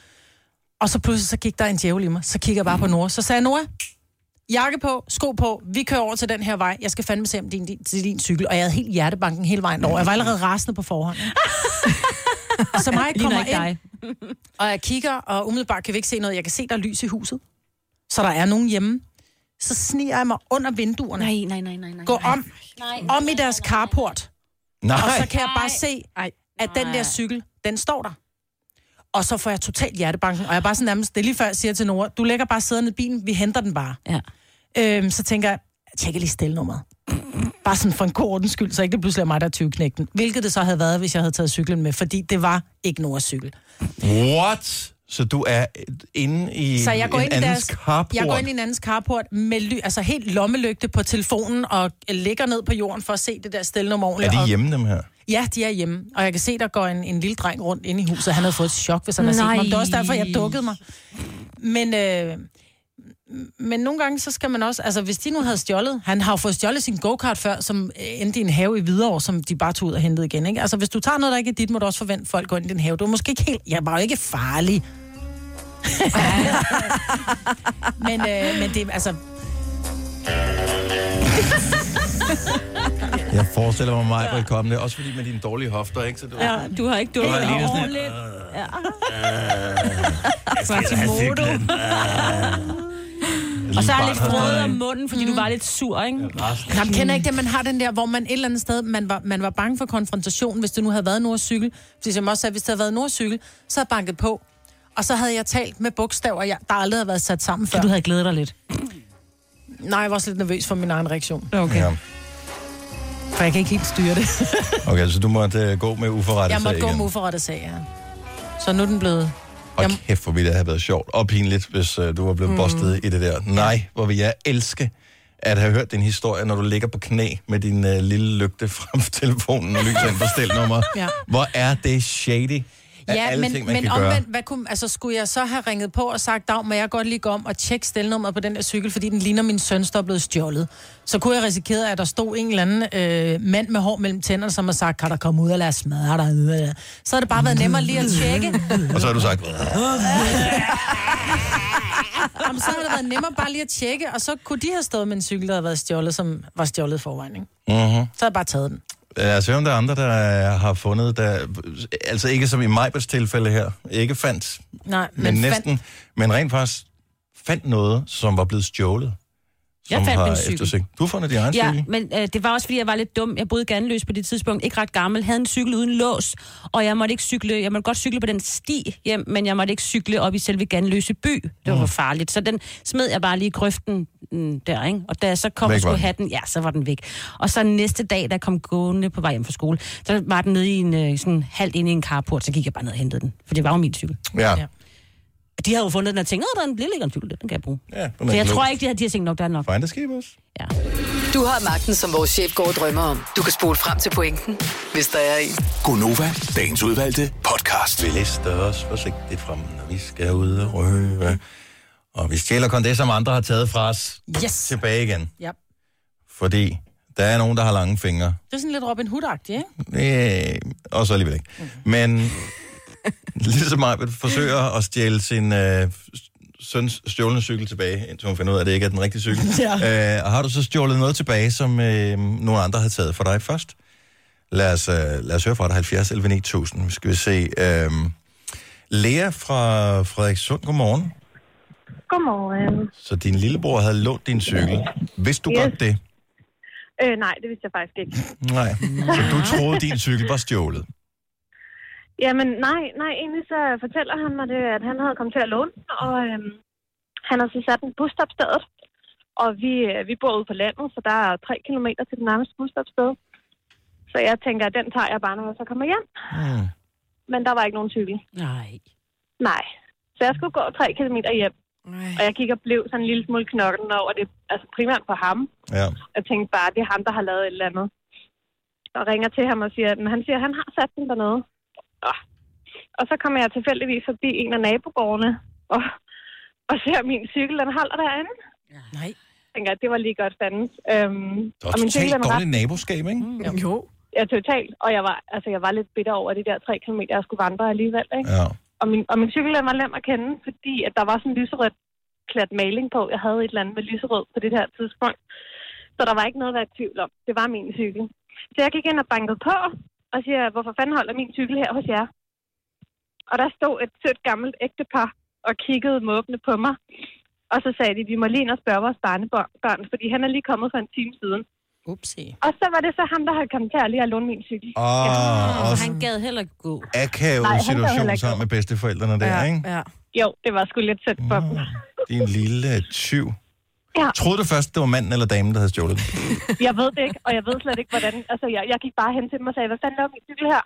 [SPEAKER 5] Og så pludselig så gik der en djævel i mig, så kigger jeg bare på Nora, så sagde jeg, Nora, jakke på, sko på, vi kører over til den her vej, jeg skal fandme se om din, din, til din cykel, og jeg havde helt hjertebanken hele vejen over, jeg var allerede rasende på forhånd. Og så mig
[SPEAKER 2] Ligner
[SPEAKER 5] kommer
[SPEAKER 2] ikke dig.
[SPEAKER 5] ind, og jeg kigger, og umiddelbart kan vi ikke se noget, jeg kan se, der er lys i huset, så der er nogen hjemme. Så sniger jeg mig under vinduerne.
[SPEAKER 2] Nej, nej, nej, nej. nej.
[SPEAKER 5] Gå om, om i deres carport.
[SPEAKER 1] Nej.
[SPEAKER 5] Og så kan jeg bare se, at den der cykel, den står der. Og så får jeg totalt hjertebanken, og jeg er bare sådan nærmest, det er lige før jeg siger til Nora, du lægger bare sæderne i bilen, vi henter den bare.
[SPEAKER 2] Ja.
[SPEAKER 5] Øhm, så tænker jeg, jeg tjekker lige stelnummeret. Bare sådan for en god ordens skyld, så ikke det pludselig er mig, der er tyvknægten. Hvilket det så havde været, hvis jeg havde taget cyklen med, fordi det var ikke Noras cykel.
[SPEAKER 1] What? Så du er inde i
[SPEAKER 5] Så jeg går,
[SPEAKER 1] en
[SPEAKER 5] ind i
[SPEAKER 1] andens
[SPEAKER 5] deres,
[SPEAKER 1] carport?
[SPEAKER 5] jeg går ind i en andens carport med ly, altså helt lommelygte på telefonen og ligger ned på jorden for at se det der stelnummer
[SPEAKER 1] Er
[SPEAKER 5] ordentligt.
[SPEAKER 1] de
[SPEAKER 5] og-
[SPEAKER 1] hjemme, dem her?
[SPEAKER 5] Ja, de er hjemme. Og jeg kan se, der går en, en lille dreng rundt inde i huset. Han havde fået et chok, hvis han havde set
[SPEAKER 2] Nej.
[SPEAKER 5] mig. Det var også derfor, jeg dukkede mig. Men, øh, men nogle gange, så skal man også... Altså, hvis de nu havde stjålet... Han har jo fået stjålet sin go-kart før, som øh, endte i en have i Hvidovre, som de bare tog ud og hentede igen. Ikke? Altså, hvis du tager noget, der ikke er dit, må du også forvente, at folk går ind i din have. Du er måske ikke helt... Jeg var jo ikke farlig. men, øh, men det, altså,
[SPEAKER 1] Jeg forestiller mig mig, hvor kommende. Også fordi med dine dårlige hofter, ikke? Så det var...
[SPEAKER 2] Ja, du har ikke
[SPEAKER 1] Det var
[SPEAKER 2] dukket
[SPEAKER 1] lige sådan
[SPEAKER 2] ordentligt. Ja.
[SPEAKER 1] Quasimodo.
[SPEAKER 2] Og så er jeg
[SPEAKER 5] barn
[SPEAKER 2] lidt
[SPEAKER 5] har
[SPEAKER 2] frød
[SPEAKER 5] stadig-
[SPEAKER 2] om munden, fordi
[SPEAKER 1] Mm.
[SPEAKER 2] du var lidt sur, ikke?
[SPEAKER 5] Nå, men kender I ikke det, man har den der, hvor man et eller andet sted, man var, man var bange for konfrontation, hvis det nu havde været Nordcykel. Fordi som jeg også sagde, hvis det havde været Nordcykel, så havde jeg banket på. Og så havde jeg talt med bogstaver, jeg, der aldrig havde været sat sammen før.
[SPEAKER 2] Du havde glædet dig lidt.
[SPEAKER 5] Nej, jeg var også lidt nervøs for min egen reaktion.
[SPEAKER 2] Okay.
[SPEAKER 1] Ja.
[SPEAKER 5] For jeg kan ikke helt styre det.
[SPEAKER 1] Okay, så du måtte uh, gå med uforrettet
[SPEAKER 5] jeg måtte
[SPEAKER 1] sag
[SPEAKER 5] gå
[SPEAKER 1] igen.
[SPEAKER 5] med uforrettet sag, ja. Så nu er den blevet...
[SPEAKER 1] Og kæft, hvor ville det have været sjovt og pinligt, hvis uh, du var blevet mm. bustet i det der. Nej, hvor vil jeg elske at have hørt din historie, når du ligger på knæ med din uh, lille lygte frem for telefonen og lyser ind på stelnummeret.
[SPEAKER 5] Ja.
[SPEAKER 1] Hvor er det shady af
[SPEAKER 5] Ja,
[SPEAKER 1] alle
[SPEAKER 5] men,
[SPEAKER 1] ting, man
[SPEAKER 5] men
[SPEAKER 1] kan gøre.
[SPEAKER 5] omvendt, hvad kunne, altså, skulle jeg så have ringet på og sagt, Dag, må jeg godt lige gå om og tjekke stelnummeret på den der cykel, fordi den ligner min søn, der er blevet stjålet. Så kunne jeg risikere, at der stod en eller anden øh, mand med hår mellem tænderne, som har sagt, kan der komme ud og lade os smadre dig? Så har det bare været nemmere lige at tjekke.
[SPEAKER 1] Og så har du sagt,
[SPEAKER 5] Jamen, så har det været nemmere bare lige at tjekke, og så kunne de have stået med en cykel, der havde været stjålet, som var stjålet i forvejen. Ikke?
[SPEAKER 1] Mhm.
[SPEAKER 5] Så havde jeg bare taget den.
[SPEAKER 1] Lad os høre, om der er andre, der har fundet, der, altså ikke som i Majbets tilfælde her, ikke fandt,
[SPEAKER 5] Nej,
[SPEAKER 1] men, men næsten, men rent faktisk fandt noget, som var blevet stjålet.
[SPEAKER 2] Jeg
[SPEAKER 1] som
[SPEAKER 2] fandt
[SPEAKER 1] har
[SPEAKER 2] min cykel.
[SPEAKER 1] eftersøgt. Du har fundet din egen
[SPEAKER 2] Ja,
[SPEAKER 1] cykel?
[SPEAKER 2] men øh, det var også, fordi jeg var lidt dum. Jeg boede ganløs på det tidspunkt, ikke ret gammel, havde en cykel uden lås, og jeg måtte ikke cykle. Jeg måtte godt cykle på den sti hjem, men jeg måtte ikke cykle op i selve ganløse by. Det
[SPEAKER 1] Mm.
[SPEAKER 2] var for farligt. Så den smed jeg bare lige i grøften mm, der, ikke? Og da jeg så kom og
[SPEAKER 15] Væk var
[SPEAKER 2] skulle
[SPEAKER 15] den.
[SPEAKER 2] have den, ja, så var den væk. Og så næste dag, der kom gående på vej hjem fra skole, så var den nede i en, øh, sådan halvt inde i en carport, så gik jeg bare ned og hentede den, for det var jo min cykel.
[SPEAKER 1] Ja.
[SPEAKER 2] De havde jo fundet den og tænkt, at der er en lille en cykel, den kan jeg bruge.
[SPEAKER 1] Ja,
[SPEAKER 2] så jeg tror ikke, de har, de har tænkt nok, der er nok.
[SPEAKER 1] Find the skibers.
[SPEAKER 7] Du har magten, som vores chef går og drømmer om. Du kan spole frem til pointen, hvis der er en.
[SPEAKER 8] Gonova, dagens udvalgte podcast.
[SPEAKER 1] Vi lister os forsigtigt frem, når vi skal ud og røve. Og vi stjæler kun det, som andre har taget fra os
[SPEAKER 5] yes.
[SPEAKER 1] tilbage igen.
[SPEAKER 5] Ja.
[SPEAKER 1] Fordi der er nogen, der har lange fingre.
[SPEAKER 5] Det er sådan lidt Robin Hood-agtigt, ikke?
[SPEAKER 1] Øh, og så alligevel ikke. Men ligesom Majbet forsøger at stjæle sin øh, søns stjålne cykel tilbage, indtil hun finder ud af, at det ikke er den rigtige cykel.
[SPEAKER 18] Ja.
[SPEAKER 1] Øh, og har du så stjålet noget tilbage, som øh, nogle andre har taget for dig først? Lad os, øh, lad os høre fra dig, 70 11 9000. Skal vi se. Øh, Lea fra Frederikssund, godmorgen.
[SPEAKER 15] Godmorgen.
[SPEAKER 1] Så din lillebror havde lånt din cykel. Vidste du
[SPEAKER 15] Yes.
[SPEAKER 1] godt det?
[SPEAKER 15] Øh, nej, det vidste jeg faktisk ikke.
[SPEAKER 1] Nej. Så du troede, din cykel var stjålet?
[SPEAKER 15] Jamen, nej, nej, egentlig så fortæller han mig det, at han havde kommet til at låne den, og øhm, han har så sat den på busstopstedet. Og vi, øh, vi bor ude på landet, så der er tre kilometer til den nærmeste busstopsted. Så jeg tænker, at den tager jeg bare, når jeg så kommer hjem.
[SPEAKER 1] Mm.
[SPEAKER 15] Men der var ikke nogen cykel.
[SPEAKER 2] Nej.
[SPEAKER 15] Nej. Så jeg skulle gå tre kilometer hjem. Og jeg gik og blev sådan en lille smule knokken over det, altså primært på ham.
[SPEAKER 1] Ja.
[SPEAKER 15] Jeg tænkte bare, det er ham, der har lavet et eller andet. Og ringer til ham og siger, at han siger, at han har sat den dernede. Og, og så kommer jeg tilfældigvis forbi en af nabogårdene og, og ser min cykel, den holder derinde.
[SPEAKER 5] Nej.
[SPEAKER 15] Jeg tænker, at det var lige godt fandens. Øhm,
[SPEAKER 1] Der er totalt
[SPEAKER 15] var
[SPEAKER 1] dårligt naboskab, ikke? Mm.
[SPEAKER 15] Jo. Ja, totalt. Og jeg var, altså, jeg var lidt bitter over de der tre kilometer, jeg skulle vandre alligevel. Ikke?
[SPEAKER 1] Ja.
[SPEAKER 15] Og, min, og min cykel den var nem at kende, fordi at der var sådan en lyserødt klat maling på. Jeg havde et eller andet med lyserød på det her tidspunkt. Så der var ikke noget at være i tvivl om. Det var min cykel. Så jeg gik ind og bankede på og siger, hvorfor fanden holder min cykel her hos jer? Og der stod et sødt gammelt ægtepar og kiggede måbende på mig. Og så sagde de, vi må lige ind og spørge vores barnebørn, børn, fordi han er lige kommet for en time siden.
[SPEAKER 5] Upsi.
[SPEAKER 15] Og så var det så ham, der havde kommet til at lige at låne min cykel.
[SPEAKER 1] Ah,
[SPEAKER 2] Og
[SPEAKER 1] også
[SPEAKER 2] han gad heller ikke gå.
[SPEAKER 1] akavet
[SPEAKER 15] Nej, han gad heller
[SPEAKER 1] situation
[SPEAKER 15] ikke
[SPEAKER 1] sammen med bedsteforældrene der, ikke?
[SPEAKER 15] ja. Jo, det var sgu lidt tæt på dem.
[SPEAKER 1] Din lille øh, tyv.
[SPEAKER 15] Ja.
[SPEAKER 1] Troede du først, det var manden eller damen, der havde stjålet den?
[SPEAKER 15] Jeg ved det ikke, og jeg ved slet ikke, hvordan... Altså, jeg, jeg gik bare hen til dem og sagde, hvad fanden laver min cykel her?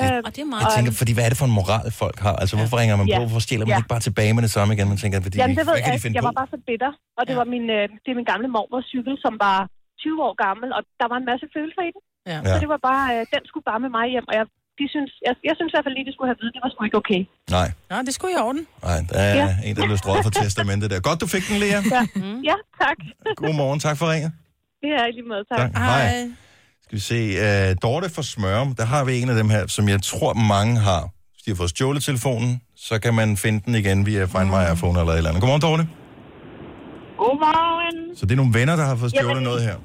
[SPEAKER 15] Øh, og det er
[SPEAKER 1] Jeg tænker, fordi hvad er det for en moral, folk har? Altså, hvorfor ringer man
[SPEAKER 15] Ja.
[SPEAKER 1] på? Hvorfor stjæler man
[SPEAKER 15] Ja.
[SPEAKER 1] ikke bare tilbage med det samme igen? Man tænker, fordi,
[SPEAKER 15] Jamen, det ved
[SPEAKER 1] hvad
[SPEAKER 15] jeg
[SPEAKER 1] kan de
[SPEAKER 15] ikke.
[SPEAKER 1] finde
[SPEAKER 15] Jeg
[SPEAKER 1] på?
[SPEAKER 15] var bare så bitter. Og det, var min, øh, det er min gamle mormors cykel, som var 20 år gammel, og der var en masse følelser i den.
[SPEAKER 5] Ja.
[SPEAKER 15] Så
[SPEAKER 1] Ja.
[SPEAKER 15] det var bare... Øh, den skulle bare med mig hjem, og jeg, de synes, jeg, jeg synes i hvert fald lige, de skulle have videt, det var sgu ikke okay.
[SPEAKER 1] Nej,
[SPEAKER 5] Nå, det skulle i orden.
[SPEAKER 1] nej, der er
[SPEAKER 15] Ja.
[SPEAKER 1] en, der blev strøget for testamentet der. Godt, du fik den, Lea.
[SPEAKER 15] Ja, ja tak.
[SPEAKER 1] Godmorgen, tak for ringet.
[SPEAKER 15] Det er i lige måde, tak.
[SPEAKER 1] Tak. Hej. Hej. Skal vi se, uh, Dorte fra Smørum, der har vi en af dem her, som jeg tror mange har. Hvis de har fået stjålet telefonen, så kan man finde den igen via Find My iPhone eller et eller andet. Godmorgen, Dorte.
[SPEAKER 16] Godmorgen.
[SPEAKER 1] Så det er nogle venner, der har fået stjålet
[SPEAKER 16] Jamen,
[SPEAKER 1] noget her.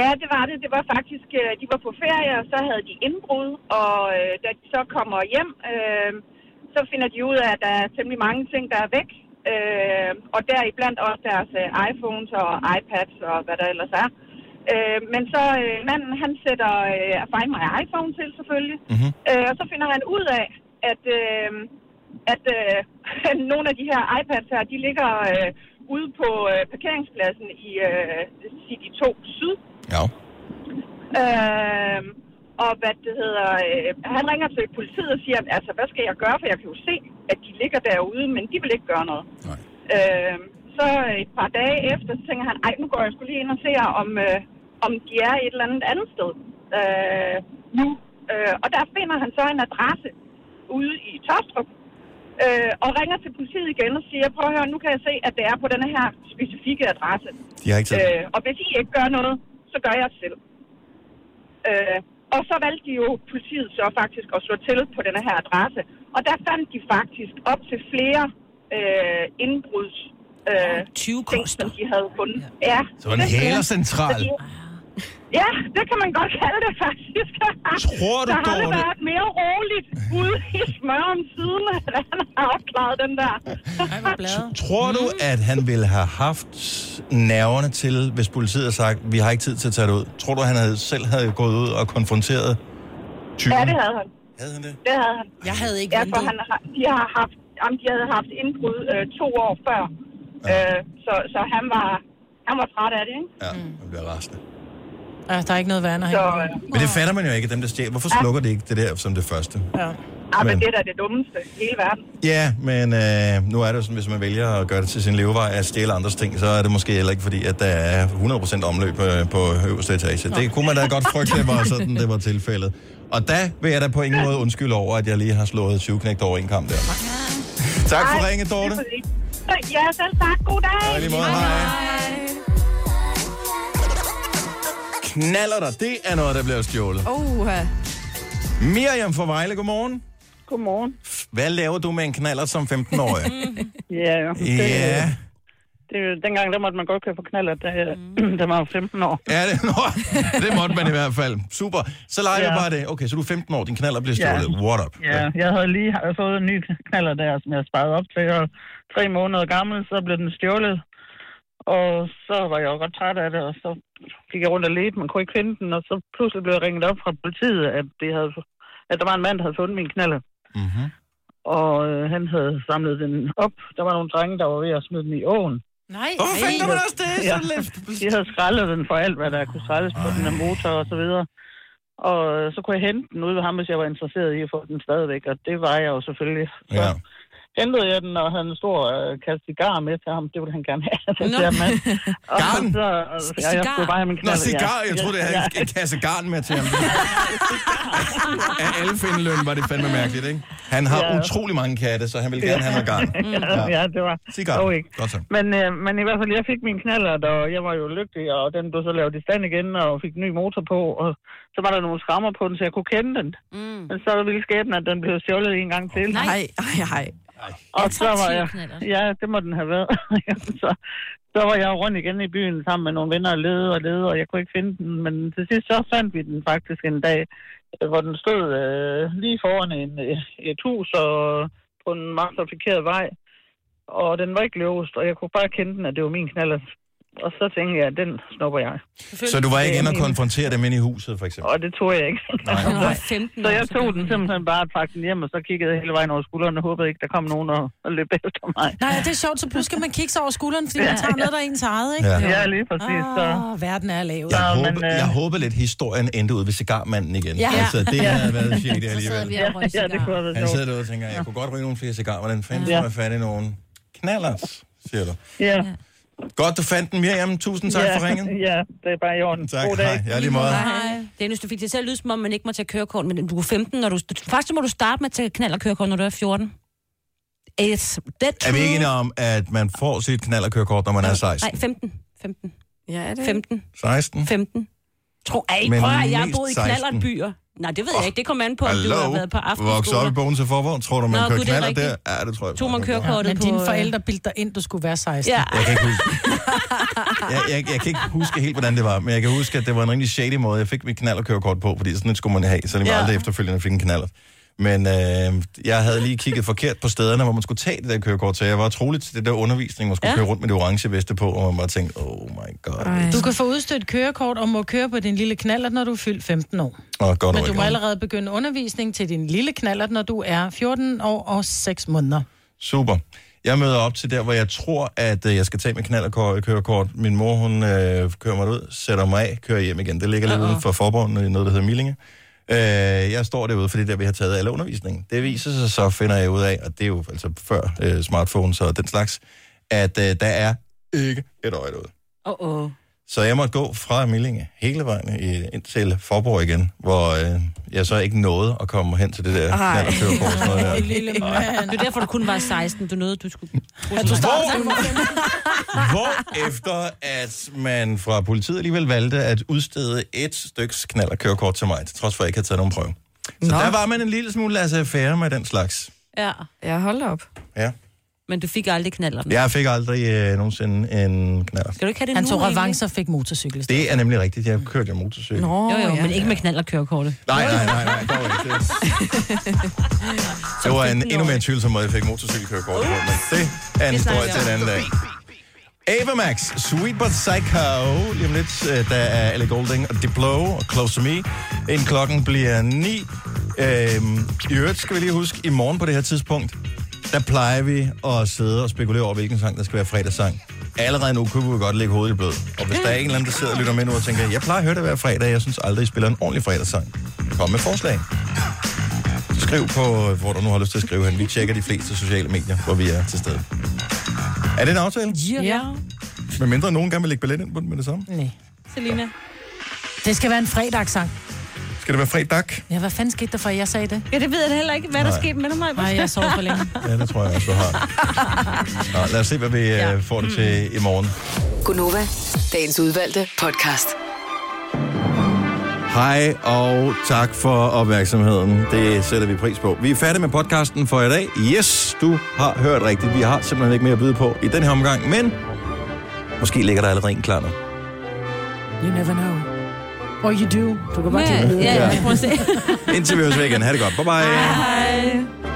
[SPEAKER 16] Ja, det var det. Det var faktisk, øh, de var på ferie, og så havde de indbrud, og øh, da de så kommer hjem, øh, så finder de ud af, at der er temmelig mange ting, der er væk, øh, og deriblandt også deres øh, iPhones og iPads og hvad der ellers er. Øh, men så øh, manden, han sætter øh, Find My iPhone til selvfølgelig, mm-hmm. øh, og så finder han ud af, at, øh, at øh, nogle af de her iPads her, de ligger øh, ude på øh, parkeringspladsen i øh, City 2 Syd. Øh, og hvad det hedder, øh, han ringer til politiet og siger, altså hvad skal jeg gøre, for jeg kan jo se, at de ligger derude, men de vil ikke gøre noget. Øh, så et par dage efter, så tænker han, ej nu går jeg skulle lige ind og ser, om, øh, om de er et eller andet andet sted øh, nu. Øh, og der finder han så en adresse ude i Tostrup, øh, og ringer til politiet igen og siger, prøv at høre, nu kan jeg se, at det er på den her specifikke adresse.
[SPEAKER 1] De har ikke taget
[SPEAKER 16] Øh, og hvis I ikke gør noget, så gør jeg det selv. Øh, og så valgte de jo politiet så faktisk at slå til på den her adresse. Og der fandt de faktisk op til flere øh, indbruds øh, ting, som de havde fundet. Ja.
[SPEAKER 1] Så en hælercentral.
[SPEAKER 16] Så de- Ja, det kan man godt kalde det faktisk.
[SPEAKER 1] Tror du,
[SPEAKER 16] der har aldrig
[SPEAKER 1] Dorte?
[SPEAKER 16] været mere roligt ude i smøren siden, at han har opklaret den der.
[SPEAKER 1] Tror du,
[SPEAKER 16] Mm.
[SPEAKER 1] at han ville have haft nerverne til, hvis politiet havde sagt, vi har ikke tid til at tage det ud? Tror du, han havde, selv havde gået ud og konfronteret tyven?
[SPEAKER 16] Ja, det havde han.
[SPEAKER 1] Havde han det?
[SPEAKER 16] Det havde han.
[SPEAKER 5] Jeg havde ikke
[SPEAKER 16] ja, for han, har- de har haft, jamen, de havde haft indbrud øh, to år før. Ja. Øh, så, så han var, han var træt af det, ikke?
[SPEAKER 1] Ja,
[SPEAKER 5] Mm.
[SPEAKER 1] han bliver rasende.
[SPEAKER 5] Ja, der er ikke noget værende
[SPEAKER 16] Så,
[SPEAKER 5] her.
[SPEAKER 16] øh,
[SPEAKER 1] Men det fatter man jo ikke, dem der stjæler. Hvorfor
[SPEAKER 16] Ja.
[SPEAKER 1] slukker det ikke det der som det første?
[SPEAKER 5] ja.
[SPEAKER 16] ja, men
[SPEAKER 1] Men-
[SPEAKER 16] det er da det dummeste i hele verden.
[SPEAKER 1] Ja, men øh, nu er det jo sådan, hvis man vælger at gøre det til sin levevej at stjæle andres ting, så er det måske heller ikke fordi, at der er 100% omløb øh, på øverste etage. Det kunne man da godt frygte, det var sådan, det var tilfældet. Og der vil jeg da på ingen måde undskylde over, at jeg lige har slået syvknægt over en kamp der. Tak for
[SPEAKER 16] Ej,
[SPEAKER 1] ringet, Dorte.
[SPEAKER 16] det er fordi- Så- Ja, selv tak. God dag.
[SPEAKER 1] Og i lige måde, hej. Knaller dig, det er noget, der bliver stjålet.
[SPEAKER 4] Oha.
[SPEAKER 1] Miriam fra Vejle, godmorgen.
[SPEAKER 18] Godmorgen.
[SPEAKER 1] Hvad laver du med en knaller som 15-årig?
[SPEAKER 18] Ja, jo. Det,
[SPEAKER 1] Ja.
[SPEAKER 18] Det, det, dengang, der måtte man godt køre på knaller, da, mm. da man var 15 år.
[SPEAKER 1] Ja, det, nå, det måtte man i hvert fald. Super. Så leger ja.
[SPEAKER 18] Ja.
[SPEAKER 1] vi bare det. Okay, så du er 15 år, din knaller bliver
[SPEAKER 18] Ja.
[SPEAKER 1] stjålet. What up?
[SPEAKER 18] Ja, jeg havde lige ha- fået en ny knaller der, som jeg sparede op til. Og tre måneder gammel, så blev den stjålet. Og så var jeg jo godt træt af det, og så gik jeg rundt og ledte, man kunne ikke finde den. Og så pludselig blev jeg ringet op fra politiet, at, de havde, at der var en mand, der havde fundet min knaller. Mhm.
[SPEAKER 1] Mm-hmm.
[SPEAKER 18] Og øh, han havde samlet den op. Der var nogle drenge, der var ved at smide den i åen.
[SPEAKER 5] Nej,
[SPEAKER 1] Hvorfor fanden gør man også det?
[SPEAKER 18] Ja.
[SPEAKER 1] Så lidt.
[SPEAKER 18] De havde skrællet den for alt, hvad der kunne skrælles på den her motor og så videre. Og øh, så kunne jeg hente den ud ved ham, hvis jeg var interesseret i at få den stadigvæk, og det var jeg jo selvfølgelig. Så
[SPEAKER 1] Ja.
[SPEAKER 18] hentede jeg den, og havde en stor øh, kasse cigar med til ham. Det ville han gerne have. Så sagde jeg, "Mand." Og så, og, ja, jeg skulle bare have min
[SPEAKER 1] Nå,
[SPEAKER 18] knald.
[SPEAKER 1] cigar. Jeg troede, det havde
[SPEAKER 18] ja.
[SPEAKER 1] en- en kasse garn med til ham. Af alle findeløn var det fandme mærkeligt, ikke? Han har
[SPEAKER 18] Ja.
[SPEAKER 1] utrolig mange katte, så han vil gerne have noget garn.
[SPEAKER 18] ja, ja, det var
[SPEAKER 1] Cigar.
[SPEAKER 18] dog ikke.
[SPEAKER 1] Godt så.
[SPEAKER 18] Men, øh, men i hvert fald, jeg fik min knallert, og jeg var jo lykkelig, og den blev så lavet i stand igen, og fik ny motor på, og så var der nogle skrammer på den, så jeg kunne kende den. Mm. Men så ville skæbnen, at den blev stjålet en gang til.
[SPEAKER 4] Nej, nej, nej.
[SPEAKER 18] Og så var jeg,
[SPEAKER 4] Attraktiv knallert.
[SPEAKER 18] ja, det må den have været. så, så var jeg jo rundt igen i byen sammen med nogle venner og lede og lede, og jeg kunne ikke finde den. Men til sidst så fandt vi den faktisk en dag, øh, hvor den stod øh, lige foran en, øh, et hus og på en meget trafikeret vej. Og den var ikke låst, og jeg kunne bare kende den, at det var min knaller. Og så tænkte jeg, at den snupper jeg.
[SPEAKER 1] Så du var ikke inde og
[SPEAKER 18] Det er min.
[SPEAKER 1] konfrontere dem ind i huset, for eksempel?
[SPEAKER 18] Og det tror jeg ikke.
[SPEAKER 1] Nej.
[SPEAKER 2] var 15
[SPEAKER 18] Så
[SPEAKER 2] år,
[SPEAKER 18] jeg
[SPEAKER 2] så
[SPEAKER 18] tog
[SPEAKER 2] det var
[SPEAKER 18] den
[SPEAKER 2] helt-
[SPEAKER 18] simpelthen bare og trak den hjem, og så kiggede jeg hele vejen over skulderen og håbede ikke, der kom nogen og, og løb efter mig.
[SPEAKER 5] Nej, det er sjovt, så pludselig skal man kigge sig over skulderen, fordi man tager noget, der er ens eget, ikke?
[SPEAKER 1] Ja.
[SPEAKER 18] Ja, lige præcis, så-
[SPEAKER 5] Åh, verden er lavet.
[SPEAKER 1] Jeg, håber, jeg
[SPEAKER 18] øh-
[SPEAKER 1] håber lidt, historien endte ud ved cigarmanden igen.
[SPEAKER 5] Ja.
[SPEAKER 1] Altså, det
[SPEAKER 5] Ja.
[SPEAKER 1] havde været shit alligevel.
[SPEAKER 18] Ja, ja, det kunne have været
[SPEAKER 1] Han
[SPEAKER 18] sjovt.
[SPEAKER 1] sidder derude og tænker, jeg kunne godt ryge nogle flere cigarer, hvordan fanden
[SPEAKER 18] Ja.
[SPEAKER 1] ja. jeg fat i nogen? Knallers, siger du.
[SPEAKER 18] Ja.
[SPEAKER 1] Godt, du fandt den, Miriam. Tusind tak
[SPEAKER 18] ja,
[SPEAKER 1] for ringet.
[SPEAKER 18] Ja, det er bare i orden.
[SPEAKER 1] Tak,
[SPEAKER 18] God dag.
[SPEAKER 1] hej. Ja, lige måde.
[SPEAKER 2] Hej. Dennis, du fik det til at lyde, som om man ikke må tage kørekort, men du er 15, når du... Først så må du starte med at tage knald og kørekort, når du er 14. It's that
[SPEAKER 1] Er vi
[SPEAKER 2] true.
[SPEAKER 1] ikke enige om, at man får sit knallerkørekort, når man er 16?
[SPEAKER 2] Nej, 15. 15.
[SPEAKER 4] Ja, er det?
[SPEAKER 2] 15.
[SPEAKER 1] 16?
[SPEAKER 2] 15. Tror jeg ikke.
[SPEAKER 1] Men
[SPEAKER 2] Prøv at jeg har
[SPEAKER 1] mest
[SPEAKER 2] boet i
[SPEAKER 1] 16.
[SPEAKER 2] knallertbyer. Nej, det ved jeg ikke. Det kommer an på, om du har
[SPEAKER 1] Hallo?
[SPEAKER 2] været på aftenskoler.
[SPEAKER 1] Vokser op i bogen til forvogn? Tror du, man
[SPEAKER 2] Nå,
[SPEAKER 1] kører
[SPEAKER 2] gud, det er
[SPEAKER 1] knaller der?
[SPEAKER 2] rigtigt.
[SPEAKER 1] Ja, det tror jeg.
[SPEAKER 2] Tog man kørekortet
[SPEAKER 5] Men
[SPEAKER 2] på...
[SPEAKER 5] dine
[SPEAKER 2] øh,
[SPEAKER 5] forældre bildte dig ind, du skulle være 16.
[SPEAKER 2] Ja.
[SPEAKER 1] Jeg kan, ikke huske. Jeg, jeg, jeg kan ikke huske helt, hvordan det var, men jeg kan huske, at det var en rigtig shady måde, jeg fik mit knallerkørekort på, fordi sådan et skulle man have, så jeg
[SPEAKER 5] Ja.
[SPEAKER 1] aldrig efterfølgende fik en knaller. Men øh, jeg havde lige kigget forkert på stederne, hvor man skulle tage det der kørekort, så jeg var troligt til det der undervisning, man skulle ja. køre rundt med det orange veste på, og man bare tænkte, oh my god.
[SPEAKER 5] Du kan få udstødt kørekort og må køre på din lille knallert, når du er fyldt 15 år.
[SPEAKER 1] Åh, godt
[SPEAKER 5] Men
[SPEAKER 1] over
[SPEAKER 5] du
[SPEAKER 1] i
[SPEAKER 5] må
[SPEAKER 1] år.
[SPEAKER 5] allerede begynde undervisning til din lille knallert, når du er 14 år og 6 måneder.
[SPEAKER 1] Super. Jeg møder op til der, hvor jeg tror, at øh, jeg skal tage mit knallerkørekort. Min mor, hun øh, kører mig ud, sætter mig af, kører hjem igen. Det ligger lidt uden for forbundet i noget, der hedder Millinge. Øh, jeg står derude, fordi det er der, vi har taget alle undervisningen. Det viser sig, så finder jeg ud af, og det er jo altså før øh, smartphones og den slags, at øh, der er ikke et øje derude.
[SPEAKER 2] Åh, oh, oh.
[SPEAKER 1] Så jeg måtte gå fra Millinge hele vejen i, ind til Forborg igen, hvor øh, jeg så ikke nåede at komme hen til det der knallerkørekort. og sådan noget der.
[SPEAKER 5] lille
[SPEAKER 2] mand. Det er derfor, du kun var 16. Du nåede, du skulle... Ja,
[SPEAKER 1] du Hvor efter at man fra politiet alligevel valgte at udstede et styks knald og kørekort til mig, til trods for at jeg ikke havde taget nogen prøve. Så
[SPEAKER 4] Nå.
[SPEAKER 1] der var man en lille smule altså affære med den slags.
[SPEAKER 2] Ja.
[SPEAKER 4] Ja, hold da op.
[SPEAKER 1] Ja.
[SPEAKER 2] Men du fik aldrig knaller den.
[SPEAKER 1] Jeg fik aldrig øh, nogensinde en knallert.
[SPEAKER 2] Skal du ikke have det
[SPEAKER 5] Han
[SPEAKER 2] nu,
[SPEAKER 5] tog
[SPEAKER 2] egentlig?
[SPEAKER 5] revancer og fik motorcykel.
[SPEAKER 1] Det er nemlig rigtigt. Jeg kørte jo motorcykel.
[SPEAKER 5] Nå,
[SPEAKER 2] jo, jo,
[SPEAKER 5] ja.
[SPEAKER 2] men ikke med knallerkørekortet.
[SPEAKER 1] Nej, nej, nej, nej. dog ikke. Det, det var en endnu mere tvivlsom måde, jeg fik motorcykelkørekort på. Men det er en
[SPEAKER 2] Det snakker
[SPEAKER 1] historie
[SPEAKER 2] vi
[SPEAKER 1] til en anden
[SPEAKER 2] om.
[SPEAKER 1] dag. Ava Max, Sweet But Psycho. Lige om lidt, øh, der er Ellie Goulding og Diplo og Close to Me. Inden klokken bliver 9. Øhm, I øvrigt skal vi lige huske, i morgen på det her tidspunkt, der plejer vi at sidde og spekulere over, hvilken sang der skal være fredagssang. Allerede nu kunne vi godt lægge hovedet i blød. Og hvis der er en eller anden, der sidder og lytter med nu og tænker, jeg plejer at høre det hver fredag, jeg synes aldrig, I spiller en ordentlig fredagssang. Kom med forslag. Skriv på, hvor du nu har lyst til at skrive hen. Vi tjekker de fleste sociale medier, hvor vi er til stede. Er det en aftale?
[SPEAKER 5] Ja.
[SPEAKER 1] Men mindre nogen gerne vil lægge ballet ind på den med det samme.
[SPEAKER 5] Nej.
[SPEAKER 2] Selina.
[SPEAKER 5] Det skal være en fredagssang.
[SPEAKER 1] Skal det være fredag?
[SPEAKER 5] Ja, hvad fanden skete der for, at jeg sagde det?
[SPEAKER 2] Ja, det ved jeg da heller ikke. Hvad der
[SPEAKER 1] Nej.
[SPEAKER 2] skete med mig?
[SPEAKER 5] Nej, jeg sov for længe.
[SPEAKER 1] Ja, det tror jeg også, du har. Nå, lad os se, hvad vi ja. får det til i morgen.
[SPEAKER 7] Gunova, dagens udvalgte podcast.
[SPEAKER 1] Hej og tak for opmærksomheden. Det sætter vi pris på. Vi er færdige med podcasten for i dag. Yes, du har hørt rigtigt. Vi har simpelthen ikke mere at byde på i den her omgang, men måske ligger der allerede en klar nu.
[SPEAKER 5] You never know. Or you do. Du kan bare
[SPEAKER 2] Ja,
[SPEAKER 5] klippe.
[SPEAKER 2] ja, prøv at se.
[SPEAKER 1] Indtil vi høres ved igen. Ha' det godt. Bye bye.
[SPEAKER 2] Hej.